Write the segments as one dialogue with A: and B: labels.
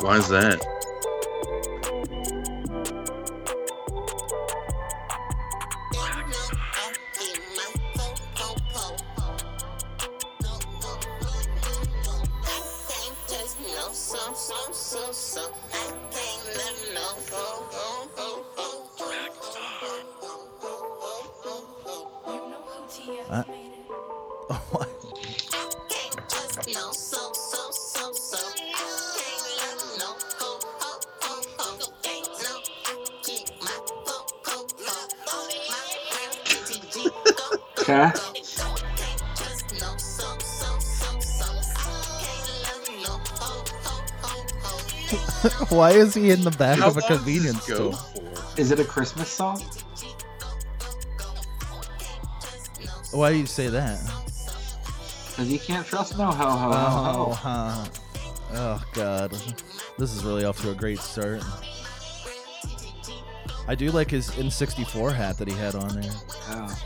A: Why is that?
B: Uh,
C: Okay.
B: Why is he in the back
A: How
B: of a
A: long does this
B: convenience
A: go
B: store?
A: for?
C: Is it a Christmas song?
B: Why do you say that?
C: Because you can't trust no ho ho ho.
B: Oh,
C: ho.
B: huh. oh god, this is really off to a great start. I do like his N64 hat that he had on there.
C: Oh.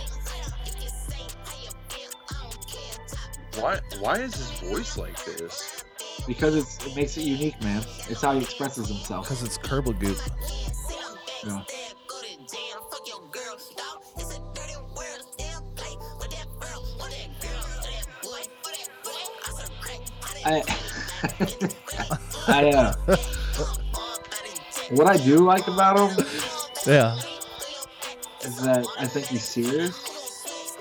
A: Why? Why is his voice like this?
C: Because it's, it makes it unique, man. It's how he expresses himself.
B: Cause it's Kerbal Goop.
C: Yeah. I, I, uh, what I do like about him
B: Yeah.
C: is that I think he's serious.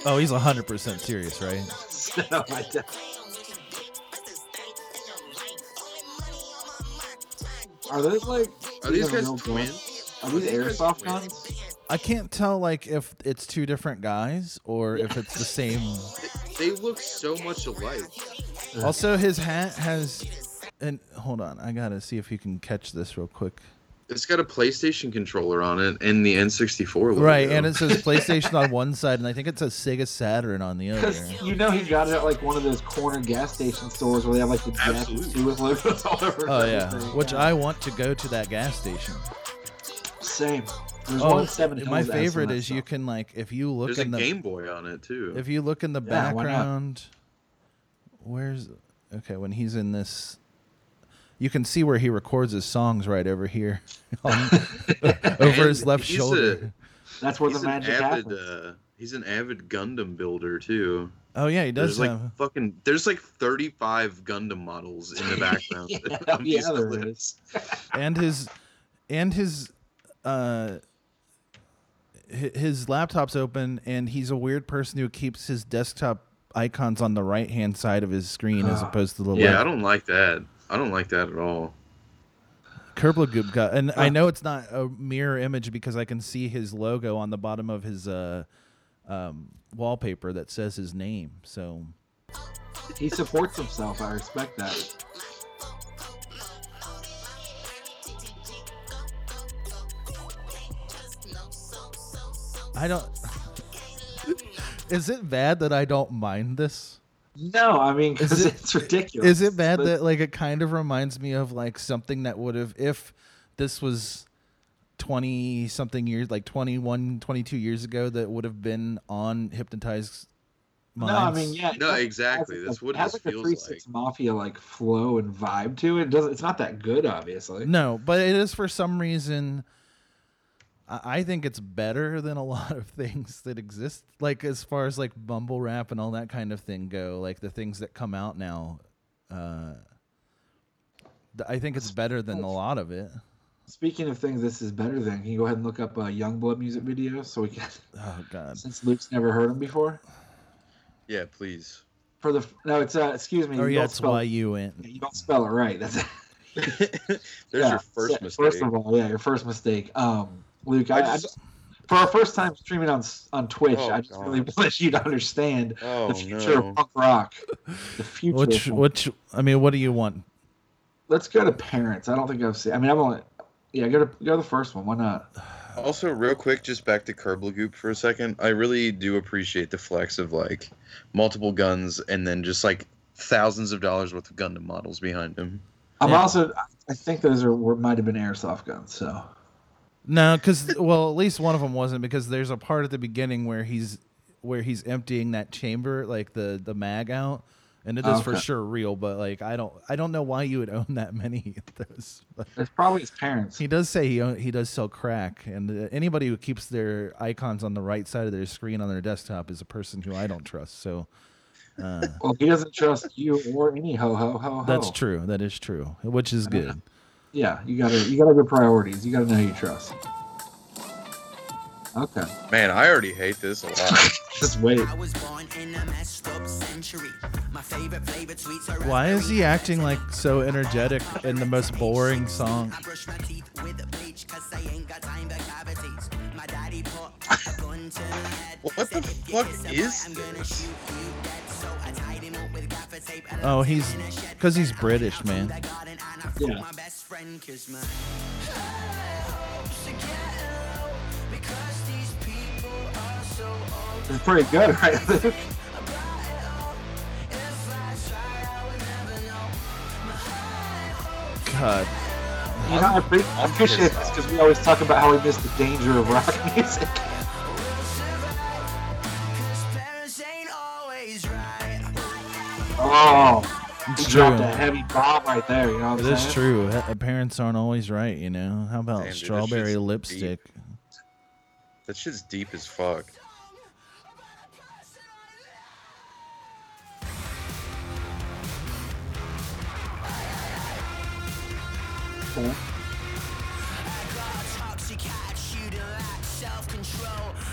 B: Oh, he's 100% serious, right?
C: So I de- are those like
A: Are these
C: are
A: guys
C: real
A: twins?
C: Are these
A: These guys
C: airsoft
A: twins?
C: guns?
B: I can't tell like if it's two different guys or if it's the same.
A: They look so much alike.
B: Also, his hat has. And hold on, I gotta see if you can catch this real quick.
A: It's got a PlayStation controller on it and the N64 logo.
B: Right, and it says PlayStation on one side, and I think it says Sega Saturn on the other.
C: Because you know he got it at like one of those corner gas station stores where they have like the jackets
A: Absolutely.
C: too with logos all over.
B: Oh yeah,
C: everything.
B: which I want to go to that gas station.
C: same. There's
B: Oh,
C: one seven.
B: my
C: Hills S on
B: favorite
C: that
B: is you
C: stuff.
B: can like if you look
A: There's a
B: in the
A: Game Boy on it too.
B: if you look in the
C: Yeah, why not?
B: background. Where's okay when he's in this? You can see where he records his songs right over here, on- over his
A: And
B: left
A: he's a-
B: shoulder.
C: That's where the
A: he's an
C: magic
A: avid.
C: happens.
A: Uh, he's an avid Gundam builder too.
B: Oh yeah, he does
A: There's like
B: have.
A: fucking. There's like 35 Gundam models in the background.
C: Oh, Yeah,
A: on these
C: yeah, there
A: lists.
B: and his and his uh hi- his laptop's open and he's a weird person who keeps his desktop icons on the right hand side of his screen as
C: Ah.
B: opposed to the
A: Yeah, I
B: left.
A: don't like that. I don't like that at all.
B: Kerbal Goop got and I
C: Ah.
B: know it's not a mirror image because I can see his logo on the bottom of his uh um wallpaper that says his name. So
C: He supports himself. I respect that.
B: I don't Is it bad that I don't mind this?
C: No, I mean
B: Is
C: because
B: it-
C: it's ridiculous.
B: Is it bad
C: But
B: that like it kind of reminds me of like something that would have if this was 20 something years like 21 22 years ago that would have been on hypnotized
C: No,
B: minds.
C: I mean yeah.
A: No,
C: it has,
A: exactly.
C: like,
A: That's
C: it
A: what
C: has
A: this
C: like a three
A: feels like.
C: six mafia like flow and vibe to it. it. Doesn't it's not that good, obviously.
B: No, but it is for some reason I I think it's better than a lot of things that exist like as far as like bumble rap and all that kind of thing go like the things that come out now uh th- I think it's better than a lot of it.
C: Speaking of things, this is better than. Can you go ahead and look up uh, Youngblood music video so we can,
B: Oh god.
C: since Luke's never heard him before.
A: Yeah, please.
C: For the no, it's uh, excuse me.
B: Oh
C: you
B: yeah,
C: don't
B: it's
C: spell-
B: why you went.
C: you don't spell it right. That's
A: There's
C: yeah.
A: your first
C: So,
A: mistake.
C: First of all, yeah, your first mistake. Um, Luke, I,
A: I
C: I
A: just-
C: just- for our first time streaming on s- on Twitch,
A: Oh,
C: I just
A: God.
C: really want you to understand
A: oh
C: the future
A: no.
C: of punk rock. The future. of
B: Which
C: punk-
B: which I mean, what do you want?
C: Let's go to parents. I don't think I've seen. I mean, I'm only. Yeah, go to go to the first one. Why not?
A: Also, real quick, just back to Kerbal Goop for a second. I really do appreciate the flex of like multiple guns and then just like thousands of dollars worth of Gundam models behind him.
C: I'm
B: Yeah.
C: also. I think those are were- might have been airsoft guns. So
B: No, because well, at least one of them wasn't because there's a part at the beginning where he's where he's emptying that chamber, like the the mag out, and it is for
C: Okay.
B: sure real. But like, I don't, I don't know why you would own that many of those. But
C: It's probably his parents.
B: he does say he own, he does sell crack, and uh, anybody who keeps their icons on the right side of their screen on their desktop is a person who I don't trust. So. Uh,
C: Well, he doesn't trust you or any ho ho ho ho.
B: that's true. That is true, which is good.
C: Yeah, you gotta you gotta have priorities. You gotta know who you trust. Okay,
A: Man, I already hate this a lot.
C: just wait.
D: I was born in a messed up century. My favorite flavored sweets are
B: Why is he
D: raspberry.
B: acting like so energetic in the most boring song?
D: I brush my teeth with a bleach 'cause I ain't got time for cavities. My daddy put a gun to my head.
A: What the
D: Said, "If you
A: fuck
D: kiss a
A: is
D: I'm gonna
A: this?
D: shoot you dead." So I tied him up with gaffer tape and
B: Oh,
D: locked him
B: he's
D: in a shed.
B: because he's
D: I went
B: British,
D: out from
B: man.
D: the garden and I found
C: Yeah.
D: my best friend 'cause my hopes are getting low because these people are so old.
C: It's pretty good, right? Luke?
B: God,
C: You know, I pre- I appreciate this because we always talk about how we miss the danger of rock music.
D: Parents ain't always right.
C: Oh,
B: it's
C: he
B: true.
C: dropped a heavy bomb right there. You know what
B: It
C: I'm
B: is
C: saying?
B: true. Uh, Parents aren't always right, you know. How
A: Damn,
B: about
A: dude, this shit's
B: strawberry
A: deep.
B: lipstick?
A: that shit's deep as fuck.
C: true.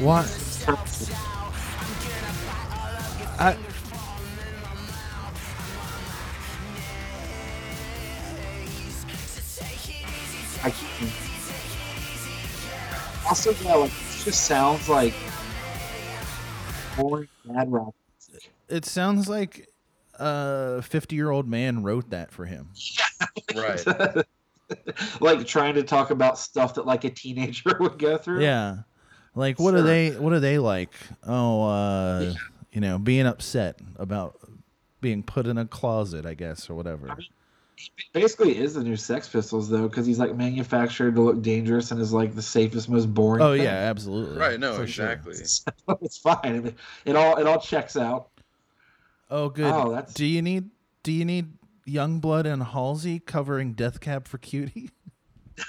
B: What? I,
C: I can't. Also, yeah, like it just sounds like boring bad rock. music.
B: it sounds like a fifty-year-old man wrote that for him.
A: Right.
C: like trying to talk about stuff that like a teenager would go through.
B: Yeah. Like, what are
C: Sure.
B: they? What are they like? Oh, uh,
C: Yeah.
B: you know, being upset about being put in a closet, I guess, or whatever.
C: basically is the new Sex Pistols though, because he's like manufactured to look dangerous and is like the safest, most boring.
B: Oh
C: thing.
B: yeah, absolutely.
A: Right, no,
B: For sure.
A: Oh, exactly.
C: So it's fine. I mean, it all it all checks out.
B: Oh good.
C: Oh, that's-
B: Do you need? Do you need? Youngblood and Halsey covering Death Cab for Cutie.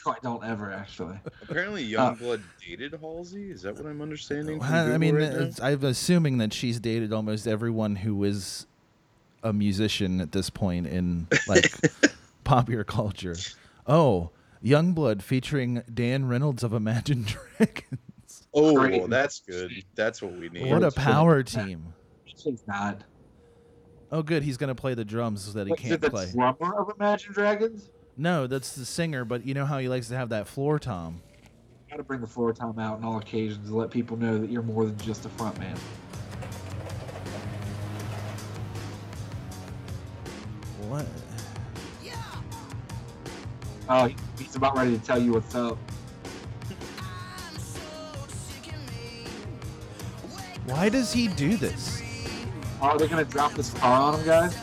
C: No, I don't ever actually.
A: Apparently,
C: Uh,
A: Youngblood dated Halsey. Is that what I'm understanding? from
B: I I
A: Google
B: mean,
A: right now?
B: it's- I'm assuming that she's dated almost everyone who is a musician at this point in like popular culture. Oh, Youngblood featuring Dan Reynolds of Imagine Dragons.
A: oh,
C: great.
A: well, that's good. That's what we need.
B: What a
C: it's cool.
B: power team!
C: He's not.
B: Oh, good, he's gonna play the drums so that he
C: Wait, is
B: can't
C: it the
B: play.
C: drummer of Imagine Dragons?
B: No, that's the singer, but you know how he likes to have that floor tom.
C: Got to bring the floor time out on all occasions to let people know that you're more than just a front man.
B: What?
C: Oh, he- he's about ready to tell you what's up.
B: Why does he do this?
C: Oh, they're gonna drop this car on him, guys.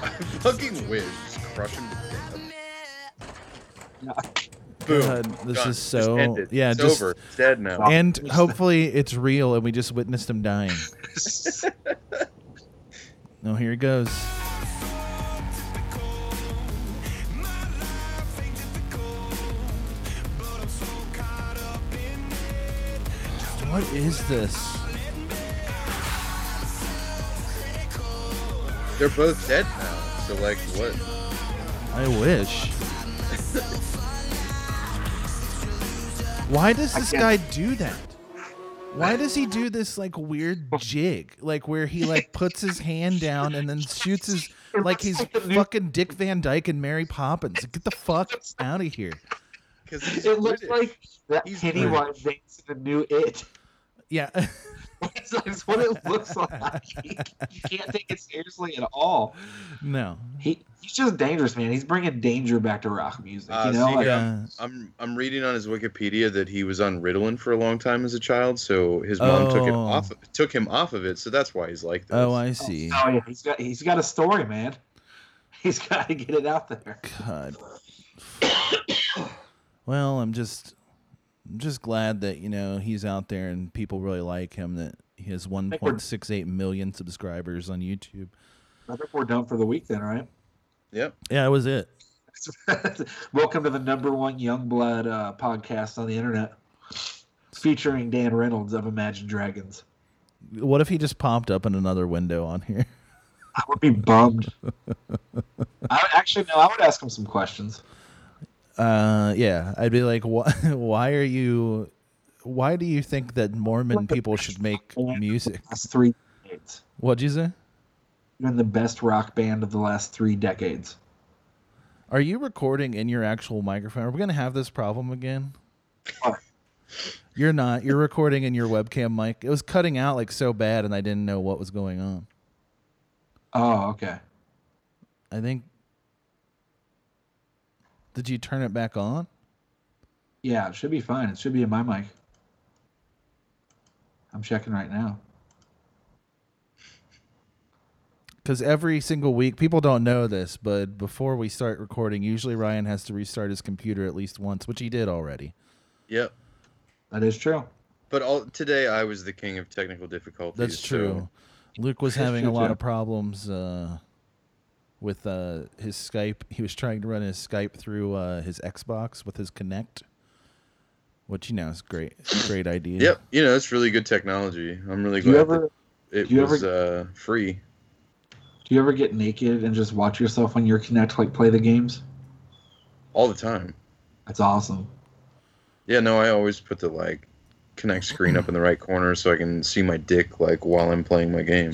A: I fucking wish. Just crush him to death. Boom.
B: God, this
A: Done.
B: is
A: Just
B: so-
A: end it.
B: yeah,
A: It's
B: just-
A: over. It's dead now.
B: And hopefully it's real and we just witnessed him dying. No, here he goes. What is this?
A: They're both dead now. So like, what?
B: I wish. Why does
C: I
B: this
C: can't-
B: guy do that? Why does he do this like weird jig, like where he like puts his hand down and then shoots his
C: It
B: like
C: looks
B: he's
C: like the new-
B: fucking Dick Van Dyke and Mary Poppins? Get the fuck out of here!
A: Because
C: It looks like that
A: He's
C: Pennywise danced in the new It.
B: Yeah,
C: it's, it's what it looks like. You, you can't take it seriously at all.
B: No.
C: He he's just dangerous, man. He's bringing danger back to rock music.
A: Uh,
C: you know,
A: see,
C: like,
A: yeah.
B: Uh,
A: I'm I'm reading on his Wikipedia that he was on Ritalin for a long time as a child, so his mom took it
B: Oh.
A: off took him off of it, so that's why he's like this.
B: oh, I see.
C: oh yeah, he's got he's got a story, man. He's got to get it out there.
B: God. well, I'm just I'm just glad that, you know, he's out there and people really like him that he has
C: think we're-
B: 1.68 million subscribers on YouTube.
C: I think we're done for the week then, right?
A: Yep.
B: Yeah, that was it.
C: Welcome to the number one Youngblood uh, podcast on the internet, featuring Dan Reynolds of Imagine Dragons.
B: What if he just popped up in another window on here?
C: I would be bummed. I would, actually no. I would ask him some questions.
B: Uh, yeah, I'd be like, why, why are you, why do you think that Mormon people should make music?
C: Last three decades.
B: What'd you say?
C: You're in the best rock band of the last three decades.
B: Are you recording in your actual microphone? Are we gonna have this problem again?
C: What?
B: You're not. You're recording in your webcam mic. It was cutting out like so bad, and I didn't know what was going on.
C: Oh, okay.
B: I think. Did you turn it back on?
C: Yeah, it should be fine. It should be in my mic. I'm checking right now.
B: because every single week people don't know this but before we start recording usually ryan has to restart his computer at least once which he did already
A: Yep.
C: That is true.
A: But all today I was the king of technical difficulties.
B: that's
A: so-
B: true luke was
C: That's
B: having a
C: true,
B: lot
C: too.
B: of problems uh, with uh, his skype he was trying to run his skype through uh, his xbox with his connect which you know is great great idea
A: Yep. You know, it's really good technology. I'm really glad
C: Do you ever
A: that it
C: do you ever-
A: was uh, free.
C: do you ever get naked and just watch yourself on your Kinect like play the games?
A: All the time.
C: That's awesome.
A: Yeah, no, I always put the like connect screen up in the right corner so I can see my dick like while I'm playing my game.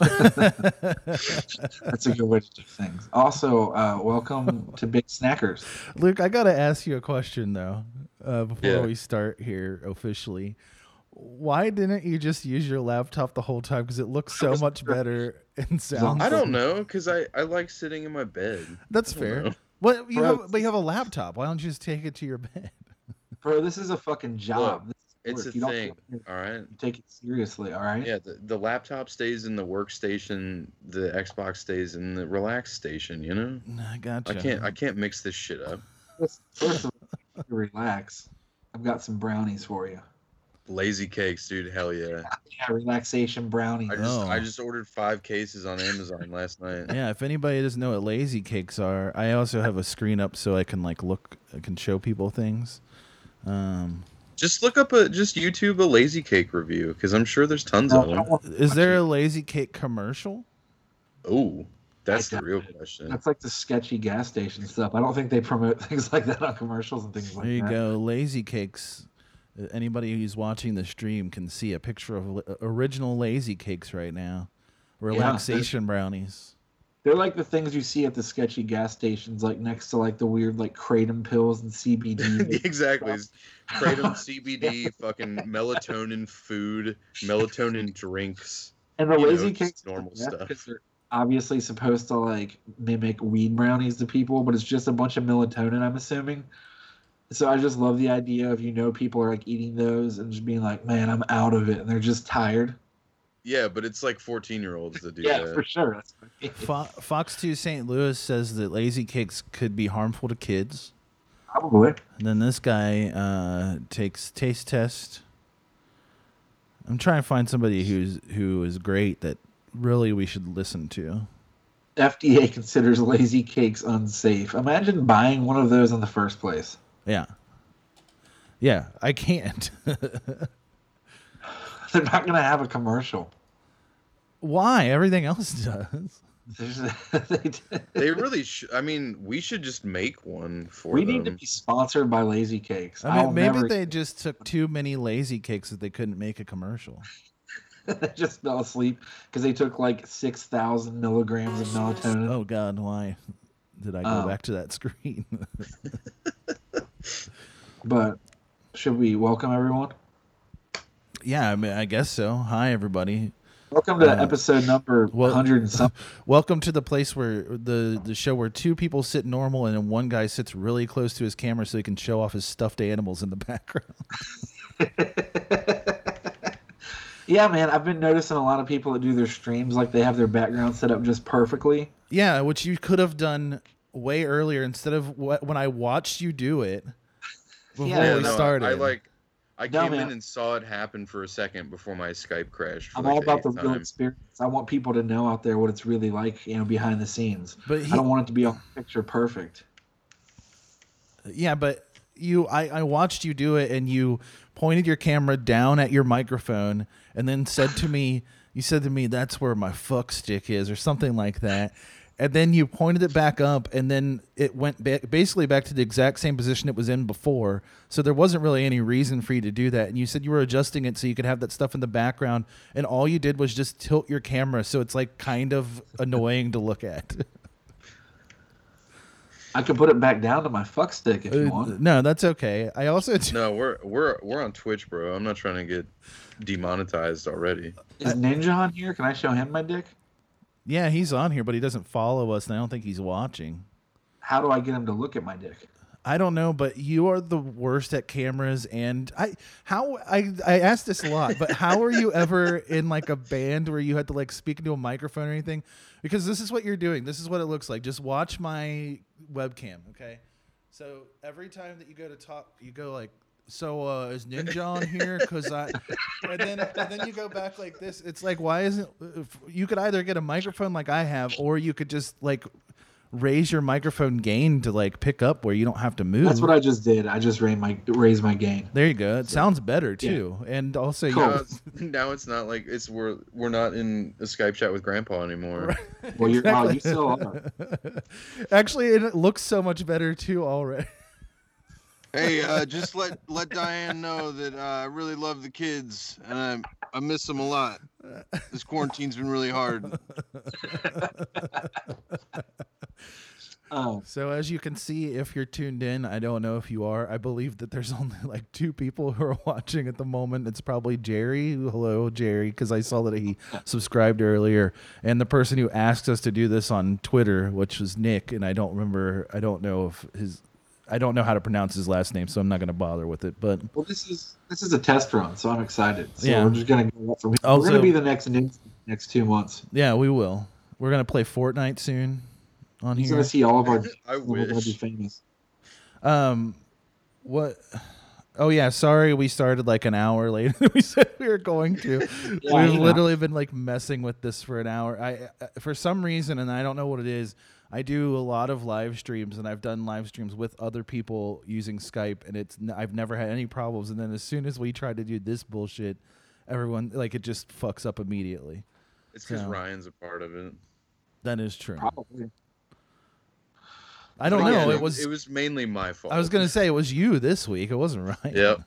C: That's a good way to do things. Also, uh, welcome to Big Snackers.
B: Luke, I gotta ask you a question though, uh, before
A: Yeah.
B: we start here officially. Why didn't you just use your laptop the whole time? Because it looks so much better and sounds.
A: I
B: like-
A: don't know because I, I like sitting in my bed.
B: That's
A: I don't
B: fair.
A: know.
B: What you
C: Bro.
B: have, but you have a laptop. Why don't you just take it to your bed?
C: Bro, this is a fucking job. This
A: It's
C: is
A: a
C: work. You don't
A: thing.
C: take it-
A: All right.
C: you take it seriously, all right?
A: Yeah, the, the laptop stays in the workstation, the Xbox stays in the relax station, you know?
B: I gotcha.
A: I can't I can't mix this shit up.
C: First first of all, you relax. I've got some brownies for you.
A: Lazy cakes, dude, hell yeah.
C: Yeah, relaxation brownies.
A: I just I
B: Oh.
A: just ordered 5 cases on Amazon last night.
B: Yeah, if anybody doesn't know what lazy cakes are, I also have a screen up so I can like look, I can show people things. Um,
A: Just look up a just YouTube a lazy cake review cuz I'm sure there's tons
C: No,
A: of
C: I
A: them.
C: don't want-
B: is there a lazy cake commercial?
A: Oh, that's the
C: I doubt
A: real
C: it.
A: question.
C: that's like the sketchy gas station stuff. I don't think they promote things like that on commercials and things like
B: There you
C: that.
B: go, lazy cakes. Uh, Anybody who's watching the stream can see a picture of li- uh, original lazy cakes right now. Relaxation brownies.
C: They're like the things you see at the sketchy gas stations, like next to like the weird like kratom pills and
B: Mm-hmm.
C: CBD.
A: exactly. It's Kratom CBD, fucking melatonin food, melatonin drinks.
C: and the
A: You know,
C: lazy
A: just
C: cakes,
A: normal stuff.
C: because they're obviously supposed to like mimic weed brownies to people, but it's just a bunch of melatonin, I'm assuming. So I just love the idea of you know people are like eating those and just being like, man, I'm out of it, and they're just tired.
A: Yeah, but it's like 14-year-olds that do that.
C: for sure. That's what it is.
B: Fo- Fox 2 St. Louis says that lazy cakes could be harmful to kids.
C: Probably.
B: And then this guy uh, takes taste test. I'm trying to find somebody who's who is great that really we should listen to.
C: FDA considers lazy cakes unsafe. Imagine buying one of those in the first place.
B: Yeah. Yeah, I can't.
C: They're not going to have a commercial.
B: Why? Everything else does.
C: There's- they did-
A: They really should. I mean, we should just make one for
C: we
A: them.
C: need to be sponsored by Lazy Cakes.
B: I mean,
C: I'll
B: maybe
C: never-
B: they just took too many lazy cakes that they couldn't make a commercial.
C: they just fell asleep because they took like six thousand milligrams of melatonin.
B: Oh God, why did I go
C: Oh.
B: back to that screen?
C: But should we welcome everyone?
B: yeah, I mean, I guess so. Hi, everybody.
C: Welcome to
B: Uh,
C: episode number
B: well-
C: 100 and something.
B: Welcome to the place where the the show where two people sit normal and then one guy sits really close to his camera so he can show off his stuffed animals in the background.
C: yeah, man, I've been noticing a lot of people that do their streams like they have their background set up just perfectly.
B: Yeah, which you could have done way earlier instead of what when I watched you do it before
C: Yeah,
A: Yeah,
B: we
A: no, I-
B: started.
A: I, like. I
C: No,
A: came
C: man.
A: in and saw it happen for a second before my Skype crashed. For
C: I'm
A: like
C: all about the
A: eighth
C: real
A: time.
C: experience. I want people to know out there what it's really like, you know, behind the scenes.
B: but he,
C: I don't want it to be all picture perfect.
B: yeah, but you I, I watched you do it and you pointed your camera down at your microphone and then said to me you said to me that's where my fuck stick is or something like that. And then you pointed it back up and then it went back basically back to the exact same position it was in before. So there wasn't really any reason for you to do that. And you said you were adjusting it so you could have that stuff in the background and all you did was just tilt your camera so it's like kind of annoying to look at.
C: I could put it back down to my fuck stick if you
B: Uh,
C: want.
B: no, that's okay. I also
A: No, we're we're we're on Twitch, bro. I'm not trying to get demonetized already.
C: Is Ninja on here? Can I show him my dick?
B: Yeah, he's on here, but he doesn't follow us, and I don't think he's watching.
C: How do I get him to look at my dick?
B: I don't know, but you are the worst at cameras, and I how I I asked this a lot, but how were you ever in like a band where you had to like speak into a microphone or anything? Because this is what you're doing. This is what it looks like. Just watch my webcam, okay? So every time that you go to talk, you go like, "So uh, is Ninja on here?" Because I, and then and then you go back like this. It's like, why isn't if- you could either get a microphone like I have, or you could just like raise your microphone gain to like pick up where you don't have to move.
C: That's what I just did. I just raised my raised my gain.
B: there you go. It sounds better too, and also you.
A: Now it's, now it's not like it's we're we're not in a Skype chat with Grandpa anymore.
C: Well, you're wow, you
B: Exactly.
C: still are.
B: Actually, it looks so much better too already.
E: Hey, uh, just let let Diane know that uh, I really love the kids and I I miss them a lot. This quarantine's been really hard.
C: Oh,
B: So as you can see, if you're tuned in, I don't know if you are. I believe that there's only like two people who are watching at the moment. It's probably Jerry. Hello, Jerry, because I saw that he subscribed earlier, and the person who asked us to do this on Twitter, which was Nick, and I don't remember. I don't know if his. I don't know how to pronounce his last name, so I'm not going to bother with it. But
C: well, this is this is a test run, so I'm excited. So
B: Yeah.
C: we're just gonna go up from here. we're
B: Also-
C: gonna be the next ninja next two months.
B: yeah, we will. We're going to play Fortnite soon on
C: He's
B: here.
C: gonna see all of our.
A: I
C: We're gonna be
A: wish.
C: famous.
B: Um, what? Oh yeah, sorry we started like an hour later than we said we were going to.
C: Yeah,
B: We've
C: you know.
B: literally been like messing with this for an hour. I uh, for some reason, and I don't know what it is. I do a lot of live streams, and I've done live streams with other people using Skype, and it's n- I've never had any problems. And then as soon as we try to do this bullshit, everyone like it just fucks up immediately.
A: It's because
B: Yeah.
A: Ryan's a part of it.
B: That is true.
C: Probably.
B: I don't
A: But
B: know.
A: yeah,
B: It was
A: it was mainly my fault.
B: I was gonna say it was you this week. It wasn't right.
A: Yep.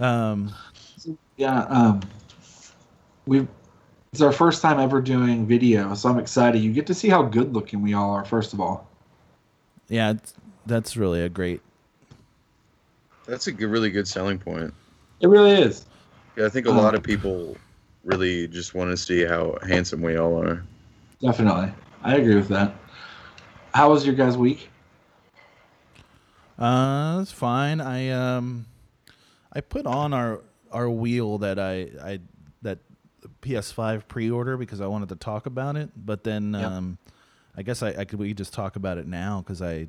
B: Um.
C: Yeah. Um, we. It's our first time ever doing video, so I'm excited. You get to see how good looking we all are, first of all.
B: Yeah, it's, that's really a great.
A: That's a good, really good selling point.
C: It really is.
A: Yeah, I think a
B: Oh.
C: Um,
A: lot of people really just want to see how handsome we all are.
C: Definitely. I agree with that. How was your guys' week?
B: Uh, it's fine. I um, I put on our our wheel that I I that PS5 pre-order because I wanted to talk about it, but then
C: Yep.
B: um, I guess I, I could we could just talk about it now because I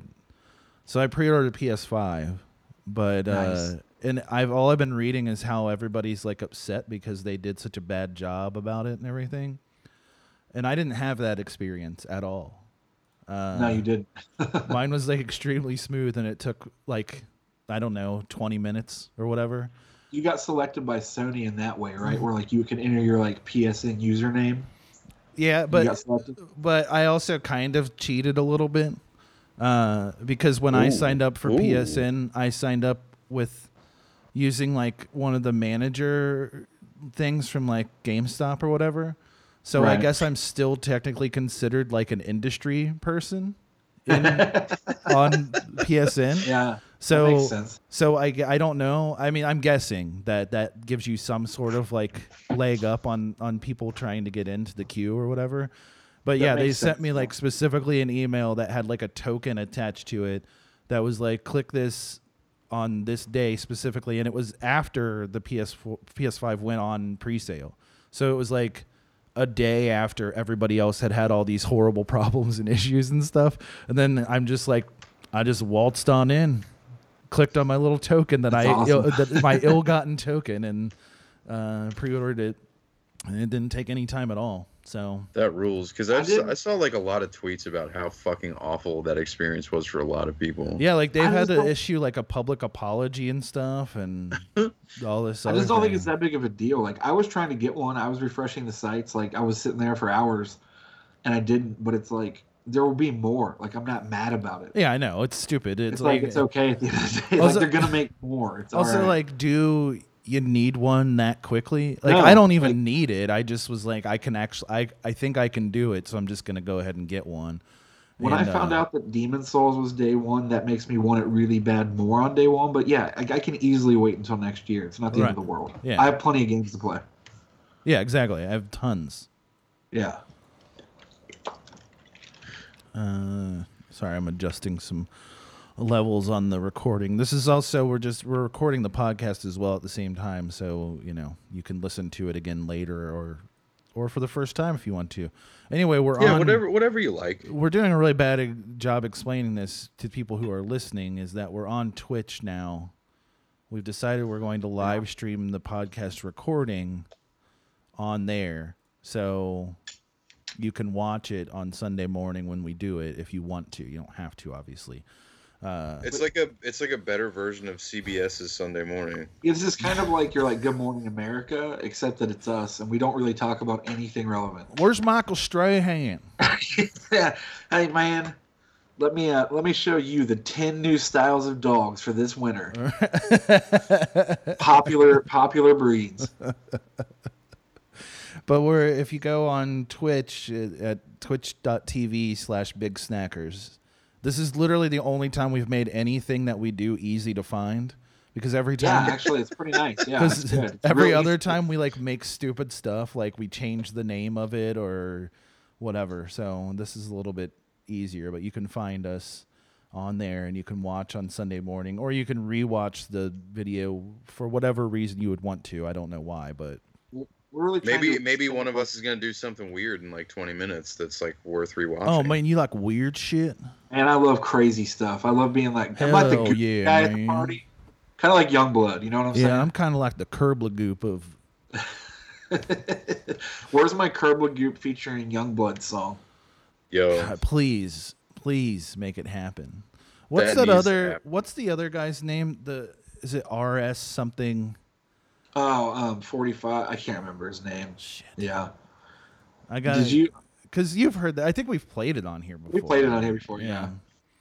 B: so I pre-ordered PS5, but
C: Nice.
B: uh, and I've all I've been reading is how everybody's like upset because they did such a bad job about it and everything, and I didn't have that experience at all. Uh,
C: no, you did.
B: mine was like extremely smooth and it took like i don't know 20 minutes or whatever
C: You got selected by Sony in that way, right? Where like you can enter your like PSN username.
B: yeah
C: you got
B: but
C: selected.
B: but i also kind of cheated a little bit uh, because when i
A: Ooh.
B: signed up for
A: Ooh.
B: psn i signed up with using like one of the manager things from like gamestop or whatever so i
C: Right.
B: guess i'm still technically considered like an industry person in, on psn
C: Yeah. That
B: So
C: makes sense.
B: so I, g- I don't know. I mean, I'm guessing that that gives you some sort of like leg up on on people trying to get into the queue or whatever. But
C: That
B: yeah, they
C: makes
B: sent
C: sense.
B: me like specifically an email that had like a token attached to it that was like click this on this day specifically and it was after the PS4 PS5 went on pre-sale. So it was like a day after everybody else had had all these horrible problems and issues and stuff. And then I'm just like I just waltzed on in clicked on my little token that
C: That's
B: I
C: awesome.
B: ill, that my ill-gotten token and uh, pre-ordered it, and it didn't take any time at all. So
A: That rules because
C: I
A: I, saw
C: didn't-
A: I saw like a lot of tweets about how fucking awful that experience was for a lot of people.
B: yeah, like they've
C: I
B: had
C: just
B: to
C: don't-
B: issue like a public apology and stuff, and all this.
C: I
B: other
C: just don't think
B: thing.
C: it's that big of a deal. Like I was trying to get one. I was refreshing the sites. Like I was sitting there for hours, and I didn't. But it's like there will be more. Like I'm not mad about it.
B: Yeah, I know it's stupid. It's,
C: It's, like, it's okay at the end of the day.
B: Also-
C: like they're gonna make more. It's
B: also
C: alright.
B: like do you need one that quickly like
C: No,
B: i don't even
C: like-
B: need it i just was like i can actually i, I think i can do it so i'm just gonna go ahead and get one
C: when I
B: And,
C: found
B: uh,
C: out that Demon Souls was day one, that makes me want it really bad more on day one. But yeah, like I can easily wait until next year. It's not the
B: Right.
C: end of the world.
B: Yeah.
C: I have plenty of games to play.
B: yeah exactly i have tons
C: Yeah.
B: Uh, sorry, I'm adjusting some levels on the recording. This is also we're just we're recording the podcast as well at the same time, so you know you can listen to it again later or or for the first time if you want to. Anyway, we're
A: yeah,
B: on
A: whatever, whatever you like.
B: we're doing a really bad e- job explaining this to people who are listening is that we're on Twitch now. We've decided we're going to live stream the podcast recording on there. So you can watch it on Sunday morning when we do it if you want to. You don't have to, obviously. Uh,
A: It's like a, it's like a better version of CBS's Sunday morning.
C: It's just kind of like you're like Good Morning America, except that it's us, and we don't really talk about anything relevant.
B: where's Michael Strahan?
C: Yeah. hey man, let me uh, let me show you the ten new styles of dogs for this winter. Popular popular breeds.
B: But we're if you go on Twitch uh, at twitch.tv slash big snackers, this is literally the only time we've made anything that we do easy to find because every
C: Yeah,
B: time
C: actually, it's pretty nice. Yeah, it's
B: because
C: good. It's
B: every
C: real
B: other
C: easy.
B: time we like make stupid stuff like we change the name of it or whatever. So this is a little bit easier, but you can find us on there and you can watch on Sunday morning or you can rewatch the video for whatever reason you would want to. I don't know why, but
C: We're really trying
A: Maybe,
C: to-
A: maybe one of us is gonna do something weird in like 20 minutes that's like worth rewatching.
B: oh man, you like weird shit.
C: And I love crazy stuff. I love being like I'm not the
B: Hell
C: goofy
B: yeah,
C: guy at
B: man.
C: the party. Kind of like Youngblood, you know what I'm
B: Yeah,
C: saying?
B: I'm kind of like the Kerbla Goop of.
C: Where's my Kerbal Goop featuring Youngblood song?
A: Yo,
B: God, please, please make it happen. What's
A: That needs
B: that,
A: to
B: other?
A: happen.
B: What's the other guy's name? The is it RS something?
C: Oh, um, 45. I can't remember his name.
B: Shit,
C: Yeah.
B: I got.
C: Did you?
B: Because you've heard that. I think we've played it on here before.
C: We played it on here before. Yeah.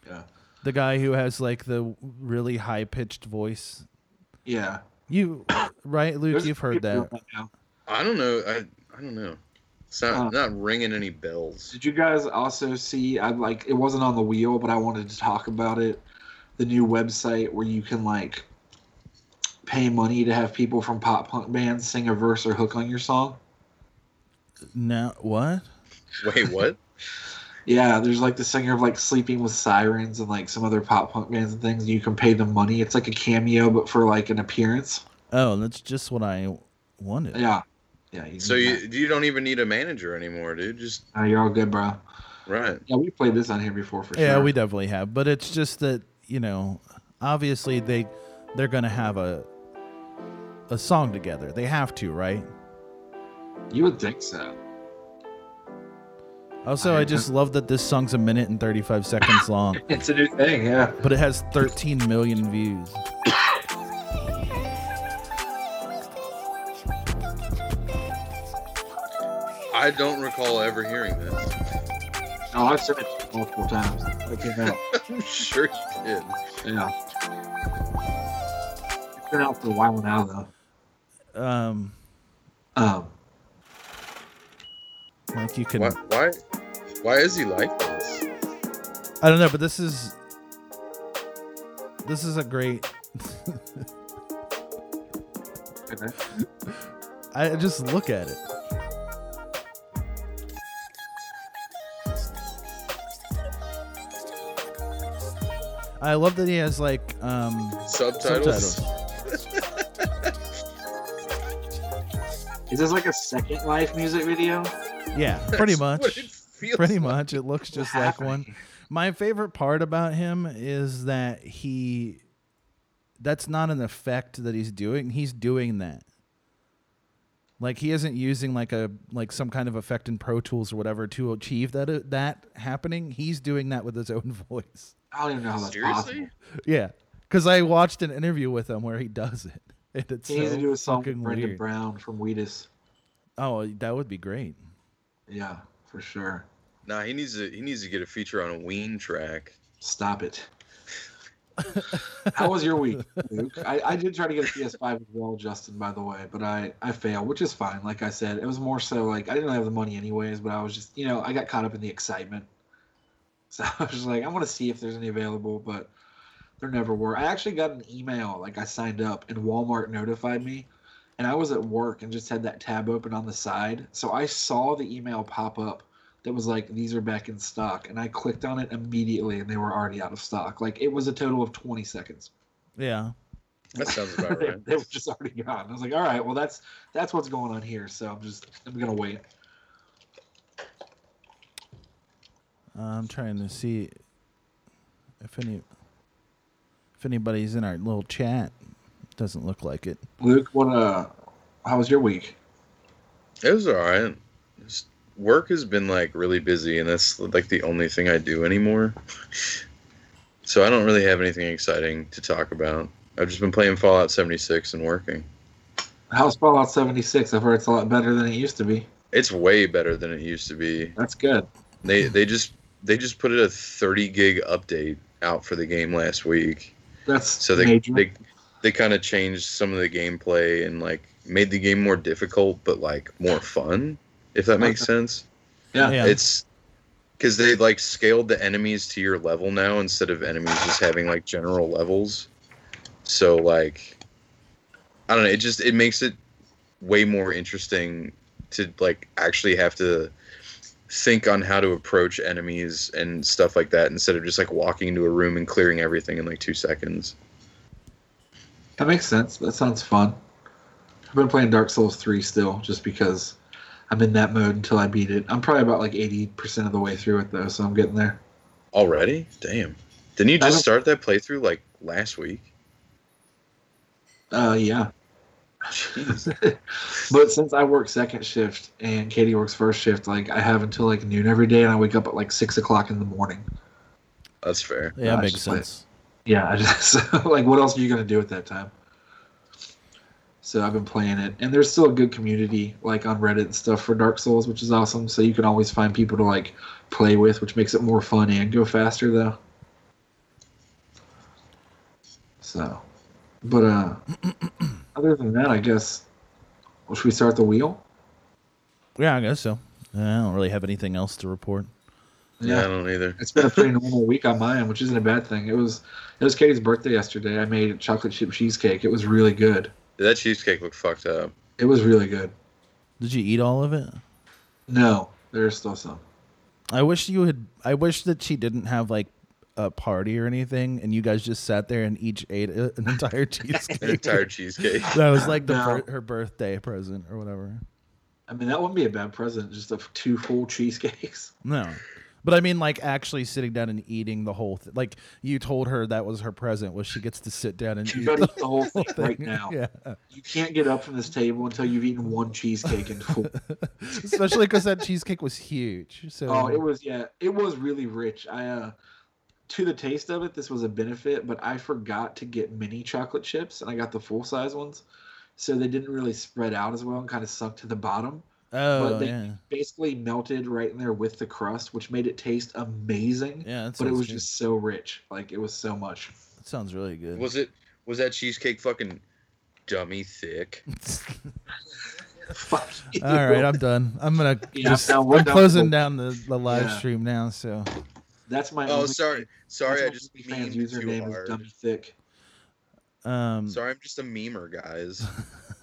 C: Yeah.
B: The guy who has like the really high pitched voice.
C: Yeah.
B: You right, Luke?
C: There's a
B: you've
C: few
B: heard
C: doing
B: that.
C: now.
A: I don't know. I, I don't know. It's not,
C: Uh.
A: not ringing any bells.
C: Did you guys also see? I like it wasn't on the wheel, but I wanted to talk about it. The new website where you can like pay money to have people from pop punk bands sing a verse or hook on your song.
B: No, what?
A: Wait, what?
C: Yeah, there's like the singer of like Sleeping with Sirens and like some other pop punk bands and things. You can pay them money. It's like a cameo, but for like an appearance.
B: Oh, that's just what I wanted.
C: Yeah, yeah. You
A: so
C: can-
A: you, you don't even need a manager anymore, dude. Just
C: No, you're all good, bro.
A: right.
C: Yeah, we played this on here before for
B: Yeah,
C: sure.
B: we definitely have, but it's just that you know, obviously they they're gonna have a a song together. They have to, right?
C: You would think so.
B: Also, I just love that this song's a minute and thirty five seconds long,
C: It's a new thing. Yeah.
B: but it has thirteen million views.
A: I don't recall ever hearing this.
C: Oh, I've said it multiple times. It came out.
A: I'm sure you did.
C: Yeah. It's been out for a while now, though.
B: Um,
C: Um,
B: like you can,
A: Why, why? Why is he like this?
B: I don't know, but this is This is a great.
C: Okay.
B: I just look at it. I love that he has like um
A: Subtitles.
B: Subtitles.
C: Is this like a Second Life music video?
B: yeah, pretty
A: That's what it
B: much.
A: feels
B: Pretty
A: like.
B: much. It looks just like one. My favorite part about him is that he that's not an effect that he's doing. He's doing that. Like he isn't using like a like some kind of effect in Pro Tools or whatever to achieve that uh, that happening. He's doing that with his own voice.
C: I don't even know how that's
A: Seriously?
C: possible.
B: Yeah, cuz I watched an interview with him where he does it. And it's
C: He needs
B: so
C: to do a song with
B: fucking
C: Brendan
B: weird.
C: Brown from Wheatus.
B: Oh, that would be great.
C: Yeah, for sure.
A: Nah, he needs to he needs to get a feature on a Ween track.
C: Stop it. How was your week, Luke? I, I did try to get a PS5 as well, Justin, by the way, but I, I failed, which is fine. Like I said, it was more so like I didn't have the money anyways, but I was just, you know, I got caught up in the excitement. So I was just like, I want to see if there's any available, but there never were. I actually got an email, like I signed up, and Walmart notified me, and I was at work and just had that tab open on the side. So I saw the email pop up that was like these are back in stock and i clicked on it immediately and they were already out of stock like it was a total of 20 seconds
B: Yeah.
A: That sounds about
C: They-
A: right.
C: they were just already gone i was like all right well that's that's what's going on here so i'm just i'm gonna wait
B: I'm trying to see if any if anybody's in our little chat. Doesn't look like it.
C: luke what uh how was your week
A: It was all right. Just- Work has been like really busy, and that's like the only thing I do anymore. so I don't really have anything exciting to talk about. I've just been playing Fallout 76 and working.
C: how's fallout 76 i've heard it's a lot better than it used to be
A: It's way better than it used to be.
C: that's good
A: They they just they just put a 30 gig update out for the game last week.
C: that's
A: So they
C: major.
A: they they kind of changed some of the gameplay and like made the game more difficult but like more fun, if that makes sense.
C: Yeah.
A: It's because they like scaled the enemies to your level now instead of enemies just having like general levels. So like, I don't know. It just it makes it way more interesting to like actually have to think on how to approach enemies and stuff like that instead of just like walking into a room and clearing everything in like two seconds.
C: That makes sense. That sounds fun. I've been playing Dark Souls 3 still, just because I'm in that mode until I beat it. I'm probably about like 80% of the way through it, though, so I'm getting there.
A: Already? Damn. Didn't you
C: I
A: just
C: don't-
A: start that playthrough like last week?
C: Uh, yeah.
A: Jeez.
C: But since I work second shift and Katie works first shift, like I have until like noon every day, and I wake up at like six o'clock in the morning.
A: That's fair.
B: Yeah,
C: Gosh,
B: makes
C: but-
B: sense.
C: Yeah, I just so, like what else are you gonna do at that time? So I've been playing it, and there's still a good community like on Reddit and stuff for Dark Souls, which is awesome. So you can always find people to like play with, which makes it more fun and go faster though. So, but uh, other than that, I guess well, should we start the wheel?
B: Yeah, I guess so. I don't really have anything else to report.
A: Yeah, I don't either.
C: It's been a pretty normal week on mine, which isn't a bad thing. It was it was Katie's birthday yesterday. I made chocolate chip cheesecake. It was really good.
A: That cheesecake looked fucked up.
C: It was really good.
B: Did you eat all of it?
C: No, there's still some.
B: I wish you had. I wish that she didn't have like a party or anything, and you guys just sat there and each ate a- an entire
A: An
B: cheesecake.
A: entire cheesecake.
B: that was like the
C: No.
B: bir- her birthday present or whatever.
C: I mean, that wouldn't be a bad present, just of two full cheesecakes.
B: No. But I mean, like actually sitting down and eating the whole thing. Like you told her that was her present, was she gets to sit down and
C: You
B: eat
C: better
B: the
C: eat the whole thing
B: thing.
C: right now.
B: Yeah,
C: You can't get up from this table until you've eaten one cheesecake in full.
B: especially because that cheesecake was huge. So
C: Oh, it was yeah, it was really rich. I uh to the taste of it, this was a benefit, but I forgot to get mini chocolate chips and I got the full size ones. So they didn't really spread out as well and kind of sunk to the bottom.
B: oh
C: but they-
B: yeah,
C: Basically melted right in there with the crust, which made it taste amazing.
B: yeah. That
C: but it
B: sounds
C: was
B: good.
C: just so rich. Like it was so much.
B: That sounds really good.
A: Was it? Was that cheesecake fucking dummy thick?
C: Fuck you.
B: All right, uh, I'm done. I'm gonna
C: Yeah,
B: just.
C: now we're
B: I'm
C: done.
B: closing down the, the live
C: Yeah.
B: stream now. So
C: That's my.
A: Oh,
C: only-
A: sorry, sorry, I
C: that's
A: just
C: my OnlyFans
A: mean too
C: username is
A: hard.
C: dummy thick.
B: Um,
A: Sorry, I'm just a memer, guys.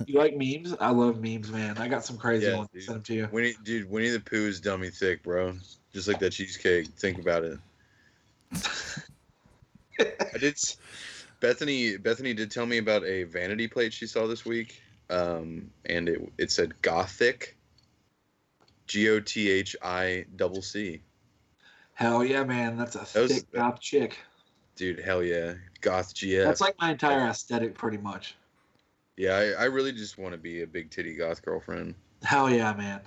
C: You like memes? I love memes, man. I got some crazy
A: Yeah,
C: ones to
A: dude.
C: send to you.
A: Winnie, dude, Winnie the Pooh is dummy thick, bro. Just like that cheesecake. Think about it. I did. s- Bethany, Bethany did tell me about a vanity plate she saw this week, um, and it it said Gothic. G O T H I double C.
C: Hell yeah, man. That's a
A: Those-
C: thick top chick.
A: Dude, hell yeah, goth GF.
C: That's like my entire aesthetic, pretty much.
A: yeah, I, I really just want to be a big titty goth girlfriend.
C: Hell yeah, man.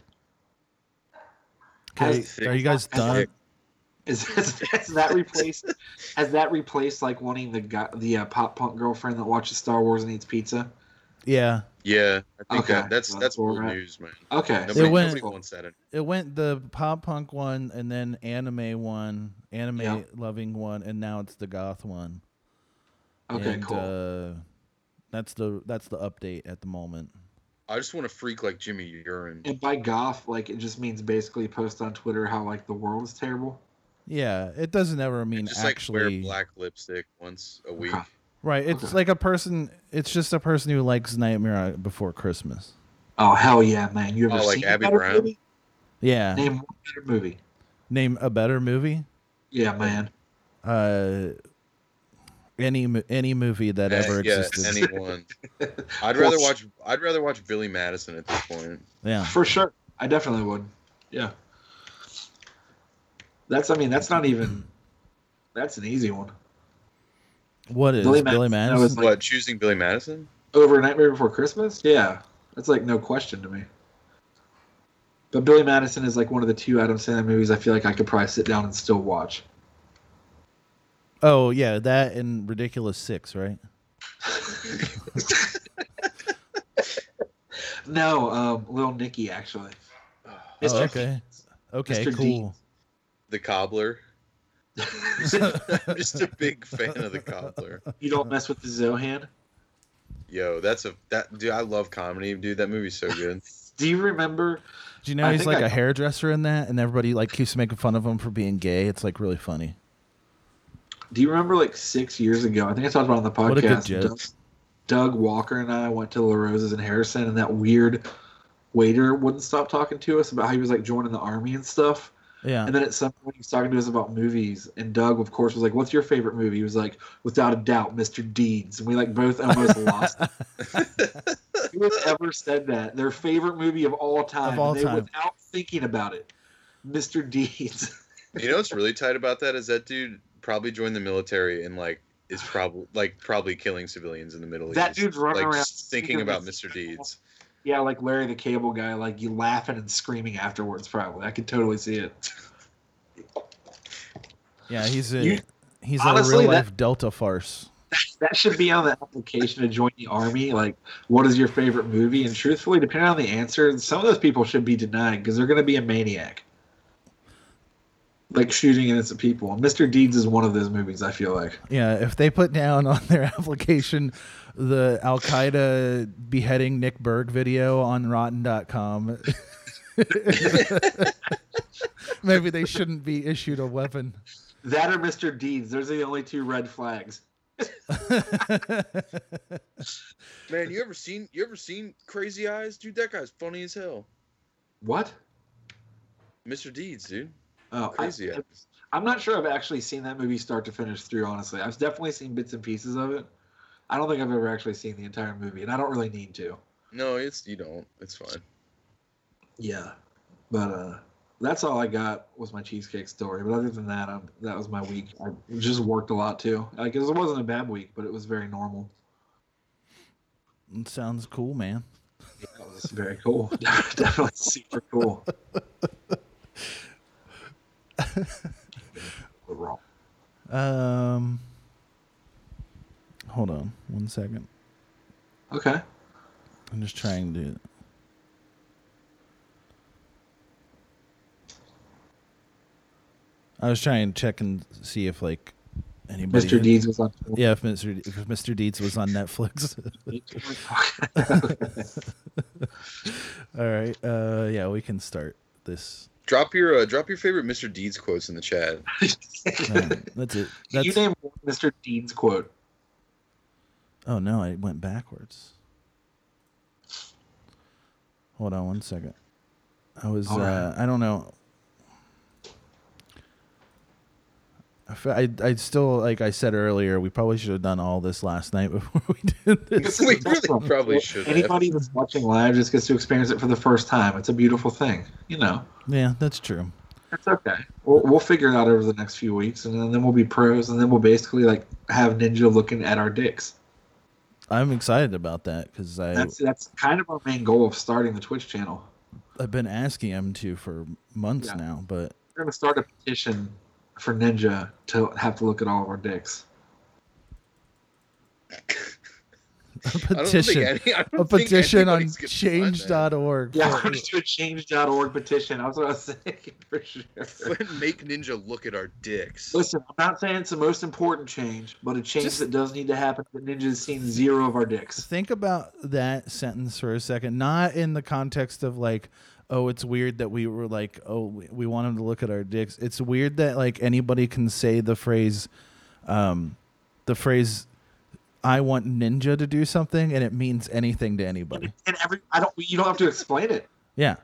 B: okay,
A: Has-
B: are you guys
C: has-
B: done?
C: Is has, has that replaced? has that replaced like wanting the go- the uh, pop punk girlfriend that watches Star Wars and eats pizza?
B: Yeah,
A: Yeah, I think
C: Okay,
A: that, that's
C: that's
A: that's
C: all
A: old
C: right.
A: news, man.
C: Okay,
A: Nobody,
B: went-
A: nobody wants that.
B: it went the pop punk one, and then anime one, anime
C: Yeah.
B: loving one, and now it's the goth one.
C: okay,
B: And,
C: cool.
B: Uh, that's the that's the update at the moment.
A: I just want to freak like Jimmy Urine.
C: and by goth, like it just means basically post on Twitter how like the world is terrible.
B: Yeah, it doesn't ever mean
A: just like
B: actually
A: wear black lipstick once a week.
C: Okay.
B: right. It's
C: Okay.
B: like a person. It's just a person who likes Nightmare Before Christmas.
C: Oh hell yeah, man! You ever
A: Oh, like
C: seen
A: Abby
C: a better
A: Brown?
C: movie?
B: Yeah.
C: Name one better movie.
B: Name a better movie.
C: Yeah, man.
B: Uh, any mo- any movie that
A: Eh,
B: ever
A: yeah,
B: existed.
A: anyone. I'd rather watch. I'd rather watch Billy Madison at this point.
B: Yeah.
C: For sure, I definitely would. Yeah. That's. I mean, that's not even. That's an easy one.
B: What is
C: Billy
B: Billy,
C: Madison,
B: Madison?
C: that was Like-
A: what choosing Billy Madison?
C: Over Nightmare Before Christmas? Yeah. That's like no question to me. But Billy Madison is like one of the two Adam Sandler movies I feel like I could probably sit down and still watch.
B: oh yeah, that and Ridiculous Six, right?
C: No, um, Lil Nicky actually.
B: Oh,
C: Mr.
B: okay. Okay.
C: Mr.
B: Cool.
A: The Cobbler. I'm just a big fan of the Cobbler.
C: You don't mess with the Zohan.
A: Yo, that's a that dude. I love comedy, dude. That movie's so good.
C: Do you remember?
B: Do you know
C: I
B: he's
C: think
B: like
C: I-
B: a hairdresser in that, and everybody like keeps making fun of him for being gay. It's like really funny.
C: Do you remember like six years ago? I think I talked about it on the podcast.
B: What a good joke.
C: Doug, Doug Walker and I went to La Rosa's in Harrison, and that weird waiter wouldn't stop talking to us about how he was like joining the army and stuff.
B: Yeah.
C: And then at some point, he was talking to us about movies, and Doug, of course, was like, "What's your favorite movie?" He was like, "Without a doubt, Mr. Deeds." And we like both almost lost. it. Who has ever said that their favorite movie of all time?
B: all
C: and they,
B: time.
C: without thinking about it, Mr. Deeds.
A: You know what's really tight about that is that dude probably joined the military and like is probably like probably killing civilians in the Middle
C: That
A: East.
C: dude's running
A: like
C: around
A: just thinking about Mr. Deeds.
C: yeah, like Larry the Cable Guy, like you laughing and screaming afterwards. Probably, I could totally see it.
B: Yeah. He's a
C: You-
B: he's
C: Honestly,
B: a real life Delta farce.
C: That should be on the application to join the army. Like, what is your favorite movie? And truthfully, depending on the answer, some of those people should be denied because they're going to be a maniac, like shooting innocent people. And Mr. Deeds is one of those movies. I feel like.
B: Yeah. If they put down on their application the Al Qaeda beheading Nick Berg video on Rotten.com. Maybe they shouldn't be issued a weapon.
C: That or Mr. Deeds. Those are the only two red flags.
A: Man, you ever seen you ever seen Crazy Eyes? Dude, that guy's funny as hell.
C: What?
A: Mr. Deeds, dude.
C: Oh,
A: Crazy
C: I,
A: Eyes.
C: I'm not sure I've actually seen that movie start to finish through. Honestly, I've definitely seen bits and pieces of it. I don't think I've ever actually seen the entire movie, and I don't really need to.
A: No, it's you don't. It's fine.
C: Yeah, but uh, that's all I got was my cheesecake story. But other than that, i that was my week. I just worked a lot too. Like it wasn't a bad week, but it was very normal.
B: It sounds cool, man.
C: That was very cool. Definitely super cool. We're wrong.
B: Um, hold on one second.
C: Okay.
B: I'm just trying to. I was trying to check and see if like anybody.
C: Mr. Deeds was on.
B: Yeah, if Mr. D- if Mr. Deeds was on Netflix. All right. Uh, yeah, we can start this.
A: Drop your uh, drop your favorite Mr. Deeds quotes in the chat.
B: Um, that's it. That's
C: you name one Mr. Deeds quote.
B: Oh no, I went backwards. Hold on one second. I was
C: All right.
B: uh, I don't know. I, fe- I I still like I said earlier, we probably should have done all this last night before we did this.
C: This is
A: We
C: the best
A: really
C: one.
A: probably should have.
C: Anybody that's watching live just gets to experience it for the first time. It's a beautiful thing, you know.
B: yeah, that's true.
C: It's okay. We'll, we'll figure it out over the next few weeks, and then, then we'll be pros, and then we'll basically like have Ninja looking at our dicks.
B: I'm excited about that because I
C: That's that's kind of our main goal of starting the Twitch channel.
B: I've been asking him to for months
C: Yeah.
B: now, but
C: We're gonna start a petition for Ninja to have to look at all of our dicks.
B: a
A: I don't think
B: petition,
A: any- I don't
B: a
A: think
B: petition on
A: anybody's gonna sign that.
B: change.org.
C: Yeah,
B: for-
C: we're gonna do a change.org petition. I was gonna say for sure.
A: Make Ninja look at our dicks.
C: Listen, I'm not saying it's the most important change, but a change
B: Just-
C: that does need to happen. That Ninja's seen zero of our dicks.
B: Think about that sentence for a second, not in the context of like, oh, it's weird that we were like, oh, we, we want him to look at our dicks. It's weird that like anybody can say the phrase, um, the phrase, I want Ninja to do something, and it means anything to anybody.
C: And every I don't. You don't have to explain it.
B: Yeah,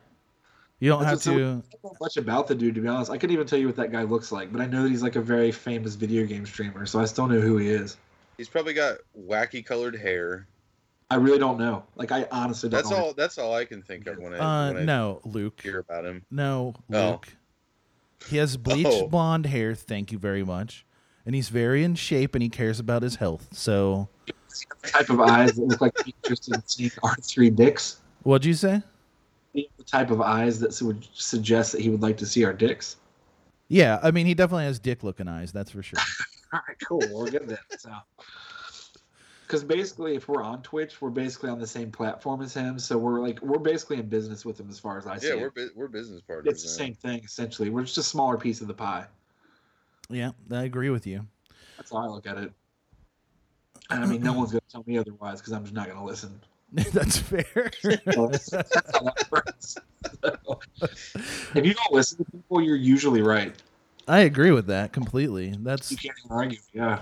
B: you don't have
C: That's what-
B: to.
C: I don't know much about the dude to be honest. I couldn't even tell you what that guy looks like, but I know that he's like a very famous video game streamer, so I still know who he is.
A: He's probably got wacky colored hair.
C: I really don't know. Like I honestly don't
A: That's
C: know.
A: all. That's all I can think of when I,
B: Uh,
A: when I
B: no, Luke.
A: hear about him.
B: No,
A: Oh.
B: Luke. He has bleached
A: Oh.
B: blonde hair. Thank you very much. And he's very in shape, and he cares about his health. So,
C: The type of eyes that look like they're interested in seeing our three dicks.
B: what'd you say?
C: The type of eyes that would suggest that he would like to see our dicks.
B: Yeah, I mean, he definitely has dick-looking eyes. That's for sure.
C: All right, cool. We're good then. So, because basically, if we're on Twitch, we're basically on the same platform as him. So we're like, we're basically in business with him as far as I see
A: Yeah,
C: it.
A: we're bu- we're business partners.
C: it's the
A: now.
C: same thing essentially. We're just a smaller piece of the pie.
B: yeah, I agree with you.
C: That's how I look at it. And I mean, no one's gonna tell me otherwise because I'm just not gonna listen.
B: That's fair.
C: So, that's how that works. So, if you don't listen to people, you're usually right.
B: I agree with that completely. That's
C: You can't even argue. Yeah,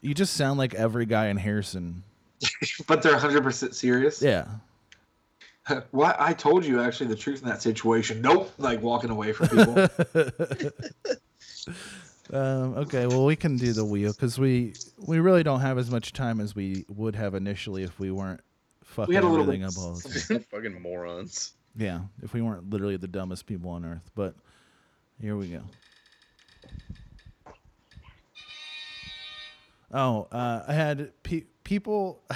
B: you just sound like every guy in Harrison.
C: but they're 100 percent serious.
B: Yeah,
C: Why I told you actually the truth in that situation. Nope, like walking away from people.
B: um, okay, well, we can do the wheel because we we really don't have as much time as we would have initially if we weren't fucking
C: we had a little
B: everything
C: bit.
B: up all the time.
A: Fucking morons.
B: Yeah, if we weren't literally the dumbest people on earth. But here we go. Oh, uh, I had pe- people.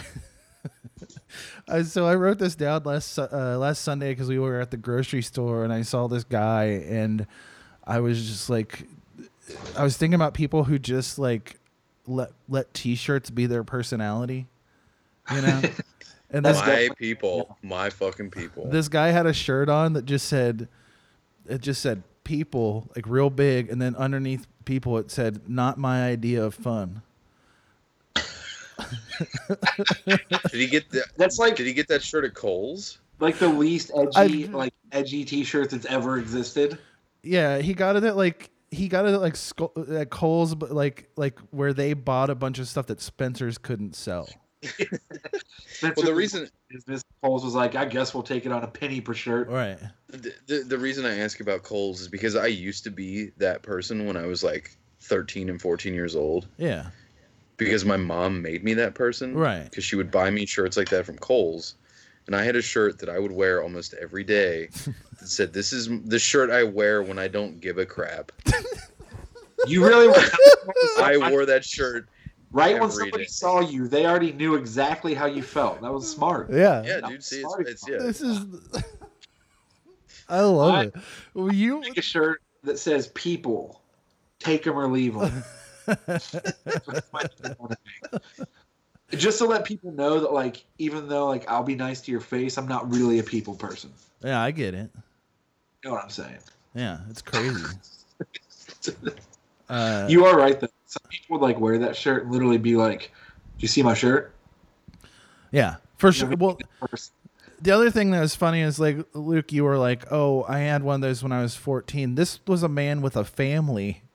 B: I, so I wrote this down last Su- uh, last Sunday because we were at the grocery store and I saw this guy and I was just like, I was thinking about people who just like let let T-shirts be their personality, you know. And this guy,
A: My people. My fucking people.
B: this guy had a shirt on that just said it just said people like real big and then underneath people it said not my idea of fun
A: Did he get that?
C: That's like
A: Did he get that shirt at Coles?
C: like the least edgy
B: I-
C: like edgy T-shirt that's ever existed.
B: yeah he got it at like he got it at like Sco- at Kohl's but like like where they bought a bunch of stuff that Spencer's couldn't sell
C: That's
A: Well, the reason
C: business polls was like, I guess we'll take it on a penny per shirt.
B: right
A: the, the, the reason I ask about Coles is because I used to be that person when I was like 13 and 14 years old
B: yeah
A: because my mom made me that person.
B: right
A: Because she would buy me shirts like that from Coles, and I had a shirt that I would wear almost every day that said, "This is the shirt I wear when I don't give a crap."
C: You really were
A: I wore that shirt.
C: right when
A: every
C: somebody
A: day.
C: saw you, they already knew exactly how you felt. That was smart.
B: yeah,
A: Yeah, dude. See, it's, it's yeah.
B: this is I love
C: I-
B: it Well, you
C: Make a shirt that says "People, take them or leave them." Just to let people know that, like, even though like I'll be nice to your face, I'm not really a people person.
B: yeah I get it
C: You know what I'm saying?
B: yeah it's crazy uh,
C: You are right though. Some people would like wear that shirt and literally be like, "Do you see my shirt?"
B: yeah for sure
C: Never-
B: well The other thing that was funny is like Luke, you were like, "Oh, I had one of those when I was 14." This was a man with a family.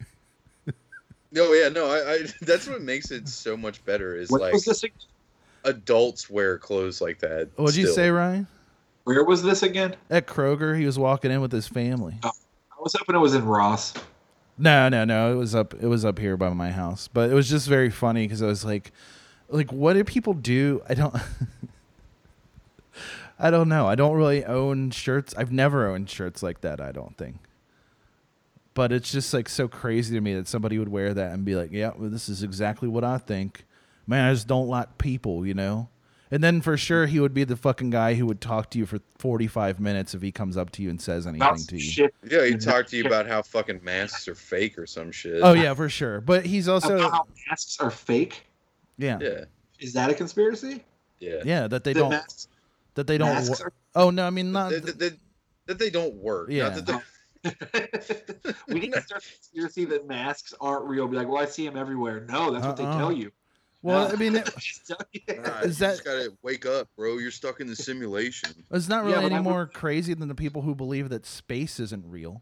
A: No, yeah, no. I, I that's what makes it so much better is
C: When
A: like
C: was this?
A: adults wear clothes like that.
B: What'd you
A: still.
B: say, Ryan?
C: Where was this again?
B: At Kroger, he was walking in with his family.
C: I was hoping it was in Ross.
B: No, no, no. It was up. It was up here by my house, but it was just very funny because I was like, like, what do people do? I don't. I don't know. I don't really own shirts. I've never owned shirts like that. I don't think. But it's just like so crazy to me that somebody would wear that and be like, "Yeah, well, this is exactly what I think." Man, I just don't like people, you know. And then for sure he would be the fucking guy who would talk to you for forty-five minutes if he comes up to you and says anything
C: That's
B: to you.
C: shit.
A: Yeah, he talked to you about how fucking masks are fake or some shit.
B: Oh yeah, for sure. But he's
C: About
B: also
C: how masks are fake.
B: yeah.
A: yeah,
C: Is that a conspiracy?
A: yeah.
B: Yeah, that they
C: That
B: don't.
C: masks-
B: that they don't.
C: masks
B: wo-
C: are-
B: oh no, I mean not.
A: That, that- that- that they don't work.
B: Yeah.
A: Not that they're-
C: we need to start a conspiracy that masks aren't real. Be like, well, I see them everywhere. No, that's what they
B: Uh-uh.
C: tell you.
B: well,
C: No.
B: I mean it,
C: They tell you.
A: Nah,
B: Is
A: you
B: that-
A: just gotta wake up, bro? You're stuck in the simulation.
B: it's not
C: Yeah,
B: really
C: but
B: any
C: I would-
B: more crazy than the people who believe that space isn't real.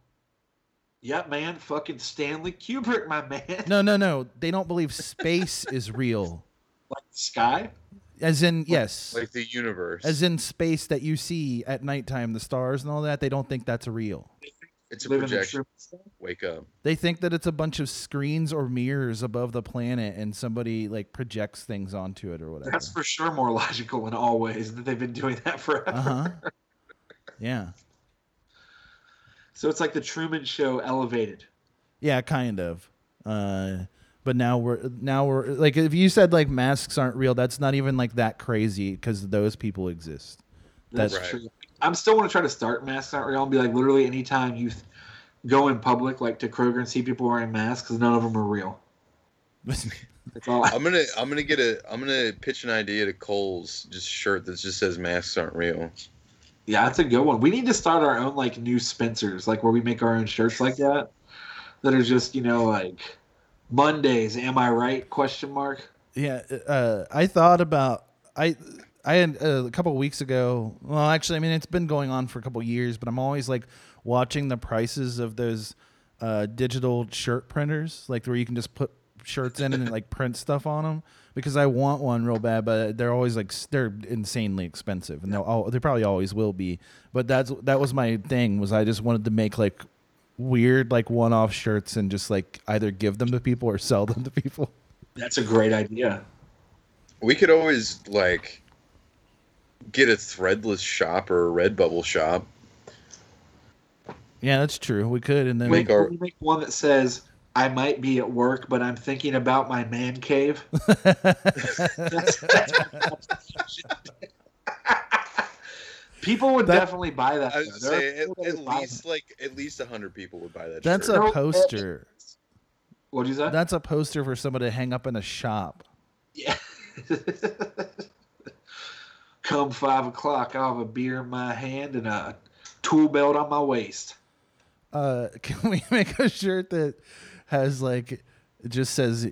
C: Yep, man. Fucking Stanley Kubrick, my man.
B: No, no, no. They don't believe space is real,
C: Like Sky.
B: as in yes,
A: Like the universe.
B: as in space that you see at nighttime, the stars and all that. They don't think that's real.
A: it's a
C: live in the
A: projection.
C: Truman Show.
A: Wake up.
B: They think that it's a bunch of screens or mirrors above the planet, and somebody like projects things onto it or whatever.
C: That's for sure more logical in all ways that they've been doing that forever.
B: uh huh. Yeah.
C: So it's like the Truman Show elevated.
B: Yeah, kind of. Uh, but now we're now we're like if you said like masks aren't real, that's not even like that crazy because those people exist.
C: That's
A: That's-
C: true. I'm still want to try to start masks aren't real and be like literally anytime you th- go in public, like to Kroger and see people wearing masks, because none of them are real. That's all. I,
A: I'm gonna I'm gonna get a I'm gonna pitch an idea to Cole's just shirt that just says masks aren't real.
C: yeah, that's a good one. We need to start our own like new Spencers, like where we make our own shirts like that, that are just you know like Mondays. Am I right? Question mark.
B: yeah, uh, I thought about I. I had uh, a couple weeks ago. Well, actually, I mean it's been going on for a couple years, but I'm always like watching the prices of those uh, digital shirt printers, like where you can just put shirts in and it, like print stuff on them. Because I want one real bad, but they're always like s- they're insanely expensive, and they'll al- they probably always will be. But that's that was my thing was I just wanted to make like weird like one-off shirts and just like either give them to people or sell them to people.
C: That's a great idea.
A: We could always like get a threadless shop or a Redbubble shop.
B: Yeah, that's true. We could, and then
A: Make
C: Make,
A: our-
C: make one that says, "I might be at work, but I'm thinking about my man cave." People would
B: That-
C: definitely buy that.
A: I
C: though.
A: would
C: There are
A: say at,
C: people that
A: at
C: would buy
A: least like at least hundred people would buy that.
B: that's
A: shirt.
B: a poster.
C: that. What'd you say?
B: That's a poster for somebody to hang up in a shop.
C: yeah. Come five o'clock, I'll have a beer in my hand and a tool belt on my waist.
B: Uh, can we make a shirt that has like it just says,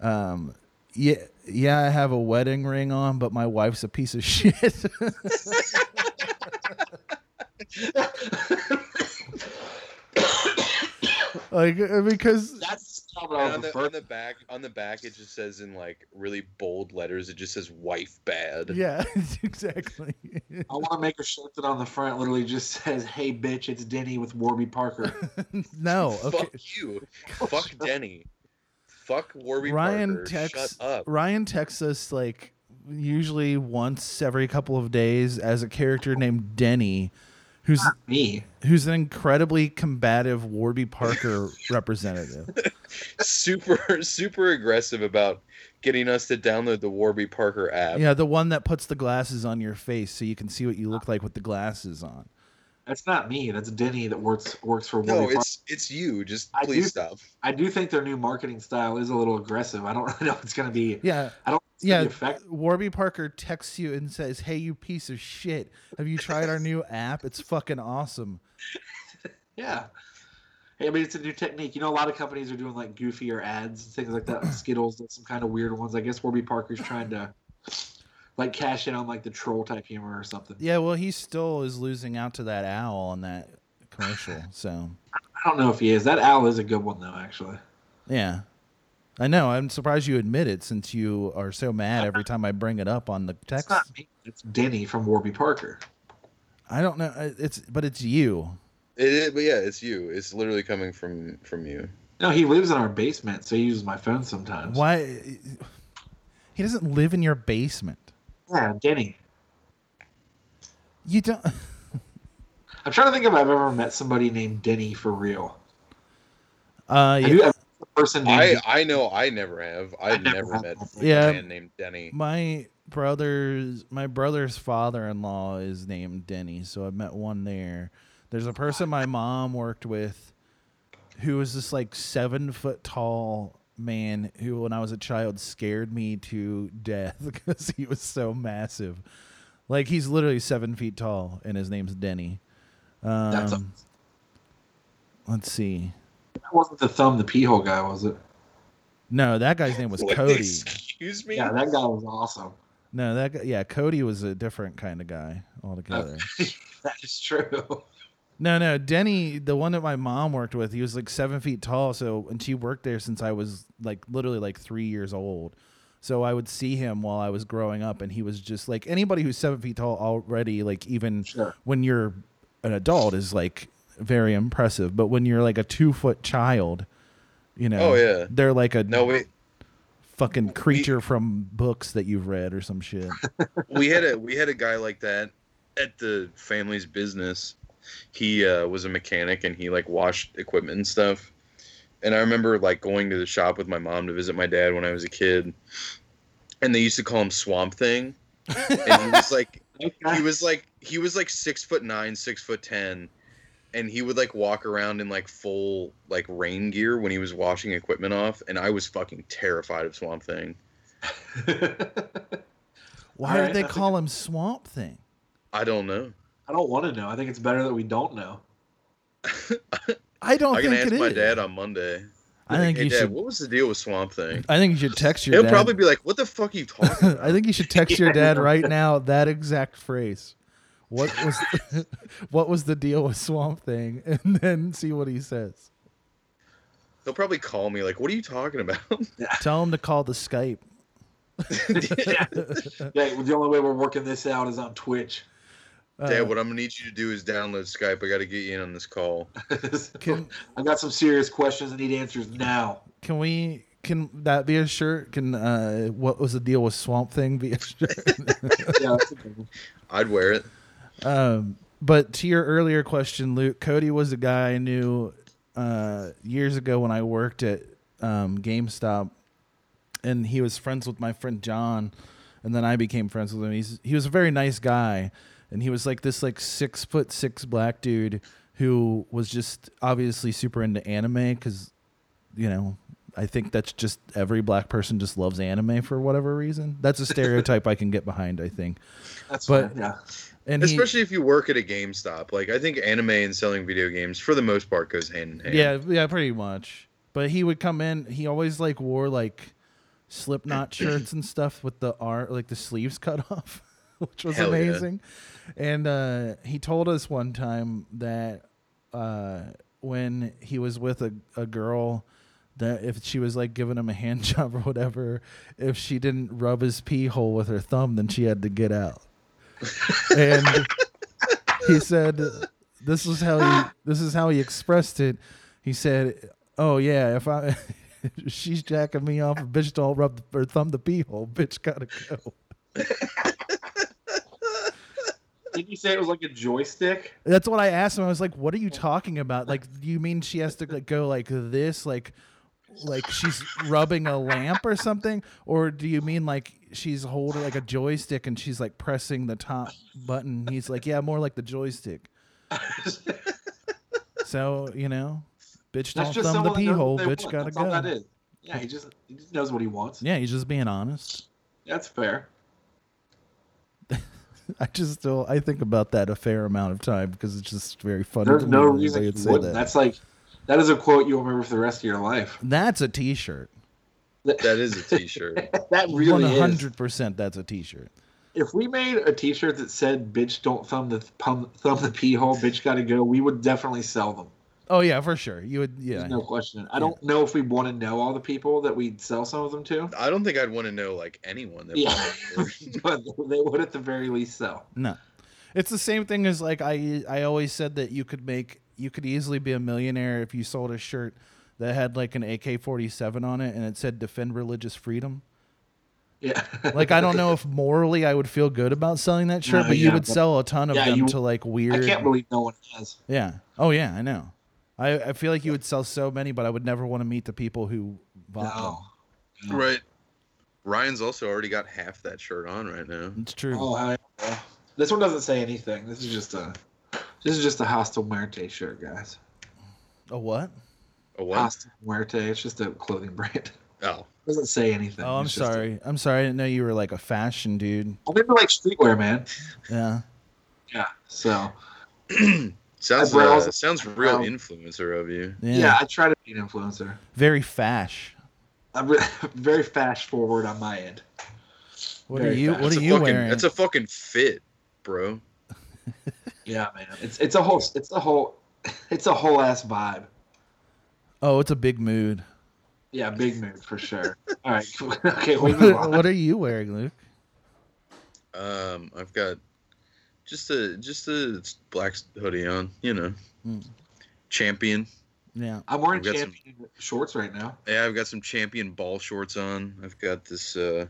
B: um, yeah, yeah, I have a wedding ring on, but my wife's a piece of shit. like uh, because
C: That's not what I
A: And
C: was
A: on, the,
C: referring
A: on the back on the back it just says in like really bold letters it just says wife bad.
B: yeah, exactly.
C: I want to make a shirt that on the front literally just says, "Hey, bitch, it's Denny with Warby Parker."
B: no, okay.
A: Fuck you. Fuck Denny. Fuck Warby
B: Ryan
A: Parker.
B: texts
A: Shut up.
B: Ryan texts us like usually once every couple of days as a character named Denny, who's
C: Me.
B: who's an incredibly combative Warby Parker representative.
A: Super super aggressive about getting us to download the Warby Parker app.
B: Yeah, the one that puts the glasses on your face so you can see what you look like with the glasses on.
C: That's not me. That's Denny that works works for Warby
A: No,
C: Parker.
A: it's it's you. Just
C: I
A: please
C: do-
A: stop.
C: I do think their new marketing style is a little aggressive. I don't really know if it's going to be.
B: Yeah.
C: I don't. It's
B: Yeah,
C: yeah. Effect.
B: Warby Parker texts you and says, "Hey, you piece of shit! Have you tried our new app? It's fucking awesome."
C: Yeah. Hey, I mean, it's a new technique. You know, a lot of companies are doing like goofier ads and things like that. Like Skittles does some kind of weird ones. I guess Warby Parker's trying to like cash in on like the troll type humor or something.
B: Yeah, well, he still is losing out to that owl on that commercial. So,
C: I don't know if he is. That owl is a good one though, actually.
B: yeah, I know. I'm surprised you admit it since you are so mad every time I bring it up on the
C: It's
B: text.
C: not me. It's Denny from Warby Parker.
B: I don't know. I- It's but it's you.
A: It, it- but yeah, it's you. It's literally coming from from you.
C: No, he lives in our basement, so he uses my phone sometimes.
B: Why? He doesn't live in your basement.
C: Yeah, Denny.
B: You don't. uh,
C: I'm trying to think if I've ever met somebody named Denny for real.
B: Uh,
C: Have you
B: yeah,
C: ever met a person named
A: I
C: Denny?
A: I know. I never have. I've
C: never
A: never
C: have.
A: met
B: Yeah.
A: a man named Denny.
B: my brother's my brother's father-in-law is named Denny, so I met one there. There's a person my mom worked with, who was this like seven foot tall man who, when I was a child, scared me to death because he was so massive. Like he's literally seven feet tall, and his name's Denny. Um,
C: That's a-
B: let's see.
C: That wasn't the thumb, the pee hole guy, was it?
B: No, that guy's name was
A: Like,
B: Cody.
A: Excuse me.
C: Yeah, that guy was awesome.
B: No, that guy, yeah, Cody was a different kind of guy altogether.
C: That is true.
B: No, no, Denny, the one that my mom worked with, he was like seven feet tall. So, and she worked there since I was like literally like three years old. So I would see him while I was growing up, and he was just like anybody who's seven feet tall already, like even
C: Sure.
B: when you're an adult, is like very impressive. But when you're like a two foot child, you
A: Oh,
B: know,
A: yeah.
B: they're like a
A: No, wait.
B: fucking creature from books that you've read or some shit.
A: we had a we had a guy like that at the family's business. He uh, was a mechanic and he like washed equipment and stuff. And I remember like going to the shop with my mom to visit my dad when I was a kid, and they used to call him Swamp Thing. and he was like he was like he was like six foot nine, six foot ten, and he would like walk around in like full like rain gear when he was washing equipment off. And I was fucking terrified of Swamp Thing.
C: I
B: Why
C: All
B: did
C: right,
B: they
C: that's a
B: call him Swamp Thing?
A: I don't know.
C: don't want to know. I think it's better that we don't know.
B: I don't
A: I can
B: think
A: ask
B: Oh, it
A: my
B: is.
A: dad on Monday.
B: I think
A: hey,
B: you
A: Dad,
B: should.
A: What was the deal with Swamp Thing?
B: I think you should text your
A: He'll
B: dad.
A: probably be like, "What the fuck are you talking about?"
B: I think you should text your dad right now that exact phrase. What was what was the deal with Swamp Thing? And then see what he says.
A: He'll probably call me like, "What are you talking about?"
B: Uh, Tell him to call the Skype.
C: yeah, the only way we're working this out is on Twitch.
B: Uh,
A: Dad, what I'm gonna need you to do is download Skype. I got to get you in on this call.
B: can
C: I got some serious questions. I need answers now.
B: can we can that be a shirt? Can uh what was the deal with Swamp Thing be a shirt?
C: Yeah, that's a good one.
A: I'd wear it.
B: Um, but to your earlier question, Luke, Cody was a guy I knew uh, years ago when I worked at um, GameStop, and he was friends with my friend John, and then I became friends with him. He's he was a very nice guy, and he was like this like six foot six black dude who was just obviously super into anime because you know. I think that's just every black person just loves anime for whatever reason. That's a stereotype I can get behind, I think.
C: That's
B: But-
C: fine, yeah.
B: And he-
A: Especially if you work at a GameStop. Like, I think anime and selling video games, for the most part, goes hand in hand.
B: Yeah, yeah, pretty much. But he would come in. He always like wore like Slipknot shirts and stuff with the art, like the sleeves cut off, which was
A: Hell yeah.
B: amazing. And uh, he told us one time that uh, when he was with a, a girl, that if she was like giving him a hand job or whatever, if she didn't rub his pee hole with her thumb, then she had to get out. and he said this is how he this is how he expressed it. He said, "Oh yeah, if I she's jacking me off, a bitch don't rub the, her thumb the pee hole. Bitch gotta go."
C: Did you say it was like a joystick?
B: That's what I asked him. I was like, "What are you talking about? Like, you mean she has to like, go like this, like, like she's rubbing a lamp or something, or do you mean like she's holding like a joystick and she's like pressing the top button?" He's like, "Yeah, more like the joystick." So you know, bitch
C: That's
B: don't
C: just
B: thumb the
C: someone
B: pee
C: that knows
B: hole.
C: what they
B: Bitch
C: want.
B: gotta
C: That's
B: go.
C: all that is. Yeah, he just he just knows what he wants.
B: Yeah, he's just being honest.
C: That's fair.
B: I just still I think about that a fair amount of time because it's just very funny.
C: There's
B: to
C: no
B: me when
C: reason
B: anybody
C: you
B: would say
C: wouldn't.
B: that.
C: That's like that is a quote you'll remember for the rest of your life.
B: That's a T-shirt.
A: That is a T-shirt.
C: That really
B: One
C: is.
B: hundred percent. That's a T-shirt.
C: If we made a T-shirt that said "Bitch, don't thumb the th- pum- thumb the pee hole, bitch, gotta go," we would definitely sell them.
B: Oh yeah, for sure. You would. Yeah.
C: There's no question. I don't know if we want to know all the people that we'd sell some of them to,
A: I don't think I'd want to know like anyone that.
C: Yeah.
A: works there.
C: but they would at the very least sell.
B: No. It's the same thing as like I I always said that you could make you could easily be a millionaire if you sold a shirt that had like an AK-47 on it and it said defend religious freedom.
C: Yeah.
B: Like I don't know if morally I would feel good about selling that shirt,
C: No,
B: but you
C: yeah,
B: would
C: but-
B: sell a ton of
C: Yeah,
B: them
C: you-
B: to like
C: I
B: weird
C: can't believe no one has.
B: Yeah. Oh yeah, I know. I, I feel like you would sell so many, but I would never want to meet the people who bought
C: No. No.
A: right. Ryan's also already got half that shirt on right now.
B: them. It's true.
C: Oh, hi. This one doesn't say anything. This is just a this is just a hostile Muerte shirt, guys.
B: A what?
A: A what?
C: Hostile Muerte. It's just a clothing brand. It
A: Oh,
C: doesn't say anything.
B: Oh, I'm
C: It's just a-
B: sorry. I'm sorry. I didn't know you were like a fashion dude.
C: Well, they were like streetwear, man.
B: Yeah.
C: Yeah. So
A: sounds
C: I browse-
A: uh, sounds real
C: browse-
A: influencer of you.
B: Yeah.
C: yeah. I try to be an influencer.
B: Very fash.
C: I'm re- very fast forward on my end.
B: What
C: Very
B: are you?
C: fast.
B: What
A: that's
B: are
A: a
B: you
A: fucking,
B: wearing?
A: That's a fucking fit, bro.
C: Yeah, man. It's it's a whole it's a whole it's a whole ass vibe.
B: oh, it's a big mood.
C: Yeah, big move for sure. All right. Okay, we
B: What,
C: move on.
B: what are you wearing, Luke?
A: Um, I've got just a just a black hoodie on. You know,
B: Mm.
A: champion.
B: Yeah.
C: I'm wearing
A: We've got some-
C: champion shorts right now.
A: Yeah, I've got some champion ball shorts on. I've got this uh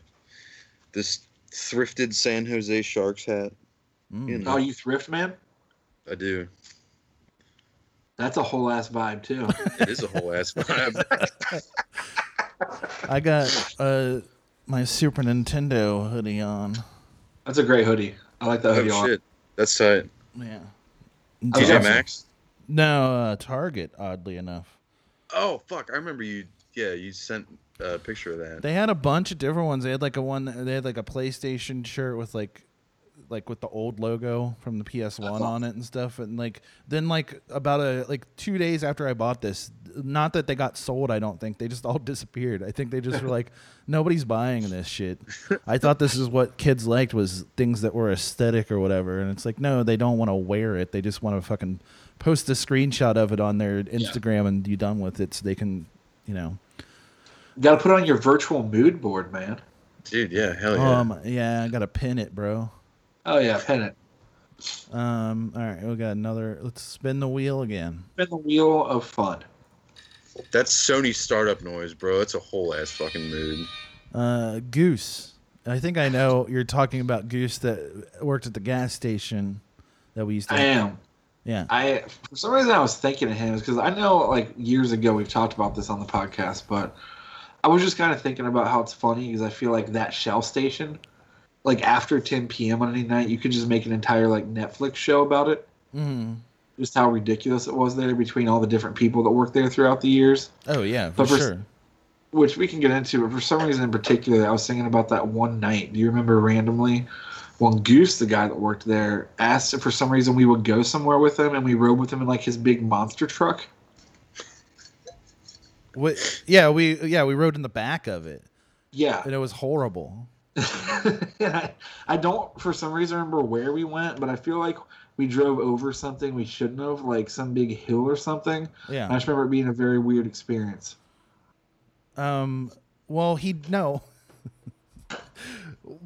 A: this thrifted San Jose Sharks hat.
B: Mm.
A: You know.
C: Oh, you thrift man?
A: I do.
C: That's a whole ass vibe too.
A: It is a whole ass vibe.
B: I got uh my Super Nintendo hoodie on.
C: That's a great hoodie. I like that hoodie. a
A: oh
C: lot.
A: shit. That's tight.
B: Yeah.
C: That's
A: TJ
C: awesome.
A: Maxx.
B: No, uh, Target. Oddly enough,
A: Oh fuck, I remember you yeah, you sent a picture of that.
B: they had a bunch of different ones. They had like a one. They had like a PlayStation shirt with like like with the old logo from the PS1 on it and stuff and like then like about a like 2 days after I bought this not that they got sold I don't think they just all disappeared I think they just were like nobody's buying this shit I thought this is what kids liked was things that were aesthetic or whatever and it's like no they don't want to wear it they just want to fucking post a screenshot of it on their Instagram and you done with it so they can you know
C: You gotta put on your virtual mood board, man.
A: Dude, yeah, hell yeah.
B: um yeah I got to pin it bro
C: Oh yeah, pin it.
B: um all right we got another let's spin the wheel again
C: Spin the wheel of fun.
A: That's Sony startup noise, bro. That's a whole ass fucking mood.
B: Uh, Goose. I think I know you're talking about Goose that worked at the gas station that we used to.
C: I am.
B: Yeah.
C: I for some reason I was thinking of him because I know like years ago we've talked about this on the podcast, but I was just kind of thinking about how it's funny because I feel like that Shell station, like after 10 p.m. on any night, you could just make an entire like Netflix show about it.
B: Mm.
C: Just how ridiculous it was there between all the different people that worked there throughout the years.
B: Oh yeah, for
C: But for-
B: sure.
C: which we can get into, but for some reason in particular, I was thinking about that one night. Do you remember randomly when Goose, the guy that worked there, asked if for some reason we would go somewhere with him and we rode with him in like his big monster truck?
B: We, yeah, we yeah we rode in the back of it,
C: Yeah.
B: and it was horrible.
C: and I, I don't, for some reason, remember where we went, but I feel like we drove over something we shouldn't have, like some big hill or something. I
B: Yeah.
C: just remember it being a very weird experience.
B: Um. Well, he no.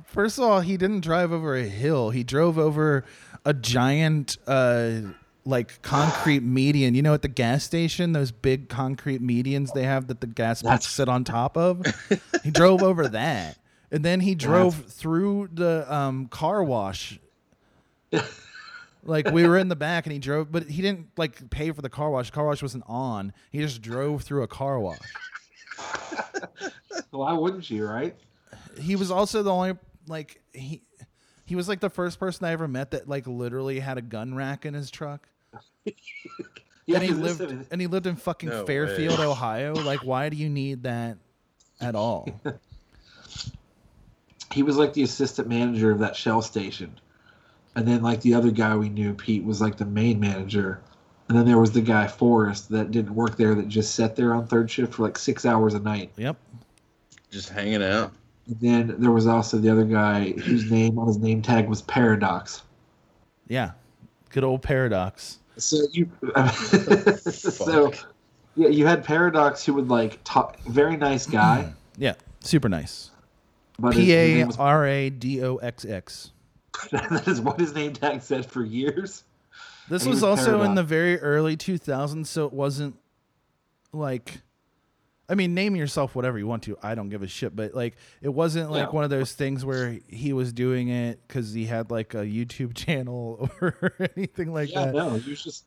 B: First of all, he didn't drive over a hill. He drove over a giant, uh, like concrete median. You know, at the gas station, those big concrete medians they have that the gas pumps
C: That's-
B: sit on top of. he drove over that, and then he drove through the um, car wash. like we were in the back, and he drove, but he didn't like pay for the car wash. Car wash wasn't on. He just drove through a car wash.
C: Why wouldn't you, right?
B: he was also the only like he he was like the first person I ever met that like literally had a gun rack in his truck.
C: Yeah,
B: and he
C: 'cause this-
B: lived and he lived in fucking
A: No
B: Fairfield,
A: way.
B: Ohio. Like why do you need that at all?
C: he was like the assistant manager of that shell station and then like the other guy we knew pete was like the main manager and then there was the guy forrest that didn't work there that just sat there on third shift for like six hours a night
B: yep.
A: Just hanging out.
C: and then there was also the other guy whose name on his name tag was paradox
B: Yeah. Good old paradox.
C: So you, so yeah, you had Paradox, who would like talk, very nice
A: Hmm.
C: guy,
B: Yeah, super nice.
C: but his,
B: P
C: his
B: A
C: name was,
B: R A D O X X.
C: that is what his name tag said for years.
B: This
C: He
B: was
C: was
B: also in
C: Paradox.
B: the very early 2000s, so it wasn't like. I mean, name yourself whatever you want to. I don't give a shit. But like, it wasn't like
C: Yeah.
B: one of those things where he was doing it because he had like a YouTube channel or anything like
C: yeah,
B: that.
C: no, he was just.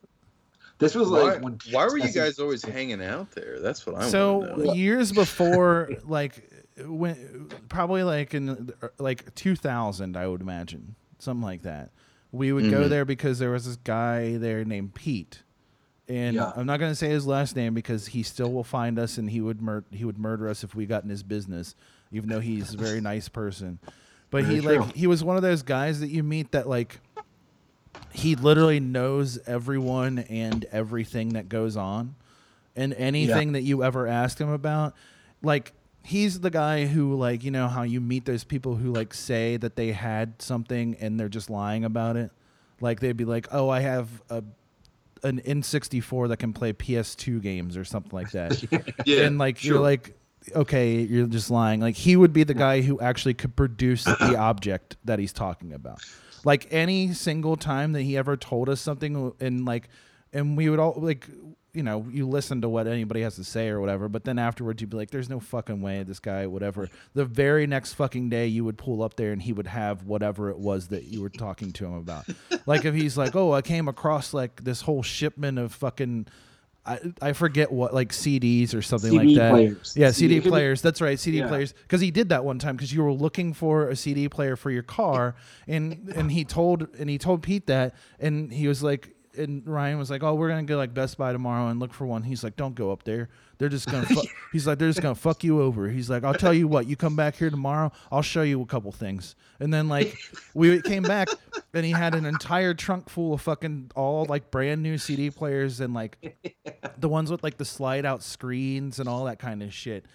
C: This was
A: Why,
C: like when.
A: why were you
C: Texas-
A: guys always hanging out there? That's what I want to know.
B: so years before like when probably like in the- like 2000 i would imagine something like that we would go
A: Mhm.
B: there because there was this guy there named pete and
C: Yeah.
B: i'm not going to say his last name because he still will find us and he would mur- he would murder us if we got in his business even though he's a very nice person but he
C: Very
B: like
C: true.
B: he was one of those guys that you meet that like he literally knows everyone and everything that goes on and anything that you ever asked him about like he's the guy who like you know how you meet those people who like say that they had something and they're just lying about it like they'd be like oh i have a an n64 that can play ps2 games or something like that
A: yeah,
B: and like
A: sure.
B: you're like okay you're just lying like he would be the guy who actually could produce the object that he's talking about like any single time that he ever told us something and like and we would all like you know you listen to what anybody has to say or whatever but then afterwards you'd be like there's no fucking way this guy whatever the very next fucking day you would pull up there and he would have whatever it was that you were talking to him about like if he's like oh i came across like this whole shipment of fucking I, I forget what like CDs or something like
C: CD
B: that.
C: players.
B: Yeah, CD
C: CD could be-
B: players. That's right, CD
C: Yeah.
B: players. Because he did that one time because you were looking for a CD player for your car, and and he told and he told Pete that, and he was like, and Ryan was like, oh, we're gonna go like Best Buy tomorrow and look for one. He's like, don't go up there. They're just gonna. Fu-. He's like, they're just gonna fuck you over. He's like, I'll tell you what. You come back here tomorrow. I'll show you a couple things. And then like we came back, and he had an entire trunk full of fucking all like brand new CD players and like the ones with like the slide out screens and all that kind of shit.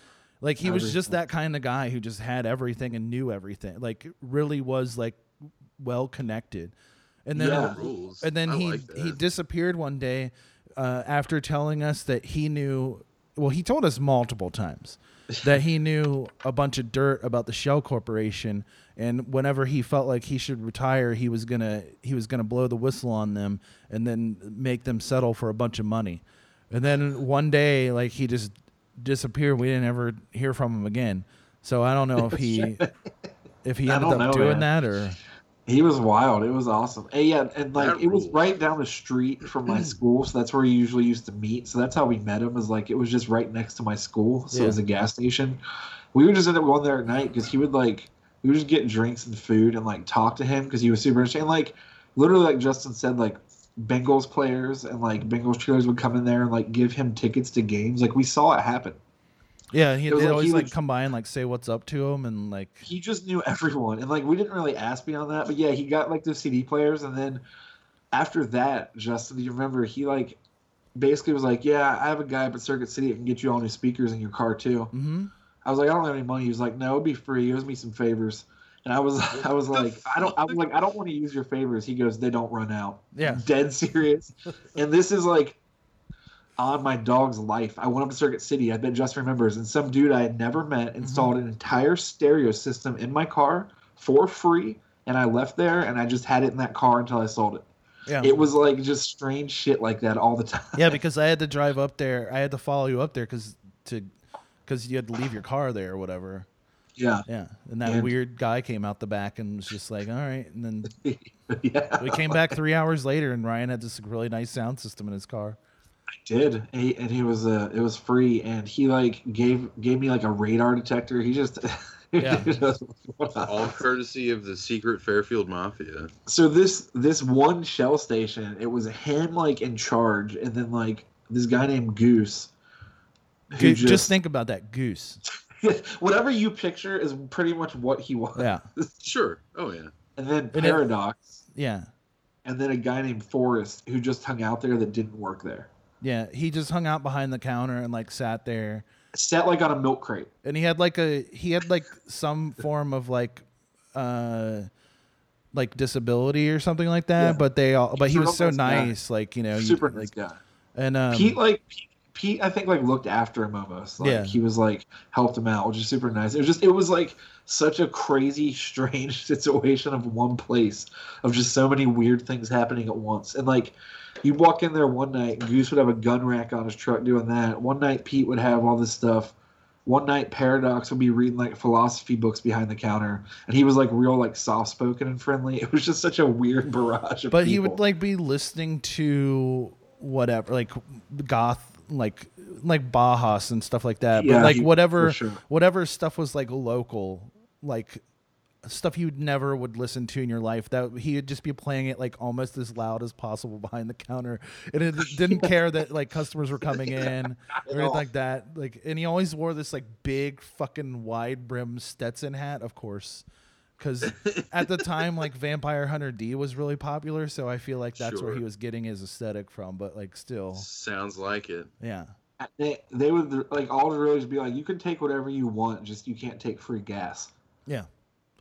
B: Like he was just
C: Everything.
B: that kind of guy who just had everything and knew everything. Like really was like well connected. And then
C: Yeah.
A: rules.
B: and then
A: I
B: he
A: like
B: he
A: that.
B: disappeared one day uh, after telling us that he knew. Well, he told us multiple times that he knew a bunch of dirt about the Shell Corporation, and whenever he felt like he should retire, he was gonna he was gonna blow the whistle on them and then make them settle for a bunch of money. And then one day, like he just disappeared. We didn't ever hear from him again. So I don't know if he if he
C: I
B: ended up
C: don't know,
B: doing
C: man.
B: that or
C: He was wild. It was awesome. And yeah, and like
A: That
C: it was
A: rules.
C: right down the street from my school, so that's where he usually used to meet. So that's how we met him. Is like it was just right next to my school, so
B: Yeah.
C: it was a gas station. We would just end up going there at night because he would like we would just get drinks and food and like talk to him because he was super interesting. And like literally, like Justin said, like Bengals players and like Bengals cheerleaders would come in there and like give him tickets to games. Like we saw it happen.
B: Yeah, he
C: It
B: they
C: was like
B: always
C: he
B: like
C: was-
B: come by and like say what's up to him and like
C: he just knew everyone and like we didn't really ask beyond that but yeah he got like those cd players and then after that justin do you remember he like basically was like yeah i have a guy up at circuit city that can get you all new speakers in your car too
B: mm-hmm.
C: i was like i don't have any money he was like no it'll be free owes me some favors and i was i was
E: What the
C: like i don't i was like i don't want to use your favors he goes they don't run out
B: Yeah.
C: dead serious and this is like on my dog's life. I went up to Circuit City. I bet Just remembers, and some dude I had never met installed an entire stereo system in my car for free, and I left there and I just had it in that car until I sold it.
B: Yeah.
C: Mm-hmm. It was like just strange shit like that all the time.
B: yeah, because I had to drive up there. I had to follow you up there cuz to cuz you had to leave your car there or whatever.
C: yeah,
B: Yeah. And that
C: And-
B: weird guy came out the back and was just like, "All right." And then
C: yeah.
B: we came back 3 hours later and Ryan had this really nice sound system in his car.
C: did and he, and he was uh it was free and he like gave gave me like a radar detector he just
B: Yeah.
A: all courtesy of the secret Fairfield Mafia.
C: so this this one shell station it was him like in charge and then like this guy named goose who
B: Goose, just, think about that goose.
C: whatever you picture is pretty much what he was
B: Yeah.
A: Sure. Oh yeah.
C: and then
B: it-
C: paradox
B: Yeah.
C: and then a guy named forrest who just hung out there that didn't work there
B: Yeah, he just hung out behind the counter and like sat there
C: sat like on a milk crate
B: and he had like a he had like some form of like uh like disability or something like that.
C: Yeah.
B: But they all, but he
C: Super
B: was so
C: nice guy.
B: nice, like you know, you-
C: Super nice
B: like,
C: guy.
B: and um,
C: Pete like Pete, Pete, I think like looked after him almost. Like
B: Yeah.
C: he was like helped him out, which is super nice. It was just it was like such a crazy, strange situation of one place of just so many weird things happening at once. And like you'd walk in there one night, and Goose would have a gun rack on his truck doing that. One night Pete would have all this stuff. One night Paradox would be reading like philosophy books behind the counter, and he was like real like soft spoken and friendly. It was just such a weird barrage of
B: but he
C: people.
B: would like be listening to whatever like goth like like bajas and stuff like that
C: Yeah,
B: but like
C: he-
B: whatever
C: for sure.
B: whatever stuff was like local like stuff you never would listen to in your life that he would just be playing it like almost as loud as possible behind the counter and it didn't care that like customers were coming in or anything like that like and he always wore this like big fucking wide brim stetson hat of course because at the time like vampire hunter d was really popular so i feel like that's where
A: Sure.
B: he was getting his aesthetic from but like still
A: Sounds like it.
B: yeah
C: they they would like all the roads be like you can take whatever you want just you can't take free gas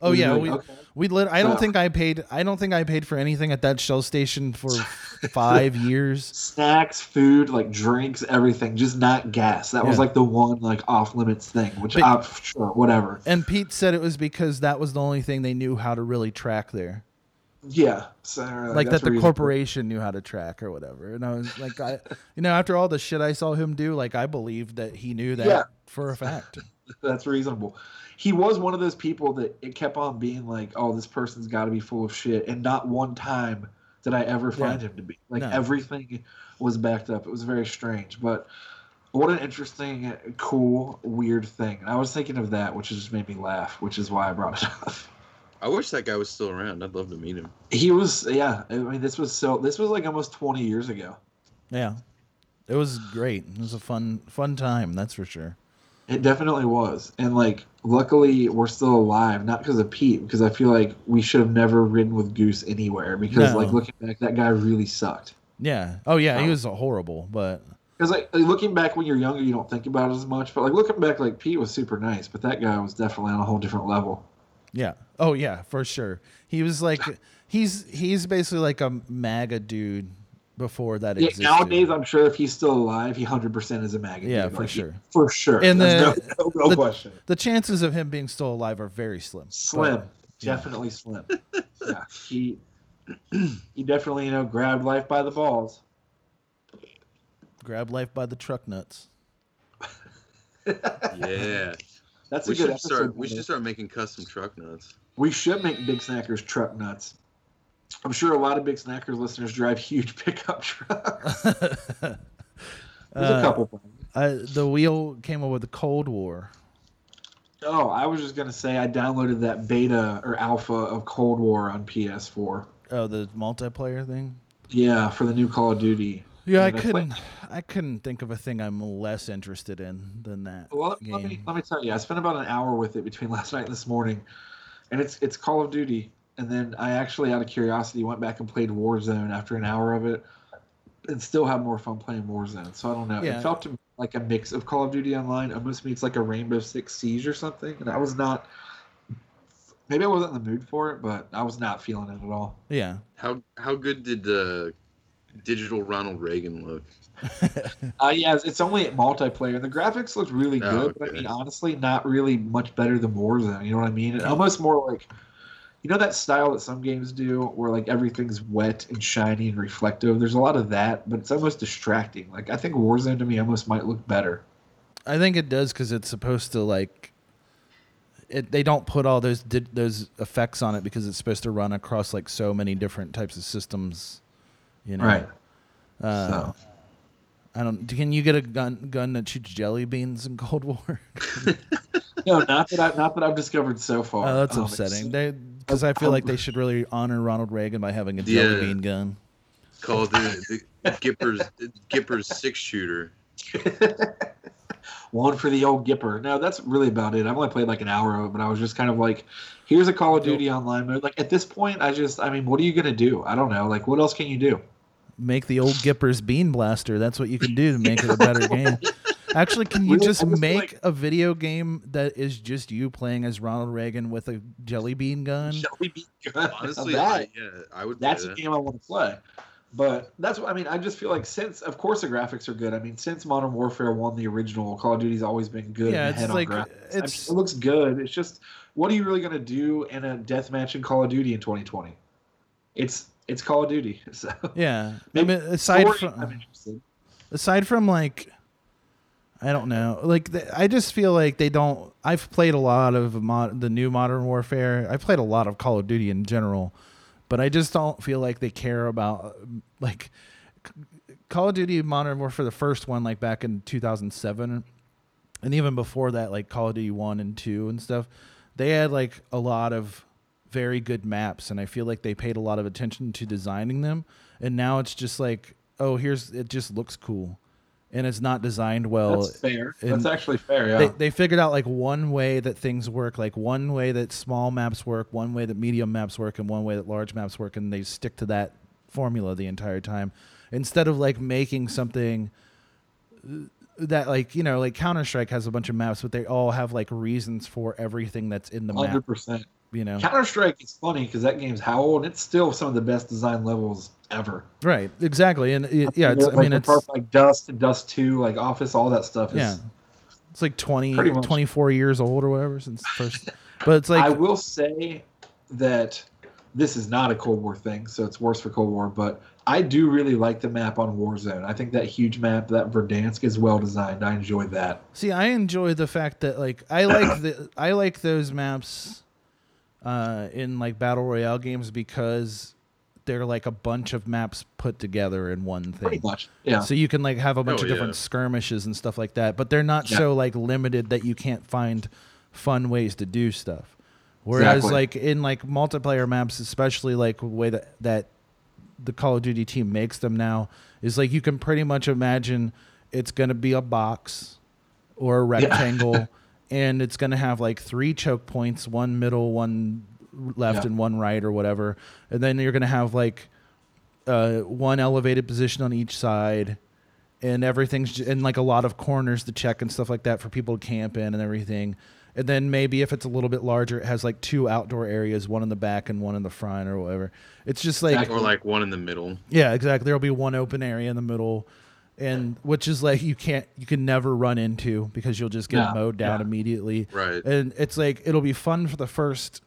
B: oh
C: We'd be
B: yeah
C: like,
B: we,
C: "Okay."
B: we lit i don't
C: Wow.
B: think i paid i don't think i paid for anything at that shell station for five years
C: snacks food like drinks everything just not gas that was
B: Yeah.
C: like the one like off limits thing which
B: But-
C: i sure whatever
B: and pete said it was because that was the only thing they knew how to really track there
C: yeah so
B: like
C: Uh, that's
B: that the
C: reasonable.
B: corporation knew how to track or whatever. And I was like, I, you know, after all the shit I saw him do, like I believed that he knew that
C: Yeah.
B: for a fact.
C: that's reasonable he was one of those people that it kept on being like oh this person's got to be full of shit and not one time did i ever find him to be like
B: No.
C: everything was backed up it was very strange but what an interesting cool weird thing and i was thinking of that which just made me laugh which is why i brought it up
A: I wish that guy was still around. I'd love to meet him.
C: he was yeah i mean this was so this was like almost 20 years ago
B: Yeah, it was great. It was a fun, fun time. That's for sure.
C: It definitely was. And like luckily we're still alive, not because of Pete, because I feel like we should have never ridden with Goose anywhere because
B: No.
C: like looking back, that guy really sucked.
B: Yeah. Oh yeah, he was horrible, but
C: Because like, like, looking back when you're younger you don't think about it as much, but like looking back like Pete was super nice, but that guy was definitely on a whole different level.
B: yeah. Oh yeah, for sure. He was like, he's he's basically like a MAGA dude before that
C: Yeah,
B: existed.
C: nowadays I'm sure if he's still alive, he hundred percent is a maggot.
B: Yeah,
C: dude.
B: for
C: Like,
B: sure.
C: For sure.
B: And
C: There's
B: the-
C: no, no, no
B: the-
C: question.
B: the chances of him being still alive are very slim. but- yeah.
C: Slim, definitely slim. Yeah, he he definitely you know grabbed life by the balls.
B: grab life by the truck nuts.
A: Yeah.
C: That's
A: we
C: a good
A: should
C: episode.
A: start we
C: man.
A: should start making custom truck nuts.
C: We should make Big Snackers truck nuts. I'm sure a lot of Big Snackers listeners drive huge pickup trucks. There's
B: Uh,
C: a couple. of them.
B: I, the wheel came up with the Cold War.
C: Oh, I was just gonna say I downloaded that beta or alpha of Cold War on PS4.
B: Oh, the multiplayer thing.
C: Yeah, for the new Call of Duty.
B: Yeah, I
C: And I played-
B: couldn't. I couldn't think of a thing I'm less interested in than that
C: Well, let me
B: game.
C: let me tell you, I spent about an hour with it between last night and this morning, and it's it's Call of Duty. And then I actually, out of curiosity, went back and played Warzone after an hour of it, and still had more fun playing Warzone. So I don't know.
B: Yeah.
C: It felt to me like a mix of Call of Duty Online, almost meets like a Rainbow Six Siege or something. And I was not. Maybe I wasn't in the mood for it, but I was not feeling it at all.
B: Yeah,
A: How how good did uh, digital Ronald Reagan look?
C: Uh, yeah, it's, it's only multiplayer. The graphics looked really
A: Oh,
C: good, but I
A: okay.
C: mean, honestly, not really much better than Warzone. You know what I mean? It
A: Mm-hmm.
C: almost more like, you know, that style that some games do, where like everything's wet and shiny and reflective. There's a lot of that, but it's almost distracting. Like I think Warzone to me almost might look better.
B: I think it does because it's supposed to like. It, they don't put all those di- those effects on it because it's supposed to run across like so many different types of systems. You know,
C: Right.
B: Uh,
C: So
B: I don't. Can you get a gun gun that shoots jelly beans in Cold War?
C: no, not that I not that I've discovered so far.
B: Oh, that's
C: Um, it's-
B: upsetting. They because I feel like they should really honor Ronald Reagan by having a jelly
A: Yeah.
B: bean gun.
A: Called the, the Gipper's Gipper's six shooter.
C: One for the old Gipper. No, that's really about it. I've only played like an hour of it, but I was just kind of like, here's a Call of Duty online mode. Like at this point, I just, I mean, what are you gonna do? I don't know. Like, what else can you do?
B: Make the old Gipper's bean blaster. That's what you can do to make it a better game. Actually, can you
C: Really?
B: just
C: I was
B: make
C: like-
B: a video game that is just you playing as Ronald Reagan with a jelly bean gun?
C: Shall we be good?
A: Honestly,
C: That-
A: I, yeah, I would.
C: that's
A: play
C: a
A: that.
C: game I want to play. But that's what I mean. I just feel like since, of course, the graphics are good. I mean, since Modern Warfare won the original, Call of Duty's always been good.
B: Yeah,
C: and
B: it's
C: ahead
B: like-
C: on graphics. I
B: it's-
C: mean, it looks good. It's just, what are you really going to do in a deathmatch in Call of Duty in 2020? It's it's Call of Duty. So
B: Yeah. I
C: Maybe
B: mean, aside
C: Story,
B: from
C: I'm interested.
B: aside from like i don't know like th i just feel like they don't i've played a lot of mod, the new modern warfare i played a lot of call of duty in general but i just don't feel like they care about um, like C- call of duty modern warfare the first one like back in 2007 and even before that like call of duty 1 and 2 and stuff they had like a lot of very good maps and i feel like they paid a lot of attention to designing them and now it's just like oh here's it just looks cool and it's not designed well
C: That's fair.
B: and
C: That's actually fair. Yeah.
B: they, they figured out like one way that things work like one way that small maps work one way that medium maps work and one way that large maps work and they stick to that formula the entire time instead of like making something that like you know like counter-strike has a bunch of maps but they all have like reasons for everything that's in the map
C: Hundred percent.
B: you know
C: Counter Strike is funny because that game's how old? It's still some of the best design levels ever.
B: right exactly and it, yeah it's, i
C: like,
B: mean it's
C: apart from, like Dust and Dust Two, like Office, all that stuff. Is,
B: Yeah. it's like 20
C: Pretty much.
B: 24 years old or whatever since the first but it's like
C: I will say that this is not a Cold War thing, so it's worse for Cold War. But I do really like the map on Warzone. I think that huge map, that Verdansk, is well designed. I enjoyed that.
B: See, I enjoy the fact that like I like the I like those maps uh, in like battle royale games because they're like a bunch of maps put together in one
C: Pretty
B: thing.
C: much, yeah.
B: So you can like have a bunch
A: Oh,
B: of different
A: yeah.
B: skirmishes and stuff like that, but they're not
C: Yeah.
B: so like limited that you can't find fun ways to do stuff. Whereas
C: Exactly.
B: like in like multiplayer maps, especially like the way that that the Call of Duty team makes them now is like you can pretty much imagine it's going to be a box or a rectangle and it's going to have like three choke points, one middle, one left
C: Yeah.
B: and one right or whatever. And then you're going to have like uh, one elevated position on each side and everything's j- and like a lot of corners to check and stuff like that for people to camp in and everything. And then maybe if it's a little bit larger, it has like two outdoor areas, one in the back and one in the front or whatever. It's just like
C: Exactly.
A: or like one in the middle.
B: yeah, exactly. There'll be one open area in the middle, and which is like you can't, you can never run into because you'll just get
C: Yeah,
B: mowed down
C: yeah.
B: immediately.
A: Right.
B: And it's like it'll be fun for the first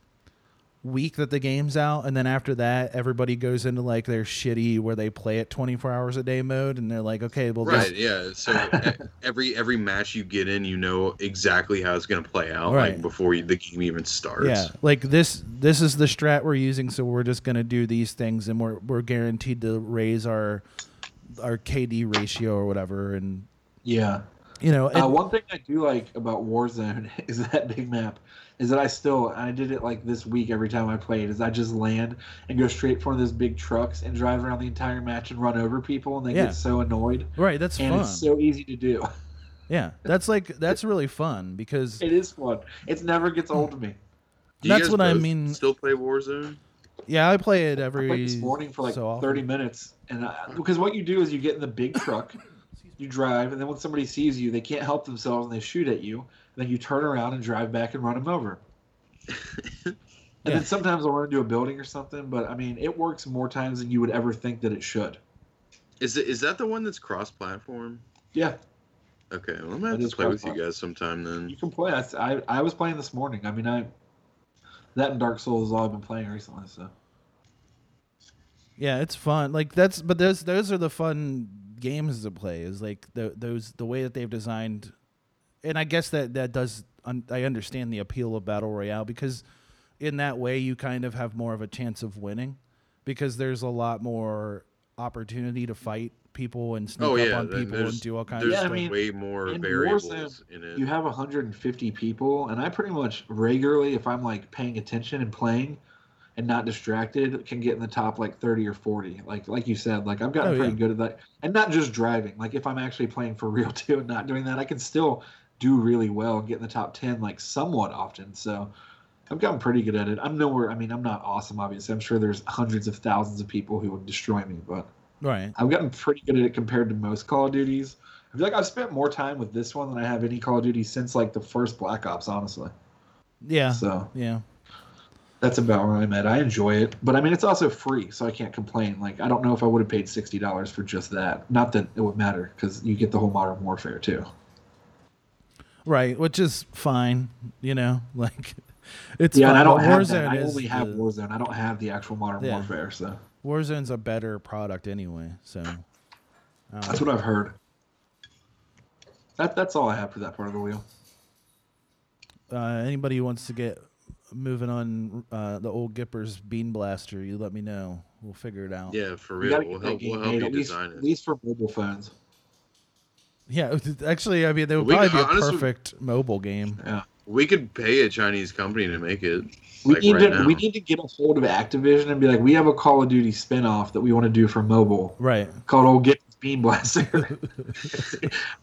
B: week that the game's out, and then after that, everybody goes into like their shitty where they play it 24 hours a day mode, and they're like, okay, well,
A: Right.
B: this,
A: Yeah. So e- every every match you get in, you know exactly how it's gonna play out,
B: Right.
A: like before you, the game even starts.
B: yeah, like this, this is the strat we're using, so we're just gonna do these things, and we're we're guaranteed to raise our our KD ratio or whatever, and
C: yeah.
B: you know, and,
C: Uh, one thing I do like about Warzone is that big map. Is that I still I did it like this week every time I played is I just land and go straight for one of those big trucks and drive around the entire match and run over people and they
B: Yeah.
C: get so annoyed
B: right, that's
C: and
B: fun.
C: it's so easy to do.
B: Yeah, that's like that's really fun because
C: It is fun. It never gets old to me.
A: Do you
B: That's
A: guys
B: what I
A: both
B: mean-
A: Still play Warzone?
B: yeah, I play it
C: I
B: every
C: played this morning for like
B: so often.
C: 30 minutes, and I, because what you do is you get in the big truck, you drive, and then when somebody sees you, they can't help themselves and they shoot at you. And then you turn around and drive back and run them over. And
B: Yeah.
C: then sometimes I'll run into a building or something, but I mean, it works more times than you would ever think that it should.
A: Is it is that the one that's cross platform?
C: Yeah,
A: Okay, well, I'm gonna have
C: That
A: to
C: is
A: play with you
C: cross-platform.
A: guys sometime
C: you
A: then.
C: can play. I, I, I was playing this morning. I mean, I that and Dark Souls is all I've been playing recently. So
B: Yeah, it's fun. Like that's but those those are the fun games to play. Is like the, those the way that they've designed, and I guess that that does un, I understand the appeal of battle royale because in that way you kind of have more of a chance of winning because there's a lot more opportunity to fight people and sneak
A: Oh
B: up
A: yeah,
B: on
A: then
B: people
A: there's,
B: and do all kinds
A: there's
B: of
C: Yeah, I
B: stuff.
C: mean,
A: way more
C: in
A: variables
C: Warzone,
A: in it.
C: you have 150 people and i pretty much regularly if i'm like paying attention and playing and not distracted can get in the top like 30 or 40 like like you said like i've gotten
B: Oh,
C: pretty
B: yeah.
C: good at that and not just driving like if i'm actually playing for real too and not doing that i can still do really well and get in the top 10 like somewhat often so i've gotten pretty good at it i'm nowhere i mean i'm not awesome obviously i'm sure there's hundreds of thousands of people who would destroy me but
B: Right.
C: I've gotten pretty good at it compared to most Call of Duties. I feel like I've spent more time with this one than I have any Call of Duty since like the first Black Ops, honestly.
B: Yeah.
C: So
B: Yeah.
C: that's about where I'm at. I enjoy it, but I mean it's also free, so I can't complain. Like I don't know if I would have paid sixty dollars for just that. Not that it would matter because you get the whole Modern Warfare too.
B: Right, which is fine, you know, like it's
C: yeah,
B: fine.
C: and I don't
B: but
C: have
B: Warzone
C: that. I
B: is
C: only have
B: the-
C: Warzone. I don't have the actual Modern
B: Yeah.
C: Warfare, so
B: Warzone's a better product anyway, so
C: that's what I've heard. That that's all I have for that part of the wheel.
B: uh, anybody who wants to get moving on uh, the old Gipper's Bean Blaster, you let me know. We'll figure it out.
A: Yeah, for
C: We
A: real.
C: gotta
A: We'll
C: get that
A: help,
C: game
A: we'll help
C: made,
A: you
C: at least,
A: design
C: At
A: it.
C: least for mobile phones.
B: Yeah, actually, I mean, they would
A: We-
B: probably be a
A: honestly-
B: perfect mobile game.
A: We could pay a Chinese company to make it.
C: We
A: Like
C: need
A: right
C: to we
A: now.
C: need to get a hold of Activision and be like, we have a Call of Duty spinoff that we want to do for mobile
B: Right.
C: called Old Get Beam Blaster.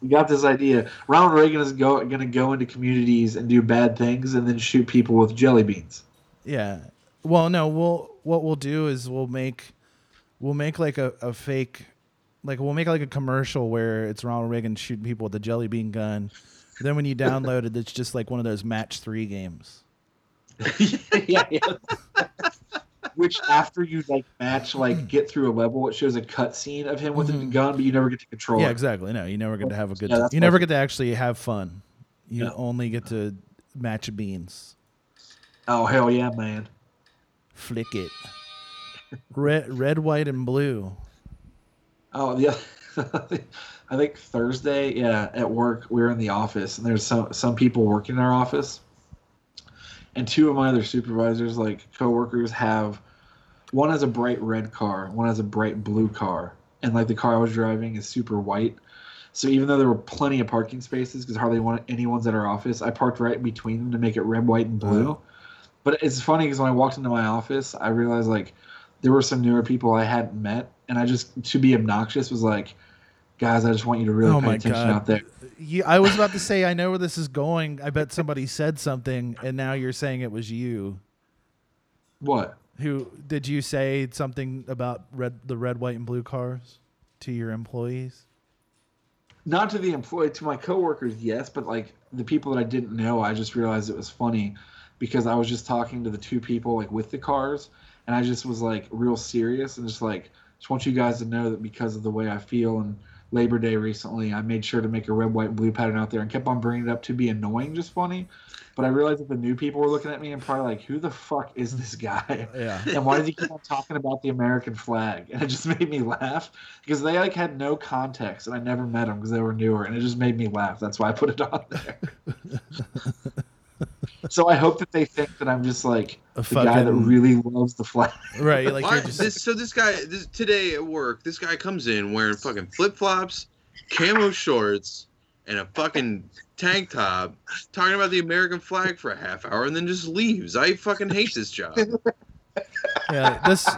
C: we got this idea. Ronald Reagan is go, going to go into communities and do bad things and then shoot people with jelly beans.
B: Yeah. Well, no, we'll what we'll do is we'll make we'll make like a, a fake like we'll make like a commercial where it's Ronald Reagan shooting people with a jelly bean gun. Then when you download it, it's just like one of those match three games.
C: yeah, yeah. Which after you like match like get through a level, it shows a cutscene of him with a
B: Mhm.
C: gun, but you never get to control
B: Yeah,
C: it.
B: exactly. No, you never get to have a good
C: Yeah,
B: time.
C: that's
B: You never get to actually have fun. You
C: Yeah.
B: only get to match beans.
C: Oh hell yeah, man!
B: Flick it. Red red, white, and blue.
C: Oh yeah. I think Thursday, yeah, at work we were in the office and there's some some people working in our office. And two of my other supervisors, like coworkers, have one has a bright red car, one has a bright blue car. And like the car I was driving is super white. So even though there were plenty of parking spaces, because hardly one, anyone's at our office, I parked right between them to make it red, white, and blue. But it's funny because when I walked into my office, I realized like there were some newer people I hadn't met, and I just to be obnoxious was like, guys, I just want you to really
B: Oh
C: pay
B: my
C: attention
B: God.
C: out there.
B: You, I was about to say I know where this is going. I bet somebody said something, and now you're saying it was you.
C: What?
B: Who did you say something about red the red, white, and blue cars to your employees?
C: not to the employee to my coworkers yes but like the people that i didn't know i just realized it was funny because i was just talking to the two people like with the cars and i just was like real serious and just like just want you guys to know that because of the way i feel and labor day recently i made sure to make a red white and blue pattern out there and kept on bringing it up to be annoying just funny but i realized that the new people were looking at me and probably like who the fuck is this guy
B: Yeah.
C: and why does he keep on talking about the American flag? And it just made me laugh because they like had no context, and I never met them because they were newer, and it just made me laugh. That's why I put it on there. so I hope that they think that I'm just like
B: A
C: the guy that
B: fucking-
C: really loves the flag.
B: Right. Like
A: Why-
B: you're just
A: this, so this guy this, today at work, this guy comes in wearing fucking flip flops, camo shorts, and a fucking tank top, talking about the American flag for a half hour, and then just leaves. I fucking hate this job.
B: yeah, this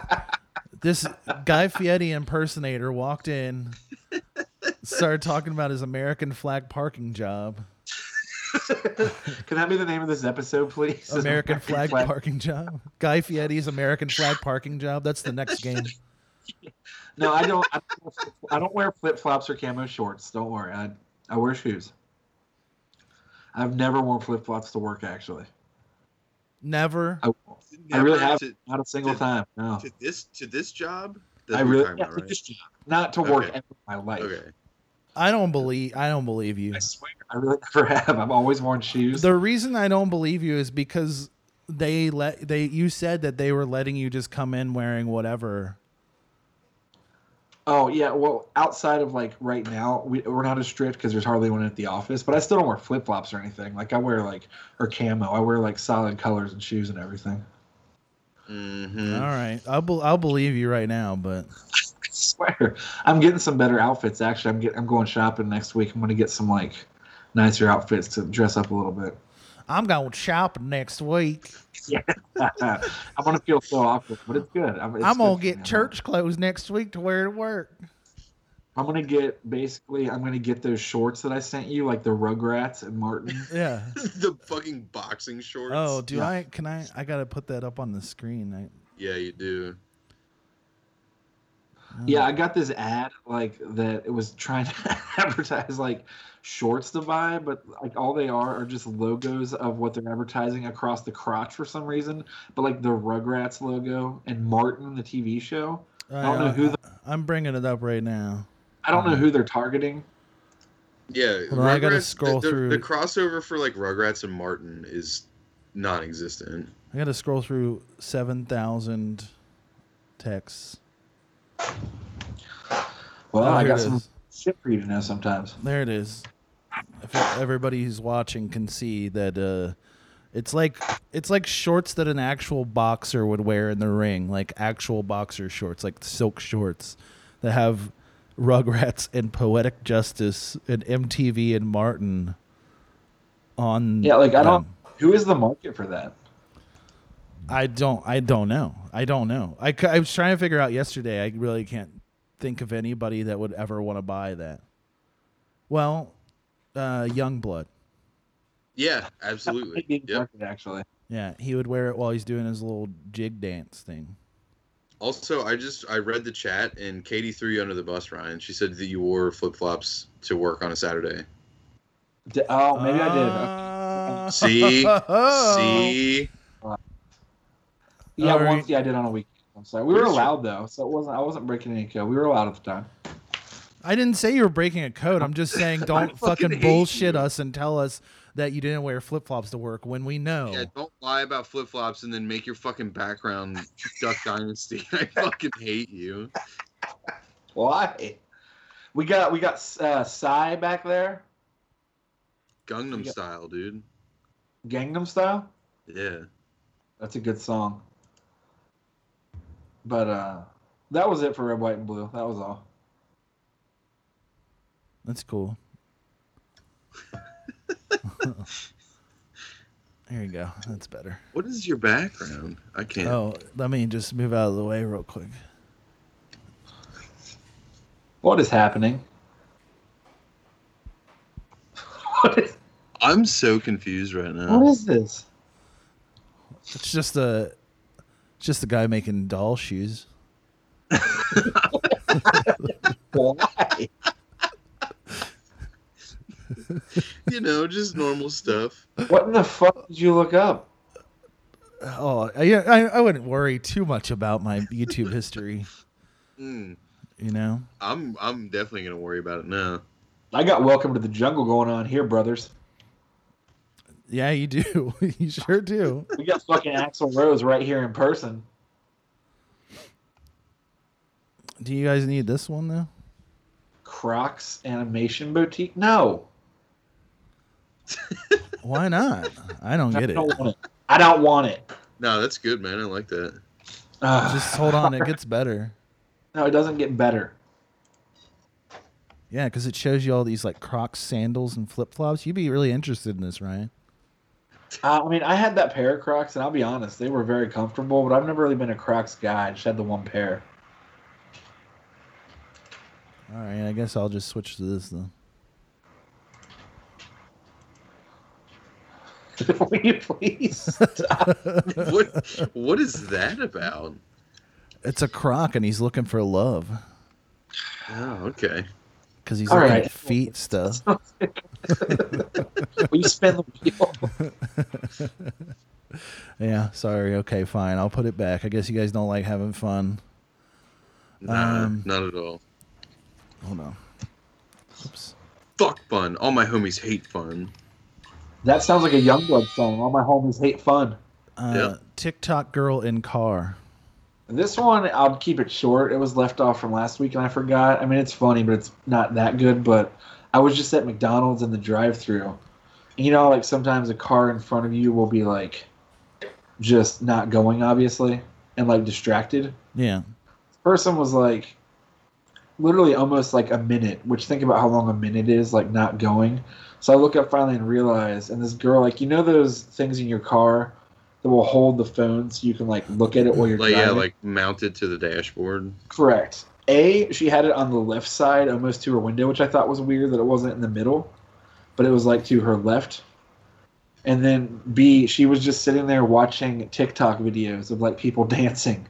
B: this Guy Fieri impersonator walked in, started talking about his American flag parking job.
C: Can that be the name of this episode, please?
B: American flag parking job. Guy Fieri's American flag parking job. That's the next game.
C: No, I don't. I don't, I don't wear flip flops or camo shorts. Don't worry. I I wear shoes. I've never worn flip flops to work. Actually,
B: Never.
C: I, I
A: Never
C: really have-
A: to,
C: not a single
A: Did-
C: time. No.
A: to this to this job.
C: I
A: That's what you're
C: really
A: talking about,
C: yeah, just job, not to work
A: Okay.
C: ever in my life.
A: Okay.
B: I don't believe I don't believe you.
C: I swear, I really never have. I've always worn shoes.
B: The reason I don't believe you is because they let they you said that they were letting you just come in wearing whatever.
C: oh yeah, well, outside of like right now, we, we're not as strict because there's hardly one at the office. But I still don't wear flip flops or anything. Like I wear like or camo. I wear like solid colors and shoes and everything. Mm.
A: Mm-hmm.
B: All right, I'll bel I'll believe you right now, but
C: I swear, I'm getting some better outfits. Actually, I'm getting I'm going shopping next week. I'm gonna get some like nicer outfits to dress up a little bit.
B: I'm going shopping next week.
C: I'm gonna feel so awkward, but it's good. I'm, it's
B: I'm gonna
C: good for me.
B: get
C: I'm-
B: church clothes next week to wear to work.
C: I'm gonna get basically. I'm gonna get those shorts that I sent you, like the Rugrats and Martin.
B: Yeah.
A: the fucking boxing shorts.
B: Oh, do
C: Yeah.
B: I? Can I? I gotta put that up on the screen. I,
A: yeah, you do.
C: Yeah, I got this ad like that it was trying to advertise like shorts to buy, but like all they are are just logos of what they're advertising across the crotch for some reason. But like the Rugrats logo and Martin the TV show.
B: uh, I
C: don't know who
B: I'm bringing it up right now.
C: I don't know who they're targeting.
A: Yeah,
B: Hold on, I gotta
A: Rugrats-
B: scroll
A: the, the-
B: through.
A: the crossover for like Rugrats and Martin is non-existent.
B: I got to scroll through 7,000 texts.
C: Well,
B: Oh,
C: I
B: here
C: got
B: it
C: some
B: is.
C: shit for you to know sometimes.
B: There it is. If e-, everybody who's watching can see that uh, it's like it's like shorts that an actual boxer would wear in the ring, like actual boxer shorts, like silk shorts that have Rugrats and Poetic Justice and MTV and Martin on.
C: Yeah, like I don't.
B: them.
C: Who is the market for that?
B: I don't. I don't know. I don't know. I, c- I was trying to figure out yesterday. I really can't think of anybody that would ever want to buy that. Well, uh, Youngblood.
A: Yeah,
C: Might
A: absolutely.
C: be the
A: Yep.
C: market, actually.
B: Yeah, he would wear it while he's doing his little jig dance thing.
A: Also, I just I read the chat and Katie threw you under the bus, Ryan. She said that you wore flip flops to work on a Saturday.
C: D- oh, maybe I did. Okay.
B: I
A: See,
C: Oh.
A: see,
C: Yeah,
B: All right.
C: once. Yeah, I did on a weekend. I'm sorry. We were
A: Pretty sure-
C: allowed though, so it wasn't. I wasn't breaking any code. We were allowed at the time.
B: I didn't say you were breaking a code. I'm just saying
A: I
B: don't
A: fucking
B: fucking,
A: hate
B: bullshit
A: you.
B: us and tell us that you didn't wear flip flops to work when we know.
C: Oh.
A: yeah, don't lie about flip flops and then make your fucking background Duck Dynasty. I fucking hate you.
C: Why? We got we got uh, Psy back there,
A: Gangnam
C: Yeah.
A: style, dude.
C: Gangnam Style.
A: Yeah.
C: That's a good song. But uh, that was it for Red, White, and Blue. That was all.
B: That's cool. there you go. That's better.
A: What is your background? I can't.
B: Oh, let me just move out of the way real quick.
C: What is happening? what is
A: I'm so confused right now.
C: what is this?
B: It's just a, it's just a guy making doll shoes.
C: Why?
A: you know, just normal stuff.
C: What in the fuck did you look up?
B: Oh, I, I, I wouldn't worry too much about my YouTube history.
A: Mm,
B: You know,
A: I'm I'm definitely gonna worry about it now.
C: I got Welcome to the Jungle going on here, brothers.
B: yeah, you do. you sure do.
C: We got fucking Axl Rose right here in person.
B: Do you guys need this one though?
C: Crocs Animation Boutique? No.
B: Why not? I don't
C: I
B: get it.
C: don't want it. I don't want it.
A: No, that's good, man. I like that.
C: Ugh.
B: Just hold on. It gets better.
C: no, it doesn't get better.
B: Yeah, because it shows you all these like Crocs sandals and flip flops. You'd be really interested in this, Ryan.
C: Uh, I mean, I had that pair of Crocs, and I'll be honest, they were very comfortable, but I've never really been a Crocs guy. I just had the one pair.
B: All right, I guess I'll just switch to this then.
C: Will you please stop?
A: What what is that about?
B: It's a Croc, and he's looking for love
A: Oh, okay.
B: because he's
C: All
B: looking at
C: right.
B: feet stuff.
C: Will you spin the wheel?
B: Yeah, sorry. Okay, fine. I'll put it back. I guess you guys don't like having fun.
A: Nah,
B: Um,
A: not at all.
B: Hold on. Oops.
A: Fuck fun. All my homies hate fun.
C: That sounds like a Youngblood song. All my homies hate fun.
B: Uh,
A: Yep.
B: TikTok girl in car.
C: This one, I'll keep it short. It was left off from last week, and I forgot. I mean, it's funny, but it's not that good. But I was just at McDonald's in the drive-through. You know, like sometimes a car in front of you will be like, just not going, obviously, and like distracted.
B: Yeah.
C: Person was like, literally almost like a minute. Which think about how long a minute is, like not going. So I look up finally and realize, and this girl, like you know those things in your car that will hold the phone so you can like look at it while you're
A: Like yeah,
C: driving.
A: like mounted to the dashboard.
C: Correct. A, she had it on the left side, almost to her window, which I thought was weird that it wasn't in the middle, but it was like to her left. And then B, she was just sitting there watching TikTok videos of like people dancing.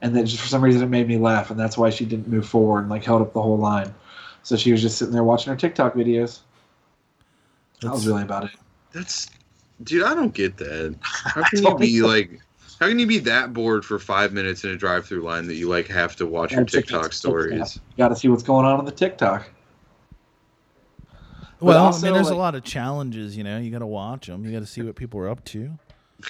C: and then just for some reason it made me laugh, and that's why she didn't move forward and like held up the whole line. So she was just sitting there watching her TikTok videos. That was
B: That's-
C: really about it.
A: That's, dude, I don't get that. How can you
C: don't
A: be
C: either.
A: like, how can you be that bored for five minutes in a drive-through line that you like have to watch your
C: Gotta check out
A: TikTok
C: the TikTok.
A: stories?
C: Got to see what's going on on the TikTok. But
B: Well, I
C: also,
B: mean, there's
C: like-
B: a lot of challenges. You know, you got to watch them. You got to see what people are up to.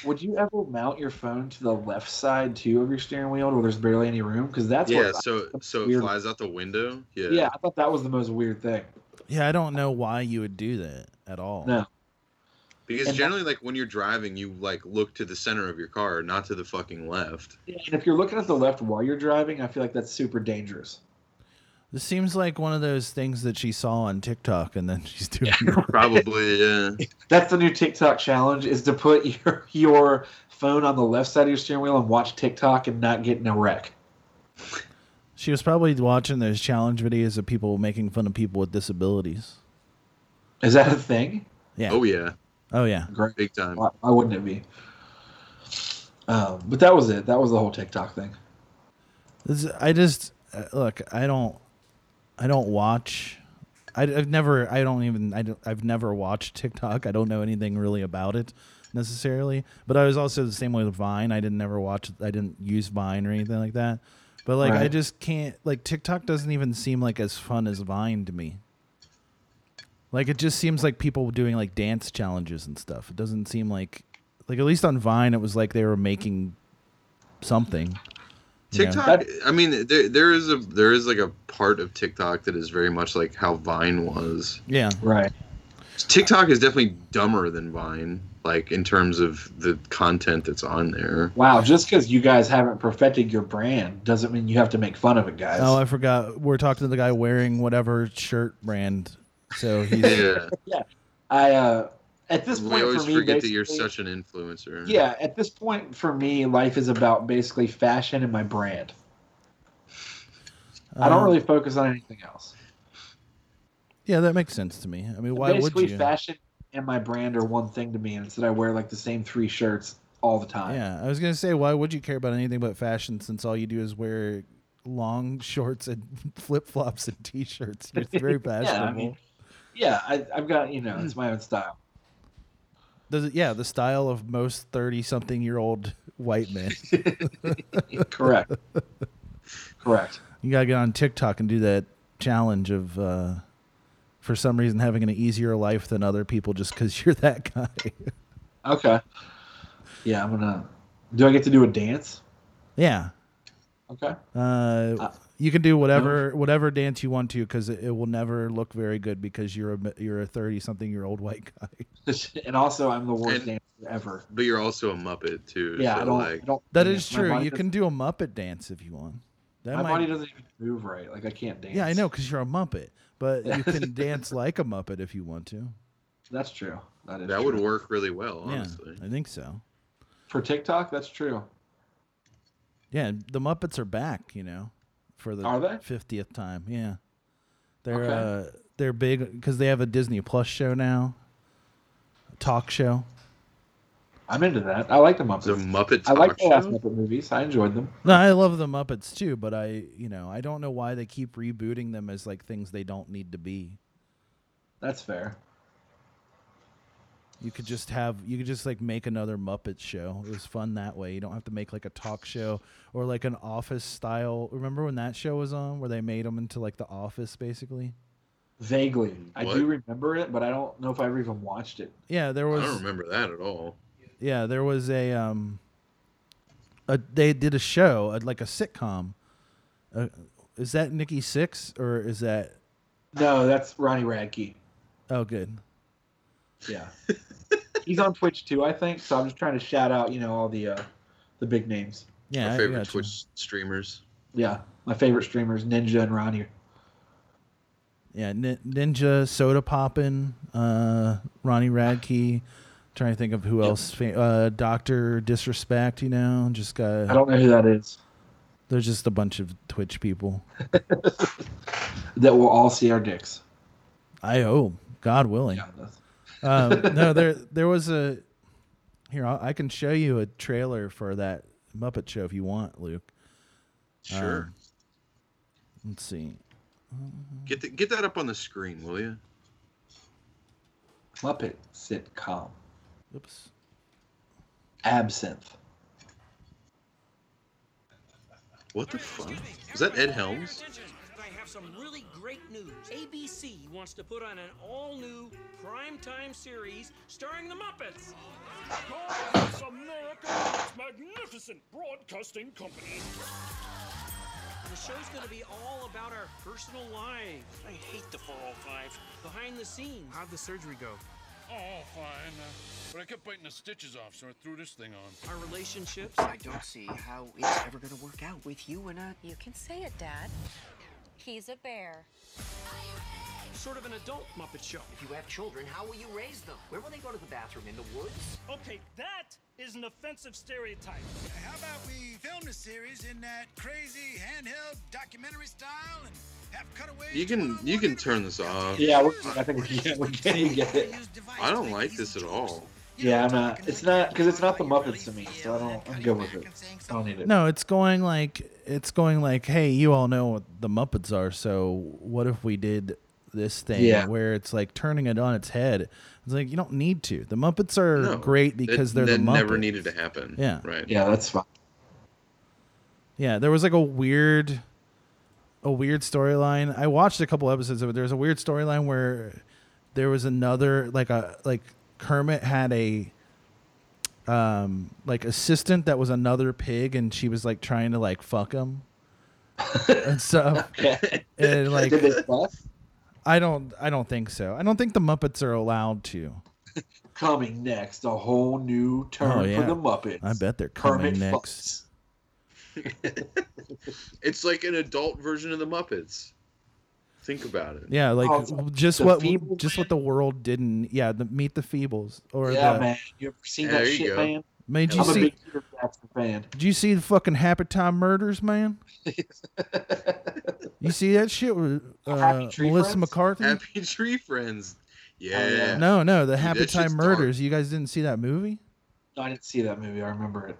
C: Would you ever mount your phone to the left side too of your steering wheel, where there's barely any room? Because that's
A: yeah,
C: what.
A: so so it
C: weird.
A: flies out the window. Yeah.
C: yeah, I thought that was the most weird thing.
B: Yeah, I don't know why you would do that at all.
C: No.
A: Because
C: And that-
A: generally, like when you're driving, you like look to the center of your car, not to the fucking left.
C: And if you're looking at the left while you're driving, I feel like that's super dangerous.
B: This seems like one of those things that she saw on TikTok and then she's doing.
A: Probably, uh, yeah.
C: That's the new TikTok challenge: is to put your your phone on the left side of your steering wheel and watch TikTok and not get in a wreck.
B: She was probably watching those challenge videos of people making fun of people with disabilities.
C: Is that a thing?
B: Yeah.
A: Oh yeah,
B: Oh yeah.
C: Great.
A: big time.
C: Why, why wouldn't it be? Um, but that was it. That was the whole TikTok thing.
B: This, I just uh, look. I don't. I don't watch. I, I've never. I don't even. I don't, I've never watched TikTok. I don't know anything really about it necessarily. But I was also the same way with Vine. I didn't never watch. I didn't use Vine or anything like that. But like, I
C: Right.
B: just can't. Like TikTok doesn't even seem like as fun as Vine to me. Like it just seems like people doing like dance challenges and stuff. It doesn't seem like like at least on Vine it was like they were making something. you know?
A: TikTok. I mean, there there is a there is like a part of TikTok that is very much like how Vine was.
B: Yeah.
C: Right.
A: TikTok is definitely dumber than Vine, like in terms of the content that's on there.
C: Wow. Just because you guys haven't perfected your brand doesn't mean you have to make fun of it, guys.
B: Oh, I forgot. We're talking to the guy wearing whatever shirt brand. So he's
A: Yeah,
C: I uh, at this
A: we
C: point
A: always
C: for me,
A: forget that you're
C: basically-
A: such an influencer.
C: Yeah, at this point for me, life is about basically fashion and my brand. I don't
B: um,
C: really focus on anything else.
B: Yeah, that makes sense to me. I mean, why would
C: basically,
B: you?
C: fashion and my brand are one thing to me, and it's that I wear like the same three shirts all the time.
B: Yeah, I was gonna say, why would you care about anything but fashion since all you do is wear long shorts and flip flops and t-shirts? You're very fashionable.
C: I mean- Yeah, I, I've got you know, it's my own style.
B: Does it, yeah, the style of most thirty-something-year-old white men.
C: Correct. Correct.
B: you gotta get on TikTok and do that challenge of, uh, for some reason, having an easier life than other people just because you're that guy.
C: Okay. Yeah, I'm gonna. Do I get to do a dance?
B: yeah,
C: Okay.
B: Uh, you can do whatever whatever dance you want to because it, it will never look very good because you're a mi- you're a thirty something year old white guy.
C: and also, I'm the worst
A: And-
C: dancer ever.
A: but you're also a Muppet too.
C: Yeah,
A: so
C: I don't.
A: like,
C: I don't
B: That
C: dance.
B: is
C: My
B: true.
C: body
B: You
C: doesn't-
B: can do a Muppet dance if you want. That
C: My
B: might,
C: body doesn't even move right. Like I can't dance.
B: yeah, I know because you're a Muppet, but you can dance like a Muppet if you want to.
C: That's true. That is
A: that would
C: true.
A: work really well,
B: yeah,
A: honestly.
B: I think so.
C: for TikTok. That's true.
B: Yeah, the Muppets are back. You know, for
C: Are they?
B: the fiftieth time. Yeah, they're
C: Okay.
B: uh, they're big because they have a Disney Plus show now, talk show.
C: I'm into that. I like the Muppets.
A: The Muppet
C: I
A: Talk
C: like the last
A: Show?
C: Muppet movies. I enjoyed them.
B: No, I love the Muppets too, but I, you know, I don't know why they keep rebooting them as like things they don't need to be.
C: That's fair.
B: You could just have, you could just like make another Muppet show. It was fun that way. You don't have to make like a talk show or like an office style. Remember when that show was on where they made them into like the office basically?
C: Vaguely, I
A: What?
C: do remember it, but I don't know if I ever even watched it.
B: Yeah, there
A: I
B: was,
A: don't remember that at all.
B: yeah, there was a, um, a, they did a show, a, like a sitcom. Uh, is that Nikki Six or is that,
C: No, that's Ronnie Radke.
B: oh, good.
C: Yeah, he's on Twitch too, I think. So I'm just trying to shout out, you know, all the uh, the big names.
B: Yeah,
A: My
B: I
A: favorite
B: gotcha.
A: Twitch streamers.
C: Yeah, my favorite streamers, Ninja and Ronnie.
B: Yeah, Nin- Ninja, Soda Poppin', uh, Ronnie Radke. Trying to think of who else. Fa- uh, Doctor Disrespect. You know, just
C: I
B: got.
C: don't know who that is.
B: There's just a bunch of Twitch people.
C: That will all see our dicks.
B: I oh, God willing.
C: Yeah, that's-
B: Um, no, there there was a. Here, i I can show you a trailer for that Muppet Show if you want, Luke.
E: Sure.
B: Um, let's see.
E: get the, get that up on the screen, will you?
C: Muppet sitcom.
B: Oops.
C: Absinthe.
E: What the fuck?
F: Excuse me,
E: Is that Ed
F: everybody pay your
E: Helms?
F: attention. I have some really great news. ABC wants to put on an all-new primetime series starring the Muppets.
G: It's America, it's magnificent broadcasting company.
F: The show's going to be all about our personal lives. I hate the 405. Behind the scenes.
H: How'd the surgery go?
G: Oh, fine. uh, But I kept biting the stitches off, so I threw this thing on.
F: Our relationships.
D: I don't see how it's ever gonna work out with you and I.
I: You can say it, Dad. He's a bear.
F: Sort of an adult Muppet show.
D: If you have children, how will you raise them? Where will they go to the bathroom? In the woods?
G: Okay, that is an offensive stereotype.
J: How about we film the series in that crazy handheld documentary style and have cutaways?
E: You can you can turn this off.
C: Yeah, we're, I think we can, we can get it.
E: Oh. I don't like this at all.
C: Yeah, I'm not. It's not because it's not the Muppets to me, so I don't. I'm good with it. I don't need it.
B: No, it's going like it's going like, hey, you all know what the Muppets are, so what if we did this thing
C: Yeah.
B: where it's like turning it on its head? It's like you don't need to. The Muppets are
E: No,
B: great because
E: that,
B: they're the
E: that
B: Muppets.
E: never needed to happen.
B: Yeah.
E: Right.
C: Yeah, that's fine.
B: Yeah, there was like a weird, a weird storyline. I watched a couple episodes of it. There was a weird storyline where there was another like a like Kermit had a um like assistant that was another pig, and she was like trying to like fuck him and stuff. And like
C: Did they buff?
B: I don't I don't think so. I don't think the Muppets are allowed to.
C: Coming next, a whole new turn
B: Oh, yeah.
C: for the Muppets.
B: I bet they're coming
C: Kermit
B: next.
C: fucks.
E: It's like an adult version of the Muppets. Think about it.
B: Yeah, like
C: Oh,
B: just
C: the
B: what
C: Feeble
B: just what the world didn't. Yeah, the Meet the Feebles or
C: yeah,
B: the
C: man. You ever seen
E: There
C: that
E: you
C: shit,
E: go.
C: man?
B: man. Did you
C: I'm a
B: see
C: big Peter Jackson fan.
B: Did you see the fucking Happy Time Murders, man? you see that shit with uh,
C: Happy Tree
B: Melissa
C: Friends?
B: McCarthy?
E: Happy Tree Friends. Yeah.
C: Oh, yeah.
B: No, no, the
E: Dude,
B: Happy
E: that shit's
B: Time Murders. You guys didn't see that movie?
C: No, I didn't see that movie. I remember it.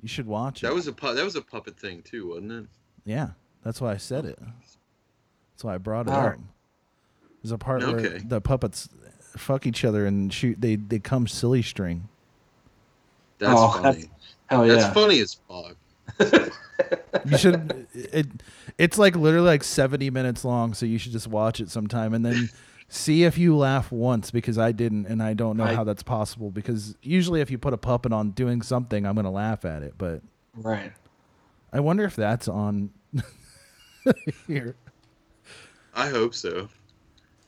B: You should watch it.
E: That was a pu- that was a puppet thing too, wasn't it?
B: yeah. That's why I said it. That's why I brought it
C: Alright.
B: up. There's a part where
E: Ah. Okay.
B: the puppets fuck each other and shoot. They they come silly string.
E: That's
C: Oh,
E: funny.
C: that's-
E: That's,
C: Hell yeah.
E: funny as fuck.
B: You should. it it's like literally like 70 minutes long, so you should just watch it sometime and then see if you laugh once because I didn't, and I don't know
C: I-
B: how that's possible because usually if you put a puppet on doing something, I'm gonna laugh at it. But
C: Right.
B: I wonder if that's on here.
E: I hope so.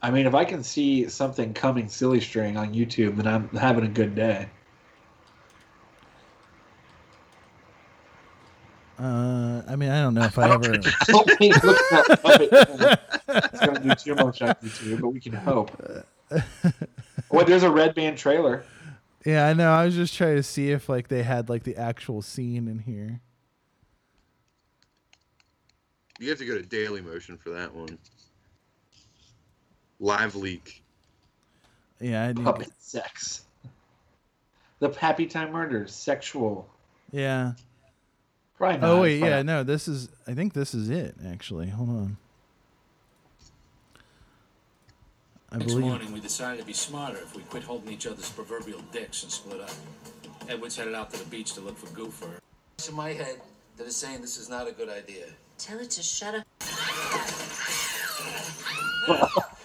C: I mean, if I can see something coming silly string on YouTube, then I'm having a good day.
B: Uh, I mean, I don't know if I ever.
C: Don't make me look that puppet. It's gonna do too much on YouTube, but we can hope. Well, there's a Red Band trailer.
B: Yeah, I know. I was just trying to see if like they had like the actual scene in here.
E: You have to go to Daily Motion for that one. Live leak.
B: Yeah, I need,
C: Puppet sex. The Happy Time Murders, sexual.
B: yeah.
C: Probably not.
B: Oh wait,
C: Probably
B: yeah,
C: not.
B: no, this is. I think this is it. Actually, hold on. I
K: Next
B: believe.
K: morning, we decided it'd be smarter if we quit holding each other's proverbial dicks and split up. Edward's headed out to the beach to look for Goofer. It's in my head that is saying this is not a good idea.
I: Tell it to shut up.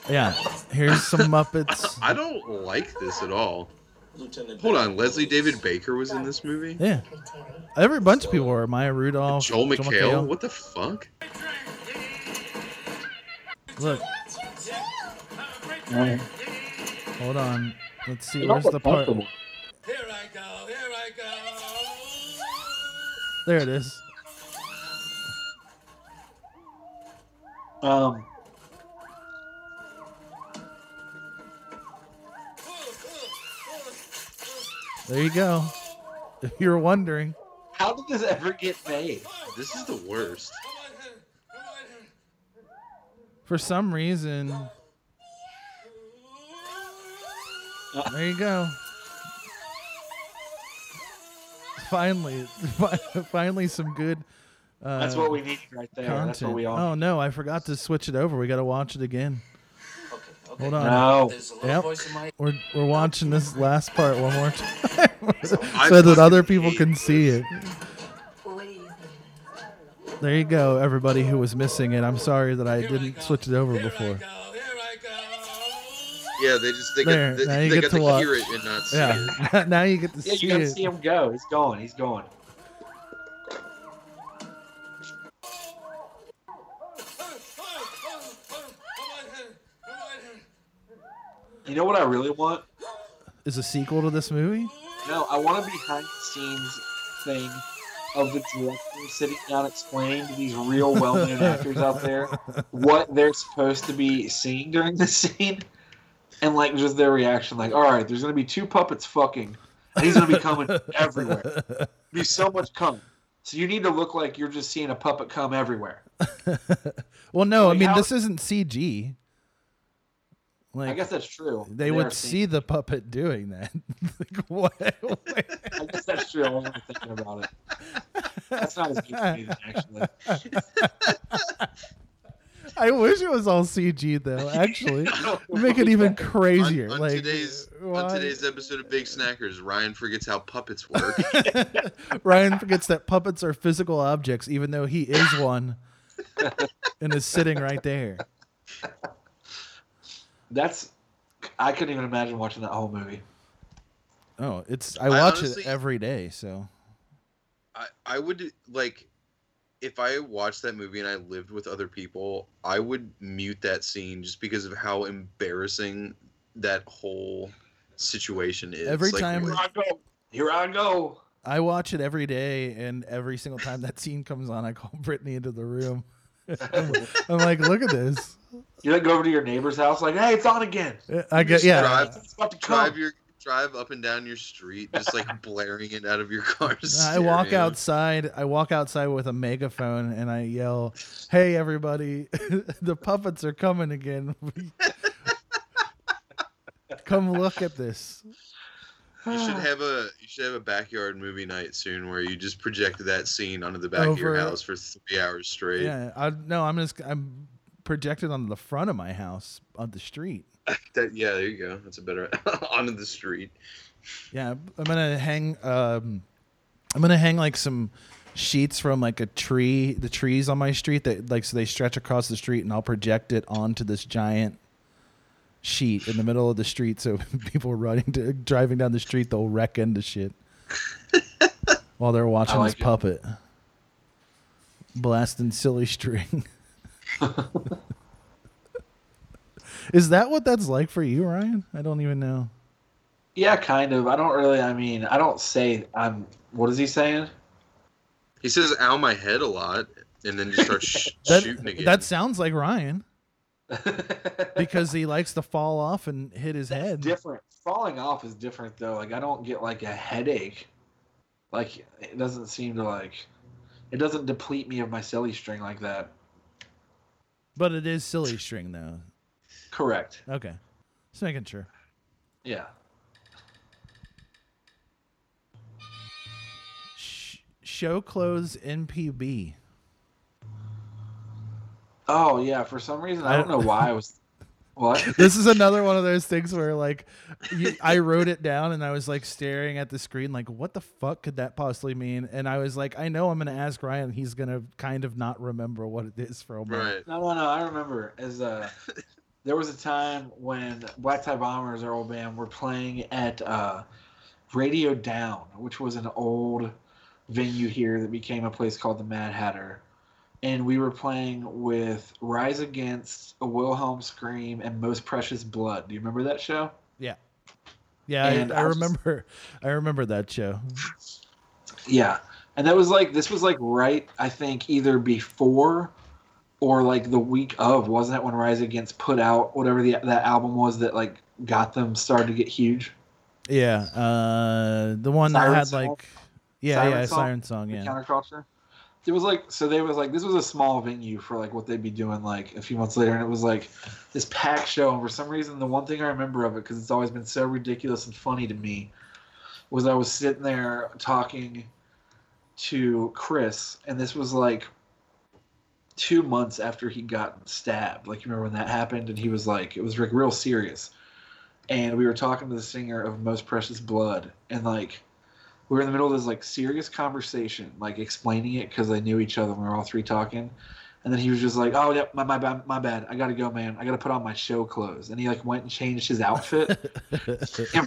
B: Yeah, here's some Muppets.
E: I don't like this at all.
K: Lieutenant.
E: Hold
K: Baker
E: on, Leslie
K: believes-
E: David Baker was in this movie.
B: Yeah, every bunch of people are Maya Rudolph,
E: Joel McHale.
B: McHale.
E: What the fuck?
B: Look,
C: Right.
B: hold on. Let's see.
C: They
B: Where's
C: don't
B: the
C: look
B: part?
C: comfortable.
K: Here I go, here I go.
B: There it is.
C: Um,
B: There you go. If you were wondering,
C: how did this ever get made?
E: This is the worst.
B: for some reason. There you go. Finally, fi- finally, some good Uh,
C: That's what we need right there. That's what we all.
B: Oh no, I forgot to switch it over. We got to watch it again. Okay, Hold on.
C: No.
K: There's a little
B: Yep.
K: voice in my-
B: We're we're watching this last part one more time,
K: I
B: so that other
K: fucking
B: people
K: hate
B: can see it. There you go, everybody who was missing it. I'm sorry that I didn't switch it over before.
A: Yeah, they just they
B: There,
A: got, they,
B: now you
A: they
B: get
A: got
B: to
A: to,
B: watch.
A: hear it and not see it.
B: Yeah, now you get to
C: Yeah,
B: see
C: you gotta
B: it.
C: see him go. He's going. He's going. You know what I really want?
B: Is a sequel to this movie?
C: No, I want a behind the scenes thing of the director sitting down explaining to these real well known actors out there what they're supposed to be seeing during the scene and like just their reaction like, all right, there's gonna be two puppets fucking and he's gonna be coming everywhere. Be so much coming. So you need to look like you're just seeing a puppet come everywhere.
B: Well, no, I
C: Like,
B: mean
C: how-
B: this isn't CG. Like
C: I guess that's true.
B: they
C: are
B: would
C: seeing-
B: see the puppet doing that. like what?
C: I guess that's true. I wasn't thinking about it. That's not as good to me, actually.
B: I wish it was all CG though. Actually, make it even crazier.
A: On, on
B: like
A: today's on
B: why-
A: today's episode of Big Snackers, Ryan forgets how puppets work.
B: Ryan forgets that puppets are physical objects, even though he is one, and is sitting right there.
C: That's I couldn't even imagine watching that whole movie.
B: Oh, it's I
A: I
B: watch
A: honestly-
B: it every day. So
A: I, I would like if I watched that movie and I lived with other people, I would mute that scene just because of how embarrassing that whole situation is.
B: Every
A: Like,
B: time-
A: what-
C: Here I go. Here I go.
B: I watch it every day, and every single time that scene comes on, I call Brittany into the room. I'm, I'm like, look at this.
C: You like go over to your neighbor's house, like, hey, it's on again.
B: I get
A: just
B: yeah.
A: drive-
C: It's about to
A: drive
C: come.
A: your drive up and down your street, just like blaring it out of your car.
B: I walk
A: stereo.
B: outside. I walk outside with a megaphone and I yell, "Hey, everybody! the puppets are coming again! Come look at this!"
A: You
B: Ah.
A: should have a you should have a backyard movie night soon where you just project that scene onto the back of your
B: Over-
A: house for three hours straight.
B: Yeah, I no, I'm just I'm projected on the front of my house on the street.
A: That- yeah, there you go. That's a better onto the street.
B: Yeah, I'm gonna hang. Um, I'm gonna hang like some sheets from like a tree, the trees on my street that like so they stretch across the street, and I'll project it onto this giant sheet in the middle of the street, so people running to driving down the street, they'll wreck into shit while they're watching
C: I
B: this
C: like it.
B: puppet blasting silly string. Is that what that's like for you, Ryan? I don't even know.
C: Yeah, kind of. I don't really. I mean, I don't say I'm. What is he saying?
A: He says "ow my head" a lot, and then just starts sh-
B: That,
A: shooting again.
B: that sounds like Ryan
C: It's
B: because he likes to fall off and hit his head.
C: different. Falling off is different though. Like I don't get like a headache. Like it doesn't seem to like. It doesn't deplete me of my silly string like that.
B: But it is silly string though.
C: Correct.
B: Okay. Just making sure.
C: Yeah.
B: Sh- show close NPB.
C: Oh yeah. For some reason, I don't know why I was. What?
B: This is another one of those things where like you, I wrote it down and I was like staring at the screen like what the fuck could that possibly mean? And I was like I know I'm going to ask Ryan he's going to kind of not remember what it is for a moment.
A: right.
C: No, no, no. I remember. As uh, there was a time when Black Tie Bombers, our old band, were playing at uh, Radio Down, which was an old venue here that became a place called the Mad Hatter, and we were playing with Rise Against, A Wilhelm Scream, and Most Precious Blood. Do you remember that show?
B: Yeah, I,
C: And
B: I
C: I was-
B: remember I remember that show.
C: Yeah. And that was like this was like right I think either before or like the week of wasn't that when Rise Against put out whatever the that album was that like got them started to get huge.
B: Yeah, uh, the one that
C: Siren
B: had
C: Song?
B: like, yeah,
C: Siren
B: yeah,
C: Song?
B: siren song,
C: The
B: yeah,
C: counterculture. It was like so they was like this was a small venue for like what they'd be doing like a few months later and it was like this packed show and for some reason the one thing I remember of it because it's always been so ridiculous and funny to me was I was sitting there talking to Chris, and this was like two months after he got stabbed. Like you remember when that happened, and he was like, it was like real serious. And we were talking to the singer of Most Precious Blood, and like we were in the middle of this like serious conversation, like explaining it because they knew each other. and We were all three talking, and then he was just like, "Oh yeah, my my bad, my bad. I gotta go, man. I gotta put on my show clothes." And he like went and changed his outfit. and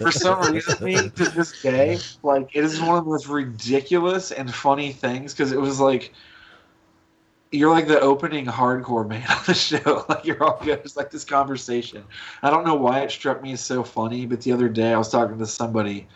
C: for some reason, me to this day, like it is one of the most ridiculous and funny things because it was like you're like the opening hardcore man on the show. Like you're all good. It's like this conversation. I don't know why it struck me as so funny, but the other day I was talking to somebody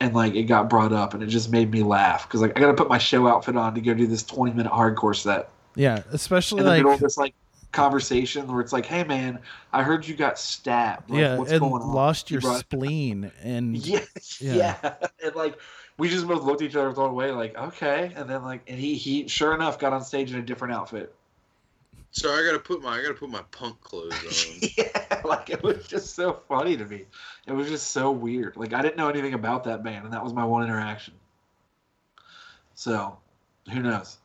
C: and like it got brought up and it just made me laugh because like I gotta put my show outfit on to go do this 20 minute hardcore set
B: Yeah,
C: in
B: especially
C: the middle
B: like
C: of this like conversation where it's like, hey man, I heard you got stabbed. Like,
B: yeah,
C: what's
B: and
C: going on?
B: lost
C: You
B: your
C: brought-
B: spleen and
C: yeah,
B: Yeah.
C: yeah. And like we just both looked at each other with one way, like, okay. And then like and he he sure enough got on stage in a different outfit.
A: So I gotta put my I gotta put my punk clothes on.
C: yeah. Like it was just so funny to me. It was just so weird. Like I didn't know anything about that band and that was my one interaction. So who knows?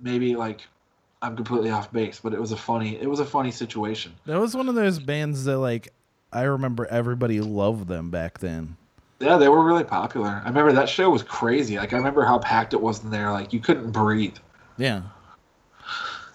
C: Maybe like I'm completely off base, but it was a funny it was a funny situation.
B: that was one of those bands that like I remember everybody loved them back then.
C: Yeah, they were really popular. I remember that show was crazy. Like I remember how packed it was in there. Like you couldn't breathe,
B: Yeah,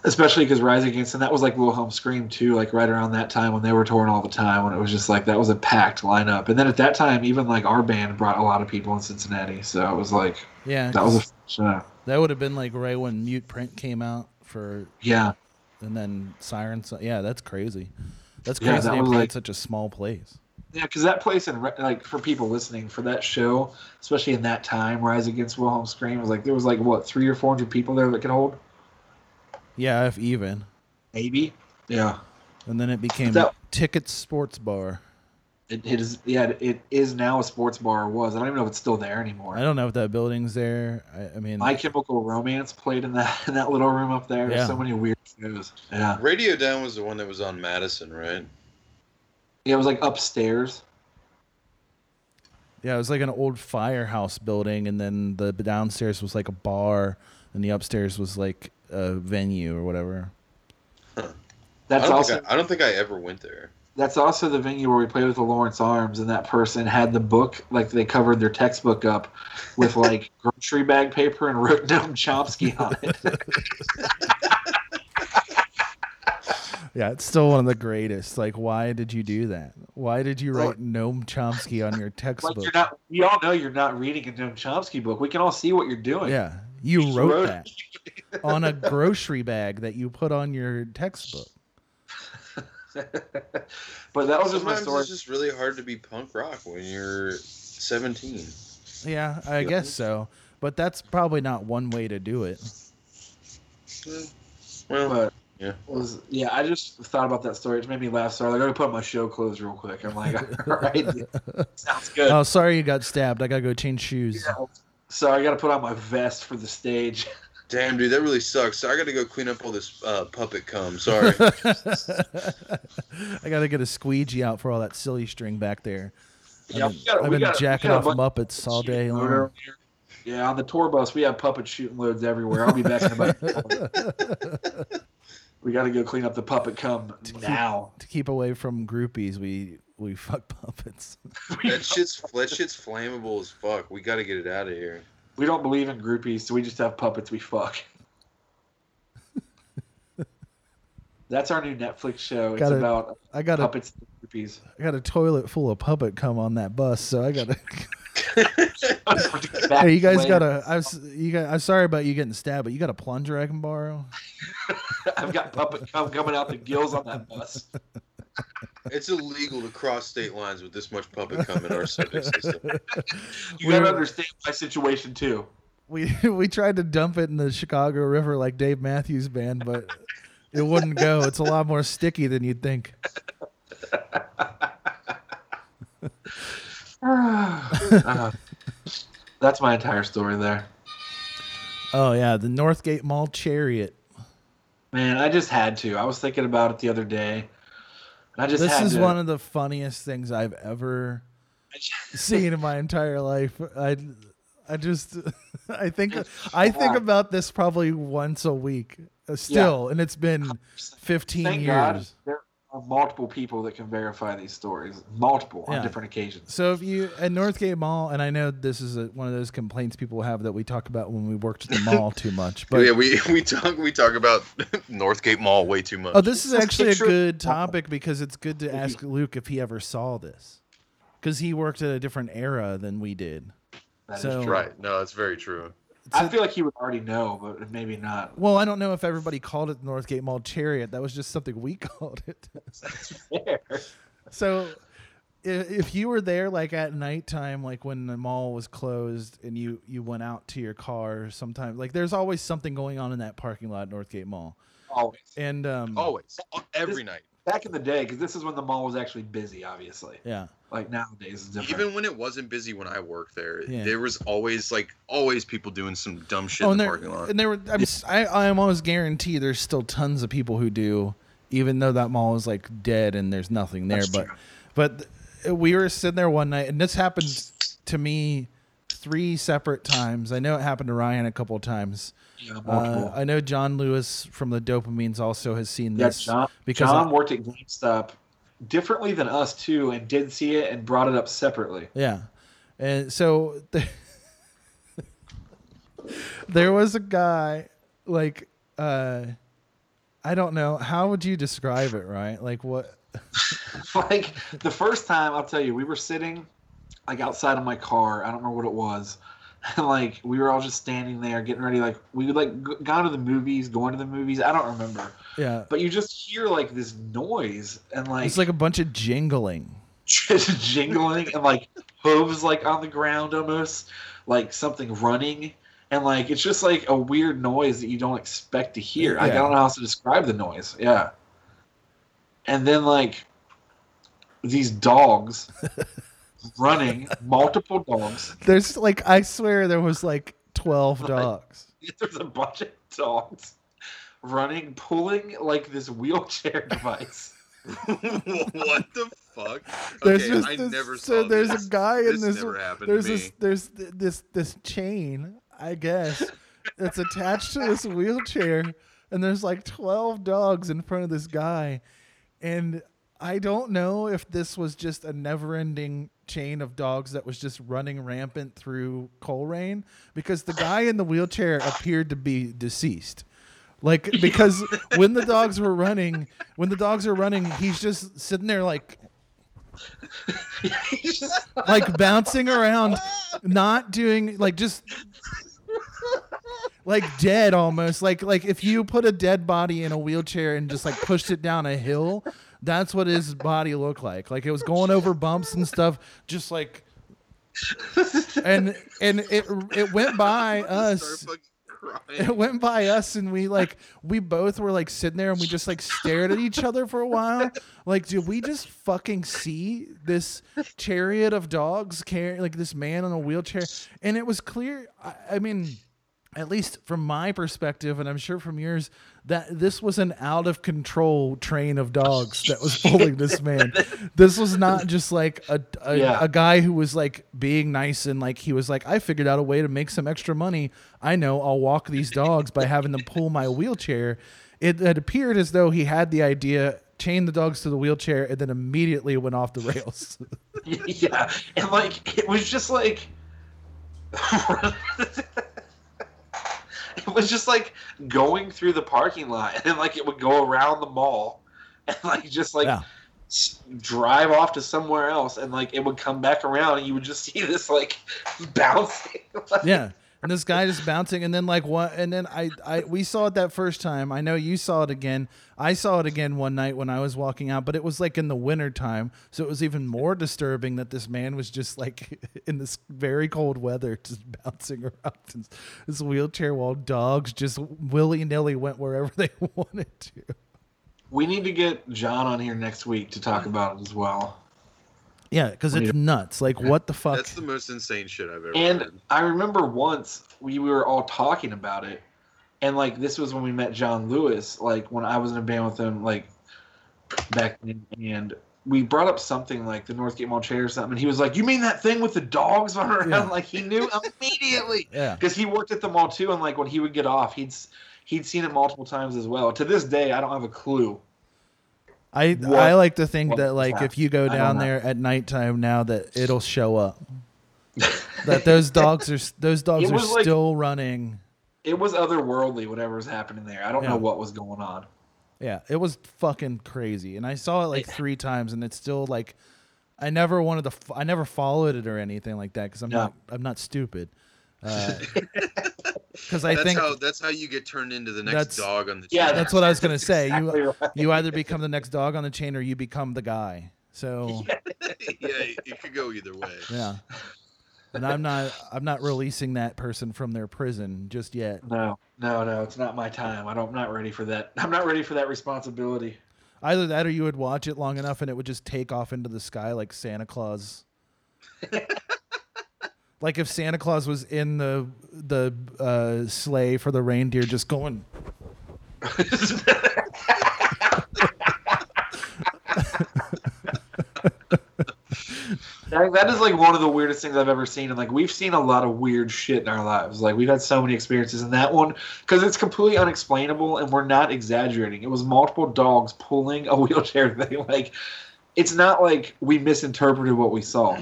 C: especially because Rise Against, and that was like Wilhelm Scream too. Like right around that time when they were touring all the time, when it was just like that was a packed lineup. And then at that time, even like our band brought a lot of people in Cincinnati, so it was like
B: yeah,
C: that was a fun show.
B: that would have been like right when Mute Print came out for
C: Yeah,
B: and then Siren. Son- Yeah, that's crazy. That's
C: Yeah,
B: crazy.
C: that
B: they
C: was
B: played
C: like-
B: such a small place.
C: yeah, because that place and like for people listening for that show, especially in that time, Rise Against Wilhelm Scream was like there was like what three or four hundred people there that could hold
B: Yeah, if even.
C: maybe. Yeah.
B: And then it became
C: That-
B: Ticket Sports Bar.
C: It, it is yeah it is now a sports bar or was I don't even know if it's still there anymore.
B: I don't know if that building's there. I, I mean,
C: My Chemical Romance played in that in that little room up there.
B: Yeah.
C: There's so many weird shows. Yeah,
A: Radio Down was the one that was on Madison, right?
C: yeah, it was like upstairs.
B: yeah, it was like an old firehouse building, and then the downstairs was like a bar, and the upstairs was like a venue or whatever.
A: I
C: That's
A: don't
C: also
A: think I, I don't think I ever went there.
C: that's also the venue where we played with the Lawrence Arms, and that person had the book like they covered their textbook up with like grocery bag paper and wrote Noam Chomsky on it.
B: Yeah, it's still one of the greatest. Like, why did you do that? Why did you
C: Well-
B: write Noam Chomsky on your
C: like
B: textbook?
C: you're not, we all know you're not reading a Noam Chomsky book. We can all see what you're doing.
B: yeah, you
C: Just
B: wrote,
C: wrote
B: that on a grocery bag that you put on your textbook.
C: but that was just my
A: Sometimes
C: story.
A: it's just really hard to be punk rock when you're 17.
B: Yeah, I
A: Yeah.
B: guess so. But that's probably not one way to do it.
A: Well,
C: But
A: Yeah.
C: was yeah. I just thought about that story. It made me laugh. So I was like, I'm gonna put on my show clothes real quick. I'm like, all right, sounds good.
B: Oh, sorry you got stabbed. I gotta go change shoes.
C: Yeah. So I got to put on my vest for the stage.
A: damn, dude, that really sucks. So I got to go clean up all this uh, puppet cum. Sorry.
B: I gotta get a squeegee out for all that silly string back there.
C: Yeah,
B: I've been,
C: we got-
B: I've
C: we
B: been
C: got- we
B: jacking
C: got a
B: off
C: bunch
B: Muppets all day long.
C: Yeah, on the tour bus we have puppet shooting loads everywhere. I'll be back in about. we got to go clean up the puppet cum now.
B: To keep away from groupies, we we fuck puppets.
A: that shit's that shit's flammable as fuck. We got to get it out of here.
C: We don't believe in groupies, so we just have puppets we fuck. That's our new Netflix show. It's
B: Gotta-
C: about
B: I got a
C: puppets and groupies.
B: I got a toilet full of puppet cum on that bus, so I gotta. hey, you guys gotta. I was you guys. I'm sorry about you getting stabbed, but you got a plunger I can borrow.
C: I've got puppet cum coming out the gills on that bus.
A: It's illegal to cross state lines with this much puppet cum in our septic system.
C: You gotta
B: We're-
C: understand my situation too.
B: we we tried to dump it in the Chicago River like Dave Matthews Band, but it wouldn't go. It's a lot more sticky than you'd think.
C: Uh, that's my entire story there.
B: Oh yeah, the Northgate Mall Chariot.
C: Man, I just had to. I was thinking about it the other day. And I just
B: this
C: had
B: is
C: to.
B: one of the funniest things I've ever seen in my entire life. I I just, I think, I think about this probably once a week uh, still, and it's been 15
C: Thank
B: years.
C: God there are multiple people that can verify these stories, multiple
B: Yeah.
C: on different occasions.
B: So if you at Northgate Mall, and I know this is a, one of those complaints people have that we talk about when we worked at the mall too much, but
A: yeah, we we talk we talk about Northgate Mall way too much.
B: oh, this is
C: Just
B: actually a
C: picture-
B: good topic because it's good to ask Luke if he ever saw this, because he worked at a different era than we did.
C: That is
B: so
C: true.
A: right. No, it's very true.
C: I feel like he would already know, but maybe not.
B: Well, I don't know if everybody called it the Northgate Mall Chariot. That was just something we called it.
C: Fair.
B: So i- if you were there like at nighttime like when the mall was closed and you you went out to your car sometimes like there's always something going on in that parking lot at Northgate Mall.
C: Always.
B: And um
A: Always, every night,
C: Back in the day, because this is when the mall was actually busy, obviously.
B: yeah.
C: Like nowadays, it's different.
A: even when it wasn't busy when I worked there,
B: Yeah.
A: there was always like always people doing some dumb shit in
B: Oh, and
A: the
B: there
A: parking lot.
B: and there were I'm s- I I am almost guaranteed there's still tons of people who do even though that mall is like dead and there's nothing there
C: That's
B: but
C: true.
B: but th- we were sitting there one night and this happened to me three separate times. I know it happened to Ryan a couple times.
C: yeah,
B: Uh,
C: multiple.
B: I know John Lewis from the Dopamines also has seen
C: yeah,
B: this
C: John,
B: because
C: John
B: I-
C: worked at GameStop differently than us too, and did see it and brought it up separately.
B: yeah, and so the- there was a guy like uh, I don't know how would you describe it, right? Like what?
C: like the first time i'll tell you we were sitting like outside of my car i don't remember what it was and like we were all just standing there getting ready like we would like g- gone to the movies going to the movies i don't remember
B: Yeah,
C: but you just hear like this noise and like,
B: it's like a bunch of jingling.
C: just jingling and like hooves like on the ground almost like something running and like it's just like a weird noise that you don't expect to hear Like, i
B: Yeah.
C: don't know how else to describe the noise yeah and then like these dogs running multiple dogs
B: There's like I swear there was like twelve dogs.
C: there's a bunch of dogs running pulling like this wheelchair device
A: what the fuck?
B: There's
A: okay,
B: just
A: I
B: this,
A: never
B: so
A: saw
B: there's
A: this.
B: a guy in
A: This
B: this.
A: never happened to
B: there's
A: me.
B: this there's th- this this chain, I guess, that's attached to this wheelchair, and there's like twelve dogs in front of this guy, and I don't know if this was just a never-ending chain of dogs that was just running rampant through Coleraine because the guy in the wheelchair appeared to be deceased. Like because when the dogs were running, when the dogs are running, he's just sitting there like like bouncing around, not doing like just like dead almost. Like like if you put a dead body in a wheelchair and just like pushed it down a hill, that's what his body looked like. Like it was going over bumps and stuff, just like and and it it went by us
A: Start fucking crying.
B: it went by us and we like we both were like sitting there and we just like stared at each other for a while like did we just fucking see this chariot of dogs carrying like this man on a wheelchair and it was clear I, I mean at least from my perspective and i'm sure from yours that this was an out of control train of dogs that was pulling this man this was not just like a, a,
C: Yeah.
B: a guy who was like being nice and like he was like i figured out a way to make some extra money i know i'll walk these dogs by having them pull my wheelchair it, it appeared as though he had the idea chained the dogs to the wheelchair and then immediately went off the rails
C: yeah, and like it was just like it was just like going through the parking lot, and then like it would go around the mall, and like just like
B: Yeah.
C: s- drive off to somewhere else, and like it would come back around, and you would just see this like bouncing. like-
B: yeah and this guy just bouncing and then like what and then I, I we saw it that first time i know you saw it again i saw it again one night when i was walking out but it was like in the winter time so it was even more disturbing that this man was just like in this very cold weather just bouncing around in his wheelchair while dogs just willy-nilly went wherever they wanted to
C: We need to get John on here next week to talk about it as well.
B: yeah because it's nuts like what the fuck
A: That's the most insane shit I've ever
C: And
A: heard.
C: I remember once we were all talking about it, and like this was when we met John Lewis, like when I was in a band with him, like back then, and we brought up something like the Northgate Mall chair or something, and he was like, "You mean that thing with the dogs on around?"
B: Yeah.
C: Like he knew immediately
B: Yeah.
C: because he worked at the mall too, and like when he would get off, he'd s- he'd seen it multiple times as well. To this day, I don't have a clue.
B: I
C: What-
B: I like to think
C: what
B: that
C: was
B: like
C: that?
B: if you go
C: I don't
B: down
C: know.
B: there at nighttime now that it'll show up. that those dogs are s- those dogs
C: It
B: are
C: was like-
B: still running.
C: It was otherworldly, whatever was happening there. I don't
B: Yeah.
C: know what was going on.
B: Yeah, it was fucking crazy, and I saw it like three times, and it's still like I never wanted to. F- I never followed it or anything like that because I'm
C: No.
B: not I'm not stupid. Because I
A: that's
B: think
A: how that's how you get turned into the next
B: That's-
A: dog on the
C: Yeah,
A: chain.
B: that's what I was gonna say.
C: exactly
B: you
C: right.
B: you either become the next dog on the chain or you become the guy. So
A: yeah, it could go either way.
B: yeah, and I'm not I'm not releasing that person from their prison just yet.
C: No, no, no. It's not my time. I don't. I'm not ready for that. I'm not ready for that responsibility.
B: Either that or you would watch it long enough and it would just take off into the sky like Santa Claus. like if Santa Claus was in the the uh, sleigh for the reindeer, just going.
C: That, that is like one of the weirdest things I've ever seen. And like we've seen a lot of weird shit in our lives. Like we've had so many experiences in that one because it's completely unexplainable and we're not exaggerating. It was multiple dogs pulling a wheelchair thing. Like it's not like we misinterpreted what we saw.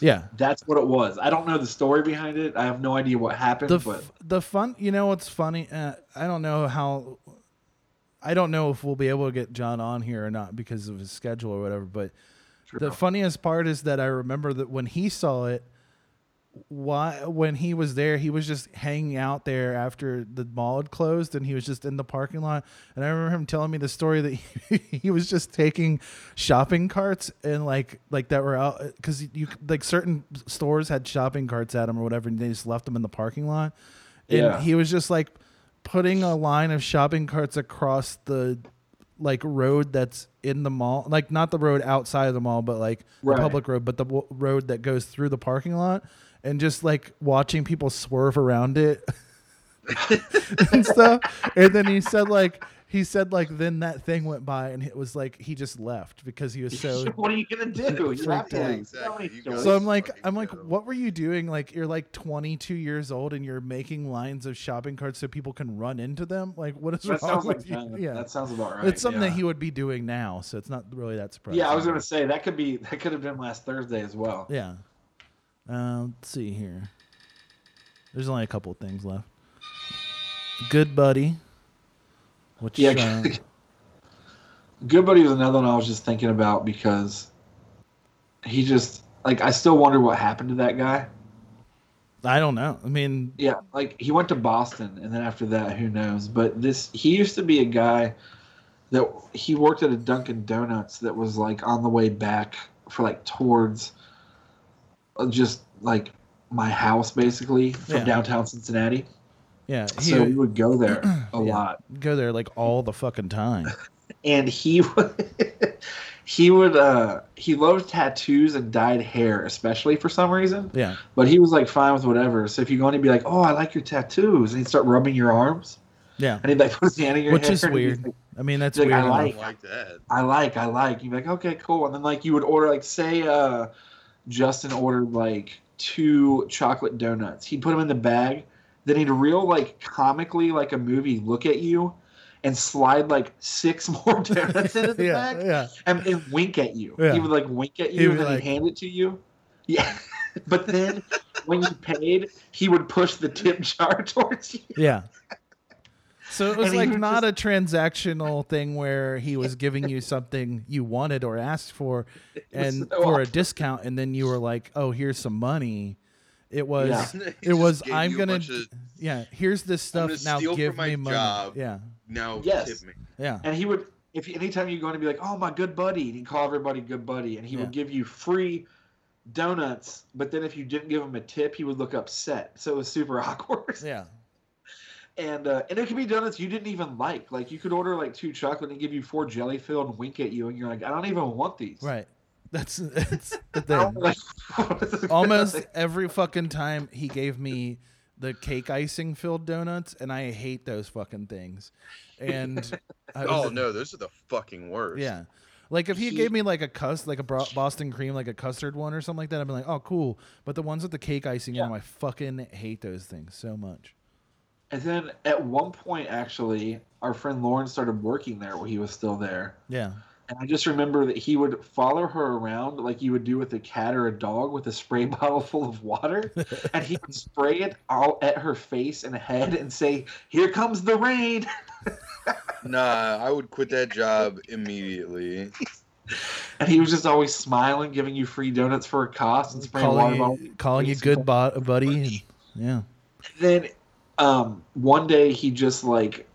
B: Yeah,
C: That's what it was. I don't know the story behind it. I have no idea what happened,
B: the
C: but
B: f- the fun. You know what's funny? Uh, I don't know how. I don't know if we'll be able to get John on here or not because of his schedule or whatever. But the funniest part is that I remember that when he saw it, why when he was there, he was just hanging out there after the mall had closed, and he was just in the parking lot. And I remember him telling me the story that he, he was just taking shopping carts and like like that were out because you like certain stores had shopping carts at them or whatever, and they just left them in the parking lot. And
C: Yeah.
B: he was just like putting a line of shopping carts across the like road that's in the mall, like not the road outside of the mall, but like
C: Right.
B: the public road, but the w- road that goes through the parking lot, and just like watching people swerve around it and stuff. And then he said like he said like then that thing went by and it was like he just left because he was so
C: what are you gonna do? You have
B: Freaked
C: to
B: out.
A: Exactly. You got
B: so
A: it.
B: I'm like,
A: Fucking
B: I'm like,
A: go.
B: what were you doing? Like, you're like 22 years old and you're making lines of shopping carts so people can run into them. Like, what is
C: That
B: wrong
C: sounds
B: with
C: like
B: you?
C: yeah.
B: yeah,
C: That sounds about right.
B: it's something
C: yeah.
B: that he would be doing now, so it's not really that surprising.
C: Yeah, I was gonna say that could be that could have been last Thursday as well.
B: Yeah. Uh, let's see here. There's only a couple of things left. Good buddy. Which
C: Yeah,
B: uh,
C: Good Buddy was another one I was just thinking about because he just like I still wonder what happened to that guy.
B: I don't know. I mean,
C: Yeah, like he went to Boston and then after that who knows. But this he used to be a guy that he worked at a Dunkin' Donuts that was like on the way back for like towards uh, just like my house basically from
B: Yeah.
C: downtown Cincinnati.
B: yeah, he
C: So we would go there a
B: Yeah.
C: lot.
B: go there like all the fucking time.
C: and he would he would uh he loved tattoos and dyed hair especially for some reason
B: Yeah.
C: but he was like fine with whatever so if you're going to be like oh i like your tattoos and he'd start rubbing your arms
B: Yeah.
C: and he'd like put his hand in your
B: Which
C: hair
B: is
C: and he'd be
B: weird.
C: like,
B: I mean, that's
C: Like, I
B: weird.
A: I
B: enough.
A: don't
C: like-
A: like that.
C: i like i like you'd be like okay cool and then like you would order like say uh justin ordered like two chocolate donuts he'd put them in the bag then he'd real like comically like a movie look at you and slide like six more donuts into the
B: yeah,
C: bag
B: yeah.
C: and, and wink at you.
B: Yeah.
C: He would like wink at
B: He'd
C: you
B: be
C: and then
B: like-
C: he'd hand it to you. Yeah. but then when you paid, he would push the tip jar towards you.
B: Yeah. So it was
C: And he
B: like
C: would
B: not a transactional thing where he was giving you something you wanted or asked for and for
C: so
B: a
C: awful.
B: discount and then you were like, "Oh, here's some money." It was
C: Yeah.
A: He
B: it
A: just
B: was
A: gave
B: I'm
A: you a
B: going
A: bunch
B: to
A: of-
B: Yeah, here's this
A: I'm
B: stuff
A: gonna
B: now
A: steal
B: give
A: from my
B: me money.
A: job.
B: Yeah.
A: Now
C: Yes.
A: tip me.
B: Yeah.
C: And he would if anytime you're going to be like, Oh my good buddy, and he'd call everybody good buddy and he
B: Yeah.
C: would give you free donuts, but then if you didn't give him a tip, he would look upset. So it was super awkward.
B: Yeah.
C: And uh, and it could be donuts you didn't even like. Like you could order like two chocolate and give you four jelly filled and wink at you and you're like, I don't even want these.
B: Right. That's it's the
C: I don't-
B: thing.
C: like, what is this?
B: almost every fucking time he gave me the cake icing filled donuts and I hate those fucking things. And I was-
A: Oh no, those are the fucking worst.
B: Yeah. Like if he
C: He-
B: gave me like a cus like a bro- Boston cream like a custard one or something like that, I'd be like, oh cool. But the ones with the cake icing on them, I fucking hate those things so much.
C: And then at one point, actually, our friend Lauren started working there while he was still there.
B: Yeah.
C: And I just remember that he would follow her around like you would do with a cat or a dog with a spray bottle full of water. and he would spray it all at her face and head and say, Here comes the rain.
A: Nah, I would quit that job immediately.
C: And he was just always smiling, giving you free donuts for a cost and spraying water
B: Calling
C: bottles.
B: you, calling you good bo- buddy. And, yeah.
C: then um, one day he just like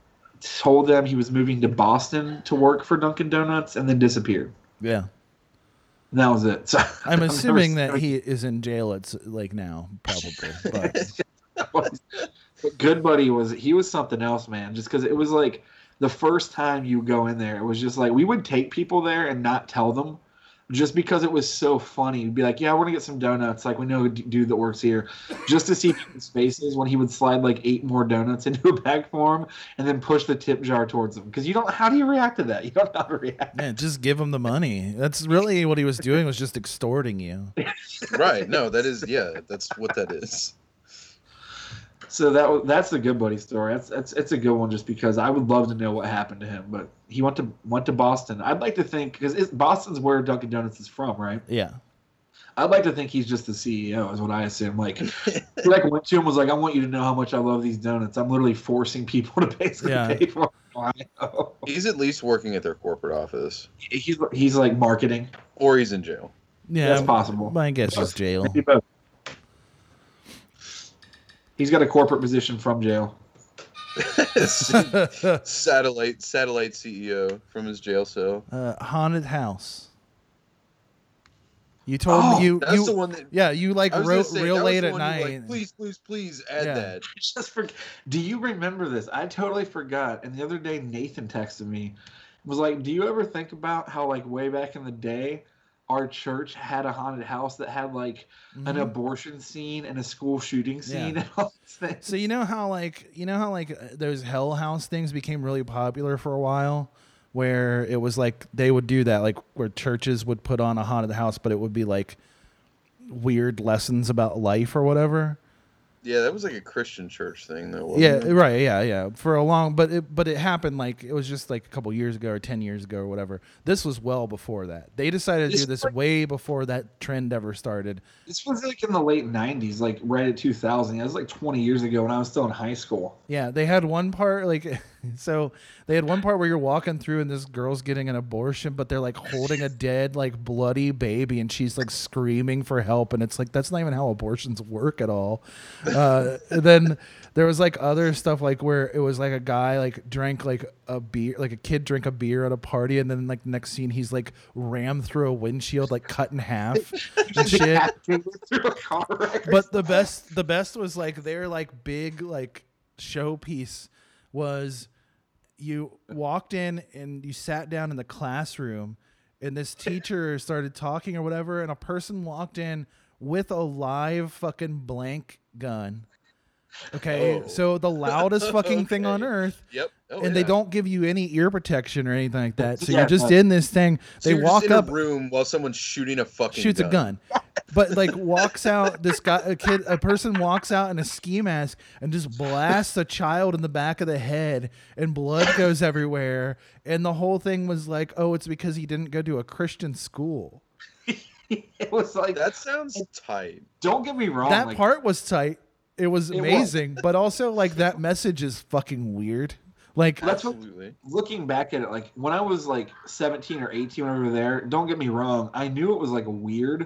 C: told them he was moving to Boston to work for Dunkin' Donuts and then disappeared.
B: Yeah.
C: And that was it. So
B: I'm assuming that he is in jail. It's like now probably. But
C: But Good Buddy was he was something else, man. Just because it was like the first time you go in there, it was just like we would take people there and not tell them, just because it was so funny. You'd be like, "Yeah, I want to get some donuts." Like we know a d- dude that works here, just to see people's faces when he would slide like eight more donuts into a bag for him, and then push the tip jar towards them. Because you don't, how do you react to that? You don't know how to react.
B: man, just give him the money. That's really what he was doing was just extorting you.
A: right? No, that is yeah. That's what that is.
C: So that was that's the good buddy story. That's that's it's a good one just because I would love to know what happened to him. But he went to went to Boston. I'd like to think because Boston's where Dunkin' Donuts is from, right?
B: Yeah.
C: I'd like to think he's just the CEO, is what I assume. Like, he, like went to him was like, I want you to know how much I love these donuts. I'm literally forcing people to basically
B: Yeah.
C: pay for. Them. I know.
A: He's at least working at their corporate office,
C: He's he's like marketing.
A: or he's in jail.
B: Yeah.
C: That's possible.
B: My guess is jail.
C: Maybe both. He's got a corporate position from jail.
A: satellite satellite CEO from his jail cell.
B: Uh, haunted house. You told
A: Oh,
B: me you
A: that's
B: you
A: the one that
B: yeah you like
A: I was
B: wrote
A: gonna say, that
B: real
A: was
B: late
A: the
B: at
A: one you, like,
B: night.
A: please, please, please add
B: Yeah.
A: that.
C: just for do you remember this i totally forgot and the other day nathan texted me was like do you ever think about how like way back in the day our church had a haunted house that had like an
B: Mhm.
C: abortion scene and a school shooting scene and all these things
B: So you know how like you know how like uh, those hell house things became really popular for a while where it was like they would do that like where churches would put on a haunted house but it would be like weird lessons about life or whatever.
A: Yeah, that was like a Christian church thing though.
B: Oh, Yeah,
A: wasn't it?
B: right. Yeah, yeah. For a long, but it, but it happened like it was just like a couple years ago or ten years ago or whatever. This was well before that. They decided to do this way before that trend ever started.
C: this was like in the late 90s like right at 2000 that was like 20 years ago when i was still in high school
B: Yeah, they had one part like so they had one part where you're walking through and this girl's getting an abortion, but they're like holding a dead like bloody baby and she's like screaming for help and it's like that's not even how abortions work at all. Uh, and then there was like other stuff like where it was like a guy like drank like a beer like a kid drank a beer at a party and then like next scene he's like rammed through a windshield like cut in half and shit
C: through a car wreck or
B: but the best the best was like their like big like showpiece was you walked in and you sat down in the classroom and this teacher started talking or whatever and a person walked in with a live fucking blank gun okay
A: Oh.
B: so the loudest fucking thing on
A: Okay.
B: earth
A: Yep. Oh,
B: and they
A: yeah.
B: don't give you any ear protection or anything like that so
C: Yeah,
B: you're just
C: no.
B: in this thing
A: So
B: they
A: you're just
B: walk
A: in
B: up
A: a room while someone's shooting a fucking
B: shoots a gun but like walks out this guy a kid a person walks out in a ski mask and just blasts a child in the back of the head and blood goes everywhere and the whole thing was like oh it's because he didn't go to a christian school
C: it was like
A: That sounds tight.
C: don't get me wrong
B: that
C: like,
B: part was tight it was
C: Oh It was.
B: amazing but also like that message is fucking weird like
C: That's what-
A: Absolutely.
C: looking back at it, like when I was like 17 or 18 when we were there, don't get me wrong, I knew it was like weird.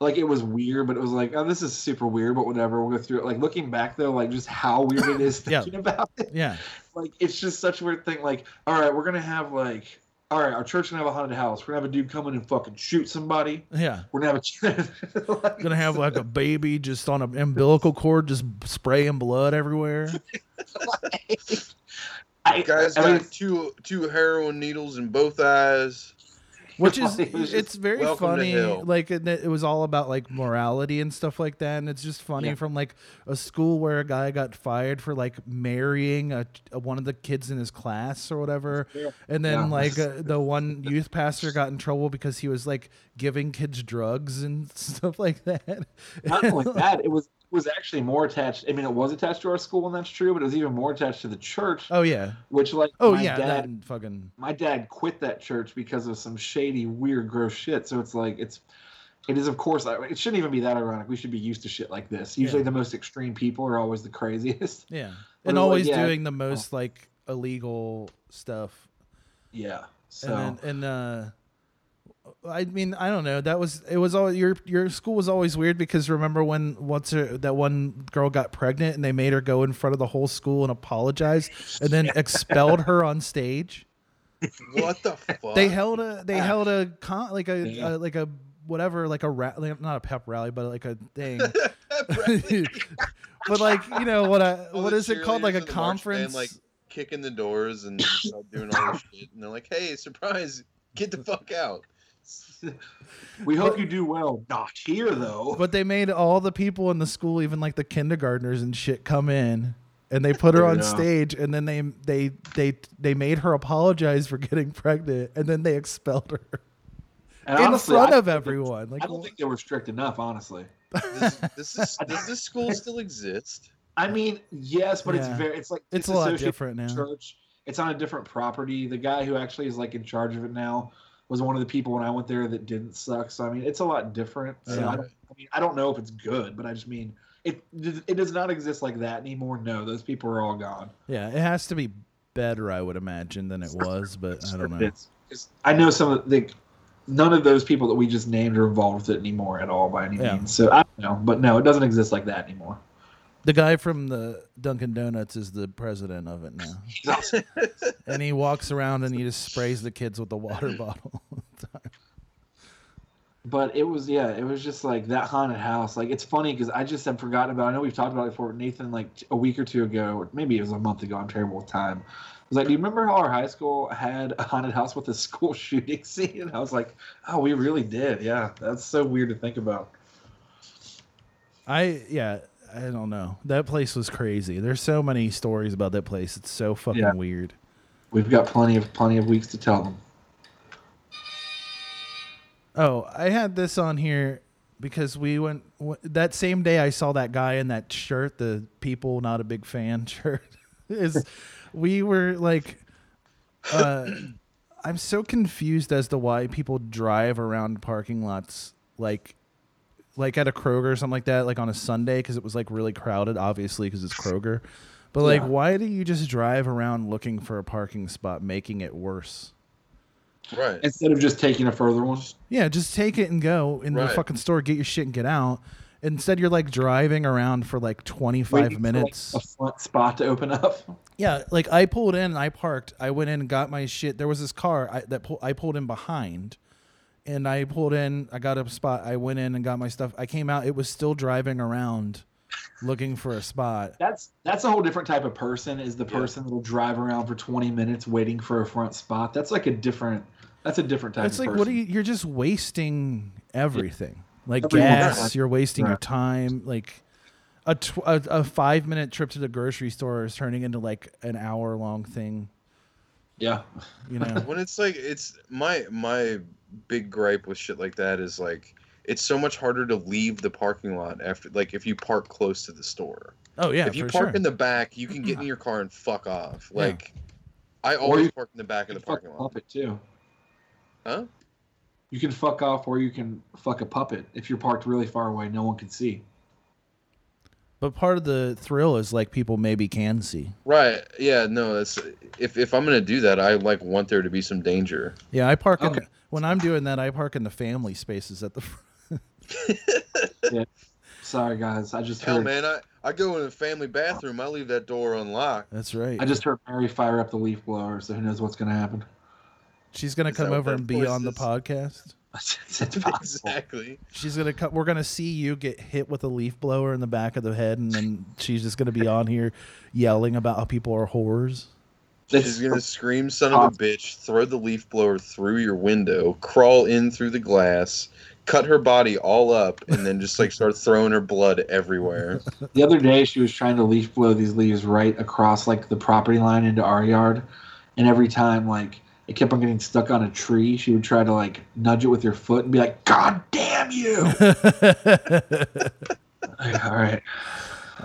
C: Like it was weird, but it was like, oh, this is super weird, but whatever, we'll go through it. Like looking back though, like just how weird it is
B: Yeah.
C: thinking about it.
B: yeah
C: Like it's just such a weird thing. Like, all right, we're gonna have like all right, our church gonna have a haunted house. We're gonna have a dude come in and fucking shoot somebody.
B: yeah
C: We're gonna have a like,
B: gonna have like a baby just on an umbilical cord just spraying blood everywhere
C: I,
A: Guys
C: I mean,
A: got two two heroin needles in both eyes.
B: which is
C: It was just,
B: it's very
A: "Welcome to
B: funny
A: hell."
B: like and it, it was all about like morality and stuff like that and it's just funny
C: Yeah.
B: from like a school where a guy got fired for like marrying a, a- one of the kids in his class or whatever and then
C: Yeah.
B: like uh, the one youth pastor got in trouble because he was like giving kids drugs and stuff like that
C: not only that, it was was actually more attached. I mean, it was attached to our school, and that's true, but it was even more attached to the church,
B: oh yeah
C: which like
B: oh
C: my
B: yeah that
C: dad
B: and fucking
C: my dad quit that church because of some shady, weird, gross shit. So it's like it's it is of course it shouldn't even be that ironic. We should be used to shit like this. Usually,
B: Yeah.
C: the most extreme people are always the craziest.
B: yeah
C: But
B: and
C: it was-
B: always
C: yeah. Oh.
B: doing the most like illegal stuff
C: Yeah. So
B: and then, and uh I mean, I don't know. That was it was all your your school was always weird because remember when once her, that one girl got pregnant and they made her go in front of the whole school and apologize and then expelled her on stage.
A: What the fuck?
B: They held a they held a con like a,
C: Yeah.
B: a like a whatever like a ra- like, not a pep rally but like a thing. but like you know what a
A: All
B: what
A: the
B: is it called like
A: cheerleaders
B: a
A: of the marching band,
B: conference
A: like kicking the doors and start doing all this shit, and they're like, "Hey, surprise! Get the fuck out!"
C: we hope you do well. Not here though.
B: But they made all the people in the school, even like the kindergartners and shit, come in, and they put her on
C: Yeah.
B: stage, and then they they they they made her apologize for getting pregnant, and then they expelled her
C: And
B: in
C: honestly,
B: front
C: I-
B: of everyone. Like,
C: I don't think they were strict enough, honestly.
A: Does, does this does this school still exist?
C: I mean, yes, but it's
B: Yeah.
C: very it's like
B: It's a lot
C: disassociated
B: different
C: with
B: now.
C: Church. It's on a different property. The guy who actually is like in charge of it now was one of the people when I went there that didn't suck. So I mean, it's a lot different. So
B: Yeah.
C: I, don't, I mean, I don't know if it's good, but I just mean it. It does not exist like that anymore. No, those people are all gone.
B: yeah, it has to be better, I would imagine, than it was, but I don't know.
C: It's- it's- I know some of the. None of those people that we just named are involved with it anymore at all by any
B: Yeah.
C: means. So I don't know, but no, it doesn't exist like that anymore.
B: The guy from the Dunkin' Donuts is the president of it now, and he walks around and he just sprays the kids with the water bottle.
C: but it was yeah it was just like that haunted house like it's funny because i just had forgotten about i know we've talked about it before but nathan like t- a week or two ago or maybe it was a month ago i'm terrible with time I was like do you remember how our high school had a haunted house with a school shooting scene and i was like oh we really did yeah that's so weird to think about
B: I yeah, I don't know. That place was crazy. There's so many stories about that place. It's so fucking
C: Yeah.
B: weird.
C: we've got plenty of plenty of weeks to tell them
B: Oh, I had this on here because we went w- that same day. I saw that guy in that shirt, the people not a big fan shirt. Is we were like, uh, I'm so confused as to why people drive around parking lots like. Like at a Kroger or something like that, like on a Sunday, because it was like really crowded, obviously, because it's Kroger. But like,
C: Yeah.
B: why do you just drive around looking for a parking spot, making it worse?
A: Right.
C: instead of just taking a further one
B: Yeah, just take it and go in the
A: Right.
B: fucking store, get your shit and get out. Instead, you're like driving around for like 25
C: Waiting for, like,
B: minutes.
C: a front spot to open up
B: yeah, like I pulled in, and I parked, I went in and got my shit. There was this car I, that pull, I pulled in behind, and I pulled in, I got a spot, I went in and got my stuff. I came out, it was still driving around looking for a spot.
C: That's that's a whole different type of person. Is the person that'll drive around for twenty minutes waiting for a front spot. That's like a different. That's a different type.
B: It's
C: of
B: like,
C: person.
B: what are you? You're just wasting everything. Like
C: Everyone-
B: gas, you're wasting your
C: Right.
B: time. Like a, tw- a a five minute trip to the grocery store is turning into like an hour long thing.
C: Yeah,
B: You know?
A: when it's like it's my my big gripe with shit like that is like it's so much harder to leave the parking lot after like if you park close to the store.
B: oh yeah,
A: if you
B: for
A: park
B: sure.
A: in the back, you can get in your car and fuck off.
B: Yeah.
A: Like I
C: Mm-hmm. Or
A: always
C: you-
A: park in the back of
C: you
A: the
C: can fuck
A: parking
C: a
A: lot.
C: puppet too.
A: Huh?
C: You can fuck off, or you can fuck a puppet if you're parked really far away. No one can see.
B: but part of the thrill is like people maybe can see.
A: Right. Yeah, no, that's if if I'm going to do that, I like want there to be some danger.
B: Yeah, I park in
C: Okay.
B: when I'm doing that. I park in the family spaces at the. front.
C: Sorry guys, I just
A: Hell
C: heard.
A: Oh, man, I I go in the family bathroom, I leave that door unlocked.
B: That's right.
C: I just heard Mary fire up the leaf blower, so who knows what's gonna happen?
B: She's gonna
A: Is that
B: come
A: what
B: over
A: that
B: and be
A: voice
B: on the
A: is?
B: podcast.
C: it's possible.
A: Exactly.
B: She's gonna cut. We're gonna see you get hit with a leaf blower in the back of the head, and then she's just gonna be on here yelling about how people are whores.
A: She's gonna scream, son of a bitch, throw the leaf blower through your window, crawl in through the glass, cut her body all up, and then just like start throwing her blood everywhere.
C: The other day, she was trying to leaf blow these leaves right across like the property line into our yard, and every time like it kept on getting stuck on a tree, she would try to like nudge it with her foot and be like, "God damn you!" Like, All right,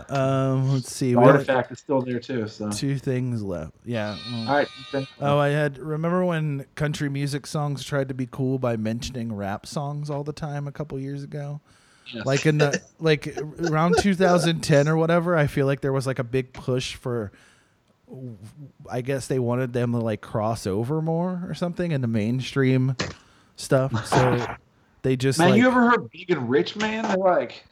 B: um, let's see.
C: the
B: we had
C: artifact Uh, is still there too. So
B: Two things left. Yeah. mm.
C: all right, okay.
B: Oh, I had. Remember when country music songs tried to be cool by mentioning rap songs all the time a couple years ago?
C: Yes.
B: Like in the like around 2010 or whatever, I feel like there was like a big push for. I guess they wanted them to like cross over more or something in the mainstream stuff. So they just
C: man,
B: like,
C: you ever heard Big and Rich Man? They're like,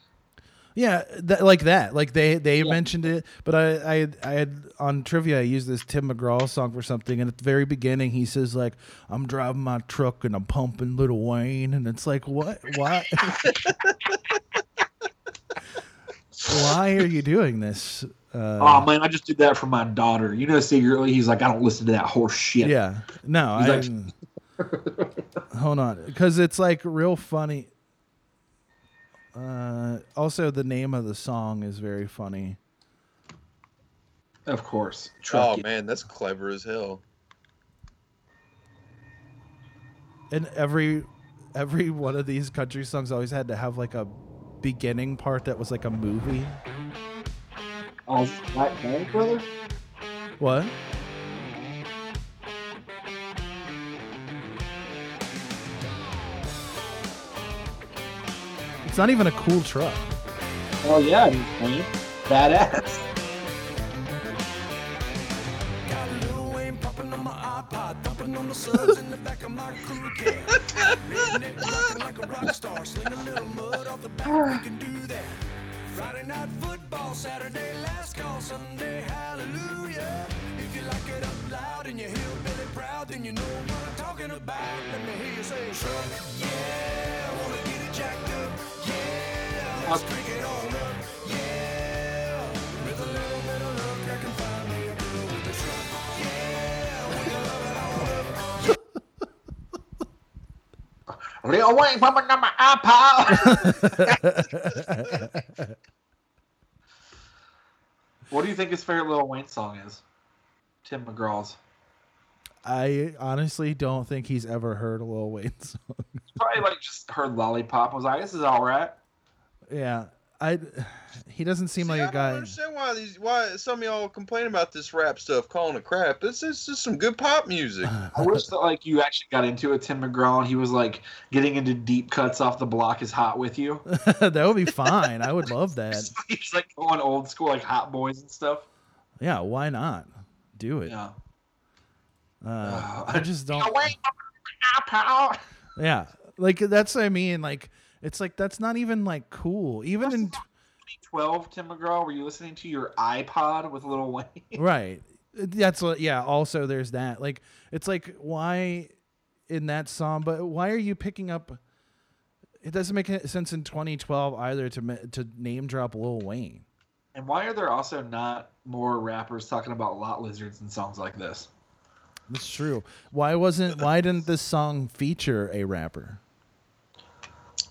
B: yeah, that, like that. Like they they mentioned it, but I I I had on trivia I used this Tim McGraw song for something, and at the very beginning he says like I'm driving my truck and I'm pumping Little Wayne, and it's like what why why are you doing this? Uh,
C: "Oh man, I just did that for my daughter." You know, secretly he's like, "I don't listen to that horse shit."
B: yeah, no, I
C: He's
B: hold on because it's like real funny. Uh, also, the name of the song is very funny.
C: of course.
A: oh
C: Truck it.
A: man, that's clever as hell.
B: and every every one of these country songs always had to have like a beginning part that was like a movie.
C: Oh, is it Black Bag Brother.
B: What? It's not even a cool truck.
C: Oh yeah, he's clean. Badass. Little Wayne pumping on my iPod. what do you think his favorite Little Wayne song is? Tim McGraw's.
B: I honestly don't think he's ever heard a Lil Wayne song.
C: Probably like just heard Lollipop. and was like, this is all right.
B: Yeah, I. He doesn't seem
E: See,
B: like
E: I
B: a
E: don't
B: guy.
E: understand why these why some of y'all complain about this rap stuff, calling it crap. This is just some good pop music.
C: I wish that like you actually got into it, Tim McGraw, and he was like getting into deep cuts off the block is hot with you.
B: that would be fine. I would love that.
C: He's like going old school, like hot boys and stuff.
B: Yeah, why not? Do it.
C: Yeah.
B: Uh, I just don't.
C: Little Wayne pumping on my iPod.
B: Yeah, like that's what I mean. Like it's like that's not even like cool. Even in
C: 12, Tim McGraw, were you listening to your iPod with Little Wayne?
B: right, that's what. Yeah. Also, there's that. Like it's like why in that song, but why are you picking up? It doesn't make any sense in 2012 either to ma- to name drop Lil Wayne.
C: And why are there also not more rappers talking about lot lizards and songs like this?
B: That's true. Why wasn't why didn't this song feature a rapper?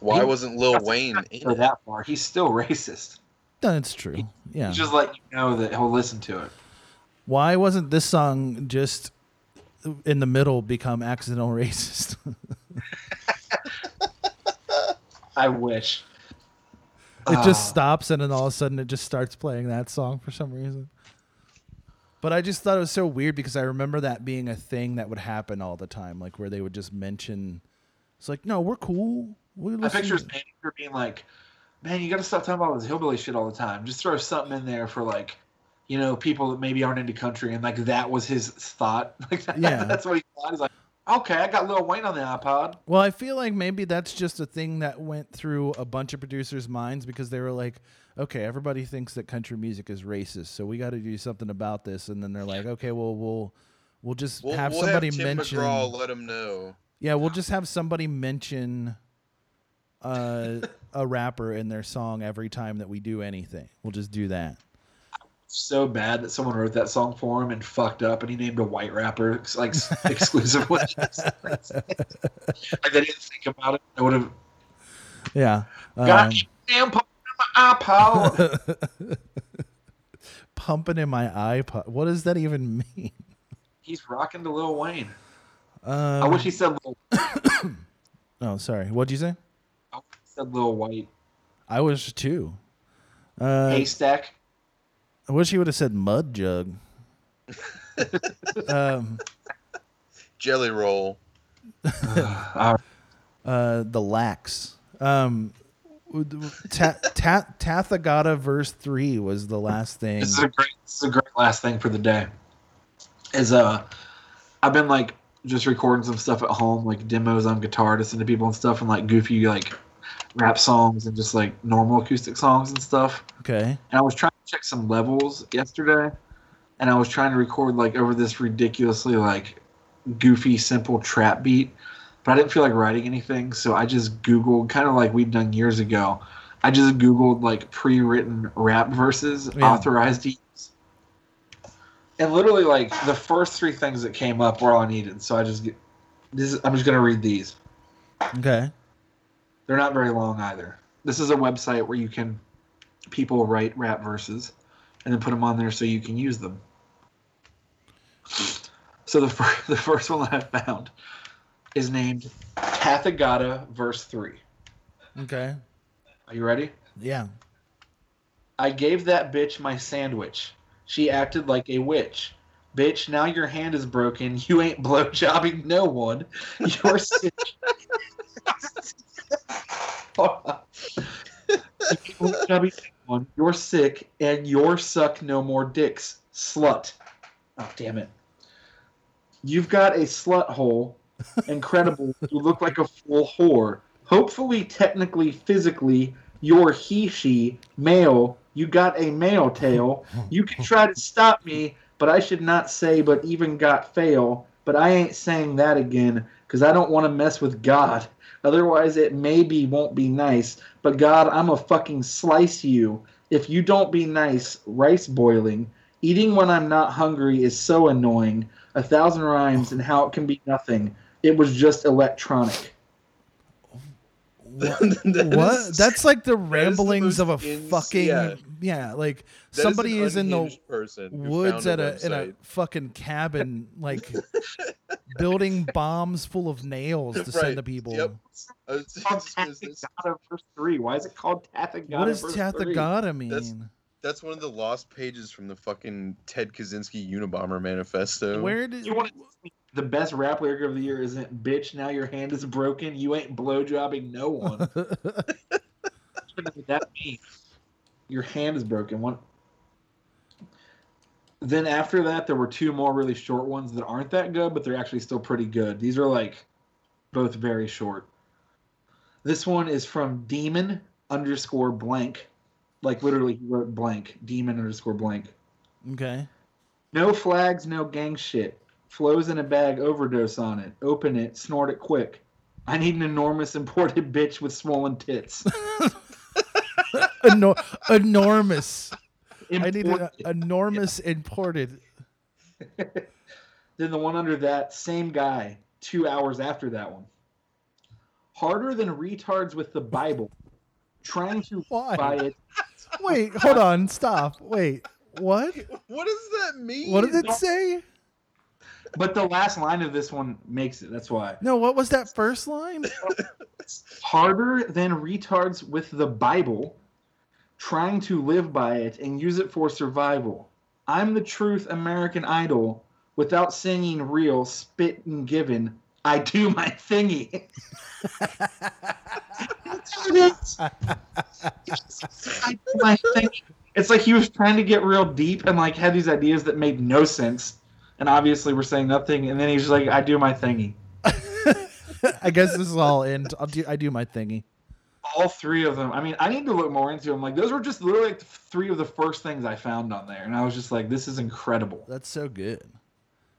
A: Why
C: He-
A: wasn't Lil Wayne in
C: Or
A: it?
C: that far. He's still racist.
B: That's true. Yeah.
C: He's just letting you know that he'll listen to it.
B: Why wasn't this song just in the middle become accidental racist?
C: I wish.
B: It
C: Ah.
B: just stops and then all of a sudden it just starts playing that song for some reason. But I just thought it was so weird because I remember that being a thing that would happen all the time, like where they would just mention, it's like, no, we're cool. We
C: My
B: listen
C: picture is
B: to-"
C: manager being like, man, you got to stop talking about this hillbilly shit all the time. Just throw something in there for like, you know, people that maybe aren't into country. And like, that was his thought. Like,
B: Yeah.
C: that's what he thought. He's like, okay, I got Lil Wayne on the iPod.
B: Well, I feel like maybe that's just a thing that went through a bunch of producers' minds because they were like, okay, everybody thinks that country music is racist, so we got to do something about this. And then they're like, okay, well, we'll we'll just
A: We'll,
B: have
A: we'll
B: somebody
A: have Tim
B: mention
A: McGraw let him know.
B: Yeah, we'll just have somebody mention uh, a rapper in their song every time that we do anything. We'll just do that.
C: so bad that someone wrote that song for him and fucked up, and he named a white rapper ex- like s- exclusive legends. Like, I didn't think about it. I would have
B: Yeah.
C: got you damn pump in my iPod.
B: um, pumping in my iPod. What does that even mean?
C: He's rocking to Lil Wayne.
B: Um,
C: I wish he said Lil,
B: Oh, sorry. What'd you say?
C: I wish he said Lil White
B: I wish too. Uh,
C: Haystack.
B: I wish he would have said mud jug. um,
E: Jelly roll.
C: All right.
B: uh, the lax. Um, w- ta- ta- Tathagata verse three was the last thing.
C: This is a great. This is a great last thing for the day. Is uh, I've been like just recording some stuff at home, like demos on guitar to send to people and stuff, and like goofy like rap songs and just like normal acoustic songs and stuff.
B: Okay.
C: And I was trying to check some levels yesterday, and I was trying to record like over this ridiculously like goofy simple trap beat, but I didn't feel like writing anything, so I just Googled kind of like we'd done years ago. I just Googled like pre-written rap verses
B: Yeah.
C: authorized to use, and literally like the first three things that came up were all I needed. So I just get this. Is, I'm just gonna read these.
B: Okay.
C: They're not very long either. This is a website where you can people write rap verses and then put them on there so you can use them. So the fir- the first one that I found is named Tathagata verse 3.
B: Okay.
C: Are you ready?
B: Yeah.
C: I gave that bitch my sandwich. She acted like a witch. Bitch, now your hand is broken. You ain't blowjobbing no one. You're sick. Hold on. You ain't blowjobbing no one. You're sick, and you're suck no more dicks. Slut. Oh, damn it. You've got a slut hole. Incredible. you look like a full whore. Hopefully, technically, physically, your he she male you got a male tail you can try to stop me but i should not say but even got fail but i ain't saying that again because i don't want to mess with god otherwise it maybe won't be nice but god i'm a fucking slice you if you don't be nice rice boiling eating when i'm not hungry is so annoying a thousand rhymes and how it can be nothing it was just electronic
B: What?
A: That
B: what?
A: is-
B: That's like the
A: the
B: ramblings of a
A: most ins-
B: fucking yeah.
A: yeah.
B: Like
A: that an
B: somebody is in the
A: unhinged person who
B: woods at
A: found
B: a in a
A: website.
B: fucking cabin, like building bombs full of nails to send
A: Right.
B: to people.
A: Yep. I was just gonna say, that's-
C: Tathagata verse three. Why is it called Tathagata?
B: What does
C: verse three?
B: Tathagata mean?
A: That's- That's one of the lost pages from the fucking Ted Kaczynski Unabomber manifesto.
B: Where did
C: You want to, the best rap lyric of the year isn't "Bitch, now your hand is broken. You ain't blowjobbing no one." Even though that means your hand is broken. One. Then after that, there were two more really short ones that aren't that good, but they're actually still pretty good. These are like both very short. This one is from Demon underscore blank, like literally he wrote blank. Demon underscore blank.
B: okay?
C: No flags, no gang shit. Flows in a bag, overdose on it. Open it, snort it quick. I need an enormous imported bitch with swollen tits.
B: Enor- enormous. I need an
C: Import-
B: enormous imported.
C: then the one under that, same guy, two hours after that one. Harder than retards with the Bible. Trying to
B: Why?
C: buy it.
B: Wait, hold on, stop. Wait, what?
A: What does that mean?
B: What did it say?
C: But the last line of this one makes it. That's why.
B: No, what was that first line?
C: harder than retards with the Bible, trying to live by it and use it for survival. I'm the truth American Idol without singing real, spit and given. I do my thingy. That's what it is. I do my thingy. It's like he was trying to get real deep and like had these ideas that made no sense. And obviously we're saying nothing. And then he's just like, I do my thingy.
B: I guess this is all in. I'll do. I do my thingy.
C: all three of them. I mean, I need to look more into them. Like those were just literally like three of the first things I found on there, and I was just like, "This is incredible."
B: That's so good.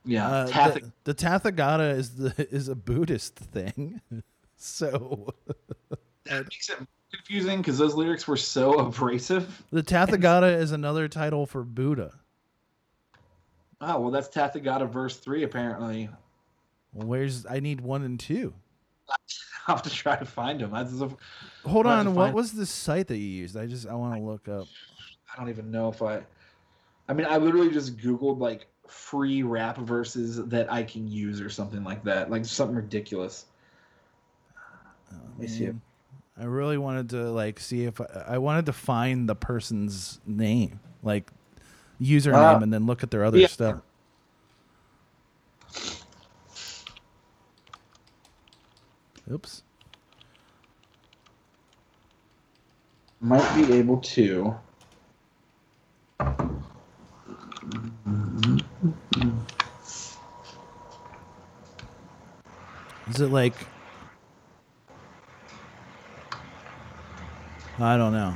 C: Yeah,
B: Uh,
C: Tath-
B: the, the Tathagata is the is a Buddhist thing. So
C: that makes it confusing because those lyrics were so abrasive.
B: The Tathagata is another title for Buddha.
C: Oh well, that's Tathagata verse three apparently.
B: Well, where's I need one and two?
C: I'll have to try to find them. I, just,
B: Hold
C: I'll have to
B: on, what
C: find-
B: was the site that you used? I just I want to look up.
C: I don't even know if I. I mean, I literally just Googled like free rap verses that I can use or something like that, like something ridiculous. Let me see.
B: Man, I really wanted to like see if I, I wanted to find the person's name, like username,
C: Ah.
B: and then look at their other
C: Yeah.
B: stuff. Oops.
C: Might be able to.
B: Is it like? I don't know.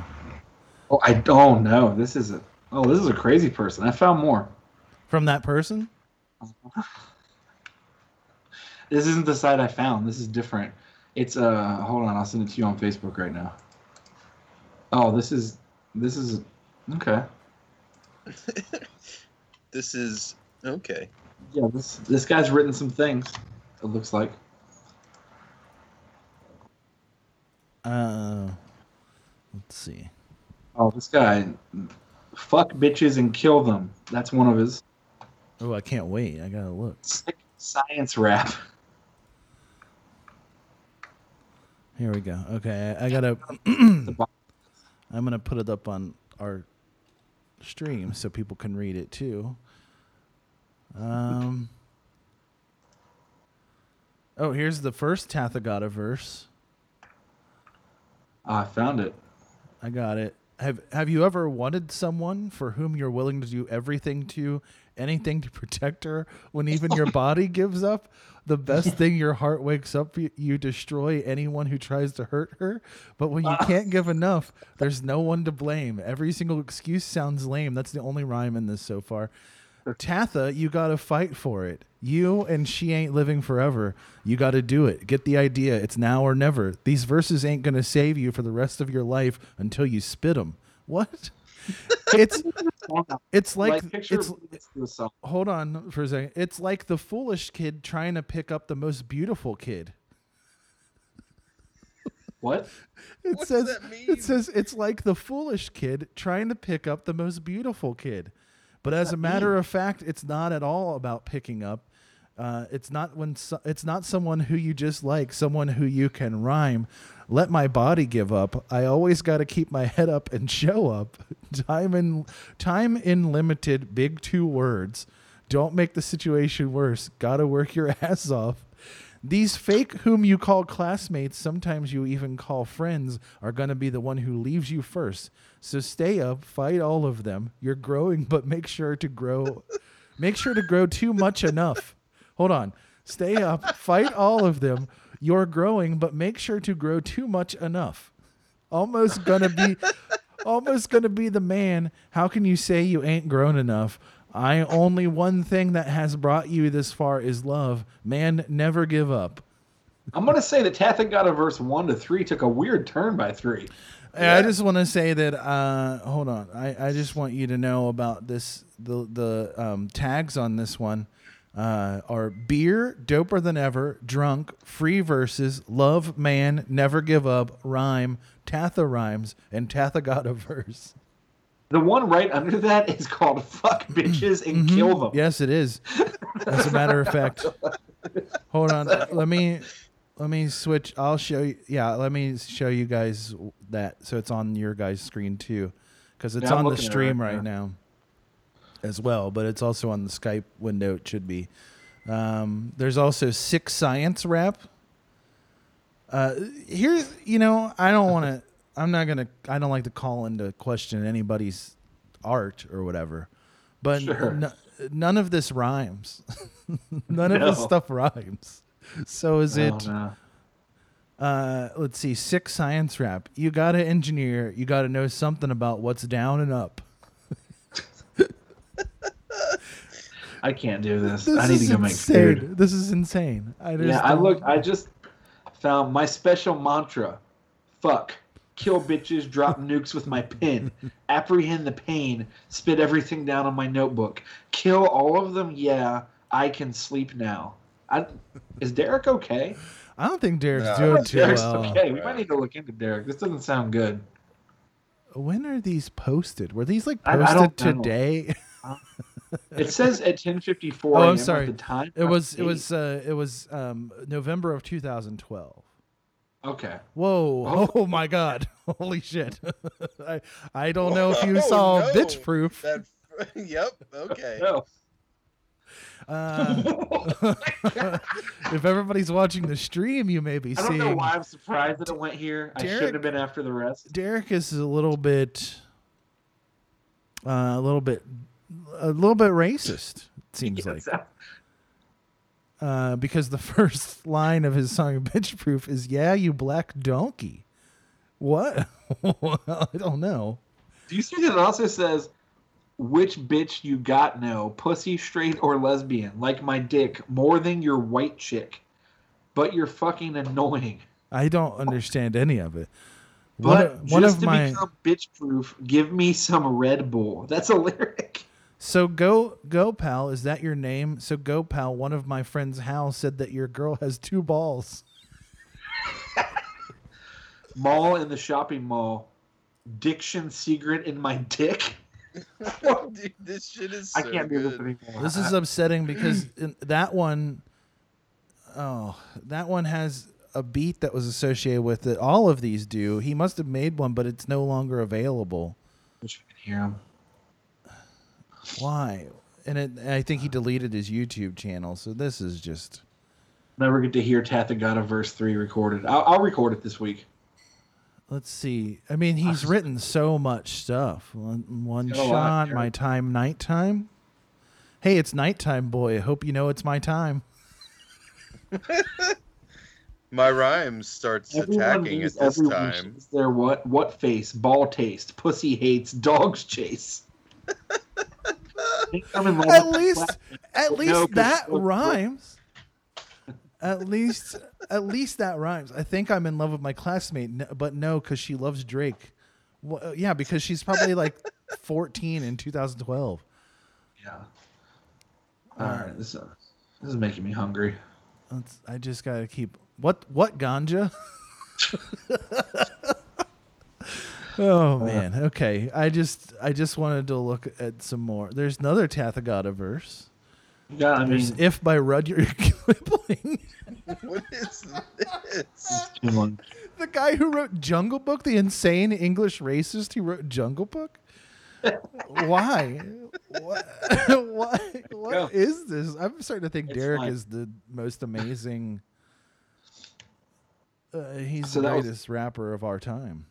C: Oh, I don't know. This is a. Oh, this is a crazy person. I found more.
B: From that person?
C: This isn't the site I found. This is different. It's uh. Hold on. I'll send it to you on Facebook right now. Oh, this is. This is. Okay.
A: This is okay.
C: Yeah. This this guy's written some things. It looks like.
B: Uh, let's see.
C: Oh, this guy. Fuck bitches and kill them. That's one of his
B: Oh, I can't wait. I gotta look.
C: sick science rap.
B: Here we go. Okay, I I gotta. Hmm. I'm gonna put it up on our stream so people can read it too. Um. Oh, here's the first Tathagata verse.
C: Oh, I found it.
B: I got it. Have Have you ever wanted someone for whom you're willing to do everything to, anything to protect her, when even your body gives up? The best thing your heart wakes up, you, you destroy anyone who tries to hurt her. But when you can't give enough, there's no one to blame. Every single excuse sounds lame. That's the only rhyme in this so far. Tatha, you gotta fight for it. You and she ain't living forever. You gotta do it. Get the idea. It's now or never. These verses ain't gonna save you for the rest of your life until you spit 'em. What? It's it's like,
C: picture
B: it's
C: the song.
B: hold on for a second. It's like the foolish kid trying to pick up the most beautiful kid.
C: What?
B: It
A: What
B: says
A: does that mean?
B: it says it's like the foolish kid trying to pick up the most beautiful kid. But as a matter of fact, it's not at all about picking up. Uh, it's not when so, it's not someone who you just like, someone who you can rhyme. Let my body give up. I always got to keep my head up and show up. Time in time in limited big two words. Don't make the situation worse. Got to work your ass off. These fake whom you call classmates, sometimes you even call friends, are going to be the one who leaves you first. So stay up, fight all of them. You're growing, but make sure to grow make sure to grow too much enough. Hold on. Stay up, fight all of them. You're growing, but make sure to grow too much enough. Almost going to be almost going to be the man. How can you say you ain't grown enough? I only one thing that has brought you this far is love. Man, never give up.
C: I'm gonna say that Tathagata verse one to three took a weird turn by three.
B: Hey, I just want to say that. Uh, hold on, I, I just want you to know about this. The the um, tags on this one uh, are beer, doper than ever, drunk, free verses, love, man, never give up, rhyme, tatha rhymes, and tathagata verse.
C: The one right under that is called "Fuck Bitches and
B: Mm-hmm.
C: Kill Them."
B: Yes, it is. As a matter of fact, hold on. Let me let me switch. I'll show you. Yeah, let me show you guys that. So it's on your guys' screen too, because it's
C: Yeah, I'm
B: on the
C: looking at it
B: stream
C: right
B: right now as well. But it's also on the Skype window. It should be. Um, there's also six science rap. Uh, here's you know I don't want to. I'm not gonna. I don't like to call into question anybody's art or whatever. But
C: Sure.
B: n- none of this rhymes. none of this
C: No.
B: stuff rhymes. So is
C: Oh,
B: it?
C: no.
B: Uh, let's see. Six science rap. You gotta engineer. You gotta know something about what's down and up.
C: I can't do this.
B: This
C: I need
B: is
C: to go make
B: insane.
C: food.
B: This is insane. I just
C: Yeah, I
B: don't-
C: look. I just found my special mantra. Fuck kill bitches, drop nukes with my pen, apprehend the pain, spit everything down on my notebook, kill all of them. Yeah, I can sleep now. I, is Derek okay?
B: I don't think Derek's
C: I
B: doing
C: don't
B: too
C: know if Derek's
B: well.
C: okay. We might need to look into Derek. This doesn't sound good.
B: When are these posted? Were these like
C: I- I
B: posted
C: don't know.
B: today?
C: It says at ten fifty four.
B: Oh, I'm sorry.
C: The time
B: It
C: of
B: was it
C: date.
B: was uh, it was um, November of 2012.
C: okay.
B: Whoa! Oh, my God! Holy shit! I I don't know if
C: Oh,
B: you saw
A: no.
B: bitch proof.
A: That, yep. Okay.
C: No. Oh
B: Uh, if everybody's watching the stream, you may be
C: I don't know
B: seeing
C: why I'm surprised that it went here. I
B: Derek-
C: shouldn't have been after the rest.
B: Derek is a little bit, uh, a little bit, a little bit racist. It seems like uh, because the first line of his song "Bitch Proof" is "Yeah, you black donkey." What? I don't know.
C: Do you see that it also says which bitch you got no pussy straight or lesbian like my dick more than your white chick but you're fucking annoying
B: I don't understand any of it.
C: but
B: one, one
C: just
B: of
C: to
B: my
C: become bitch proof give me some red bull that's a lyric
B: so go go pal. Is that your name? So go pal. One of my friends, Hal, said that your girl has two balls.
C: mall in the shopping mall diction secret in my dick
A: Dude, this shit is.
C: i
A: so
C: can't do
A: good.
C: this anymore
B: This is upsetting because in, that one, oh, that one has a beat that was associated with it. All of these do. He must have made one, but it's no longer available.
C: Wish I could hear him.
B: Why? And it, I think he deleted his YouTube channel. So this is just.
C: never get to hear tathagata verse 3 recorded I'll, I'll record it this week
B: Let's see. I mean, he's written so much stuff. One, one
C: Got a
B: shot,
C: lot,
B: my
C: Jared.
B: time, nighttime. Hey, it's nighttime, boy. I hope you know it's my time.
A: My rhyme starts attacking at
C: leaves
A: this
C: every week.
A: time.
C: Is there what what face? Ball taste. Pussy hates. Dogs chase. I'm in love
B: at
C: with
B: least at least
C: No, 'cause
B: that
C: look- look-
B: rhymes at least at least that rhymes i think i'm in love with my classmate n- but no because she loves drake well, uh, yeah because she's probably like 14 in 2012
C: Yeah. All right. This, uh, this is making me hungry.
B: That's, i just gotta keep what what ganja oh man okay i just i just wanted to look at some more there's another tathagata verse
C: Yeah, I mean,
B: there's if by rudyard kipling
A: What is this?
C: too long.
B: The guy who wrote Jungle Book, the insane English racist who wrote Jungle Book? Why? What, what,
C: Go.
B: what is this? I'm starting to think
C: It's
B: Derek
C: fine.
B: is the most amazing. Uh, he's
C: So
B: the
C: that was-
B: greatest rapper of our time.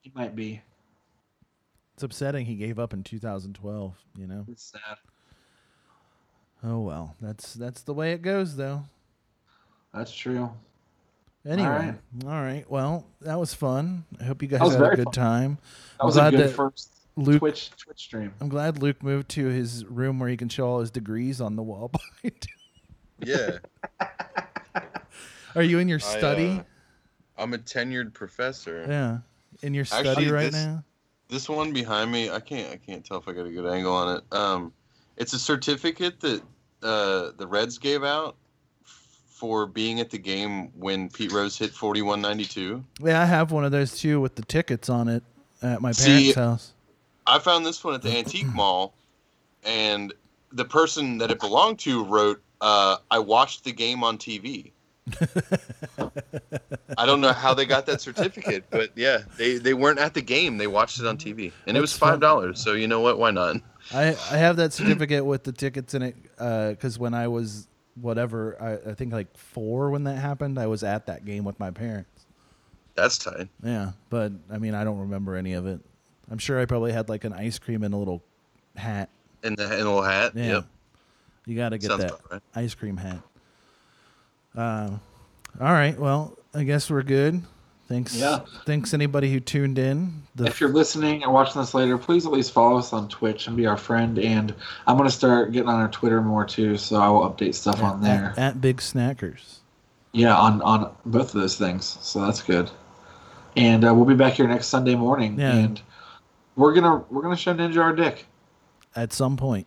C: he might be.
B: It's upsetting he gave up in 2012, you know?
C: It's sad.
B: Oh, well. That's that's the way it goes, though.
C: That's true.
B: Anyway, all right.
C: right.
B: Well, that was fun. I hope you guys
C: was
B: had a
C: very
B: good
C: fun.
B: time.
C: That
B: I'm
C: was a
B: glad
C: good
B: that
C: first
B: Luke
C: Twitch Twitch stream.
B: I'm glad Luke moved to his room where he can show all his degrees on the wall behind. him.
A: Yeah.
B: Are you in your
A: I, uh,
B: study?
A: I'm a tenured professor.
B: yeah, in your study
A: Actually,
B: right
A: this-
B: now.
A: This one behind me, I can't I can't tell if I got a good angle on it. Um, it's a certificate that uh, the Reds gave out f- for being at the game when Pete Rose hit 4192.
B: Yeah, I have one of those too with the tickets on it at my parents'
A: See-
B: house.
A: I found this one at the antique mall, and the person that it belonged to wrote, uh, "I watched the game on TV." I don't know how they got that certificate, but yeah, they, they weren't at the game. They watched it on TV, and it was
B: That's fun.
A: five dollars. So you know what? Why not?
B: I I have that certificate with the tickets in it because when I was whatever, I, I think like four when that happened, I was at that game with my parents.
A: That's tight.
B: Yeah, but I mean, I don't remember any of it. I'm sure I probably had like an ice cream and a little hat.
A: And the, and the little hat.
B: Yeah.
A: Yep.
B: You got to get
A: Sounds
B: that
A: about right.
B: ice cream hat. Um, all right. Well, I guess we're good. Thanks.
C: Yeah.
B: Thanks anybody who tuned in. The,
C: If you're listening and watching this later, please at least follow us on Twitch and be our friend. And I'm gonna start getting on our Twitter more too, so I will update stuff on there.
B: at, at Big Snackers.
C: Yeah, on on both of those things. So that's good. and uh, we'll be back here next Sunday morning.
B: Yeah.
C: And we're gonna we're gonna show Ninja our dick.
B: At some point,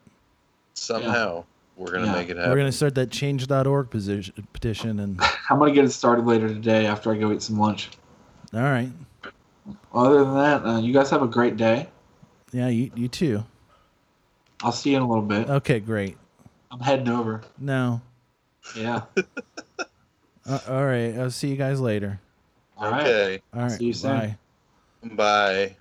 A: Somehow we're gonna
C: Yeah.
A: make it happen.
B: we're going to start that change.org position, petition. And
C: I'm gonna get it started later today after I go eat some lunch.
B: all right.
C: Other than that, uh, you guys have a great day.
B: Yeah, you, you too.
C: I'll see you in a little bit.
B: Okay, great.
C: I'm heading over.
B: No.
C: Yeah.
B: Uh, all right. I'll see you guys later.
C: All right.
A: okay.
B: All right.
C: See you soon.
B: Bye.
A: Bye.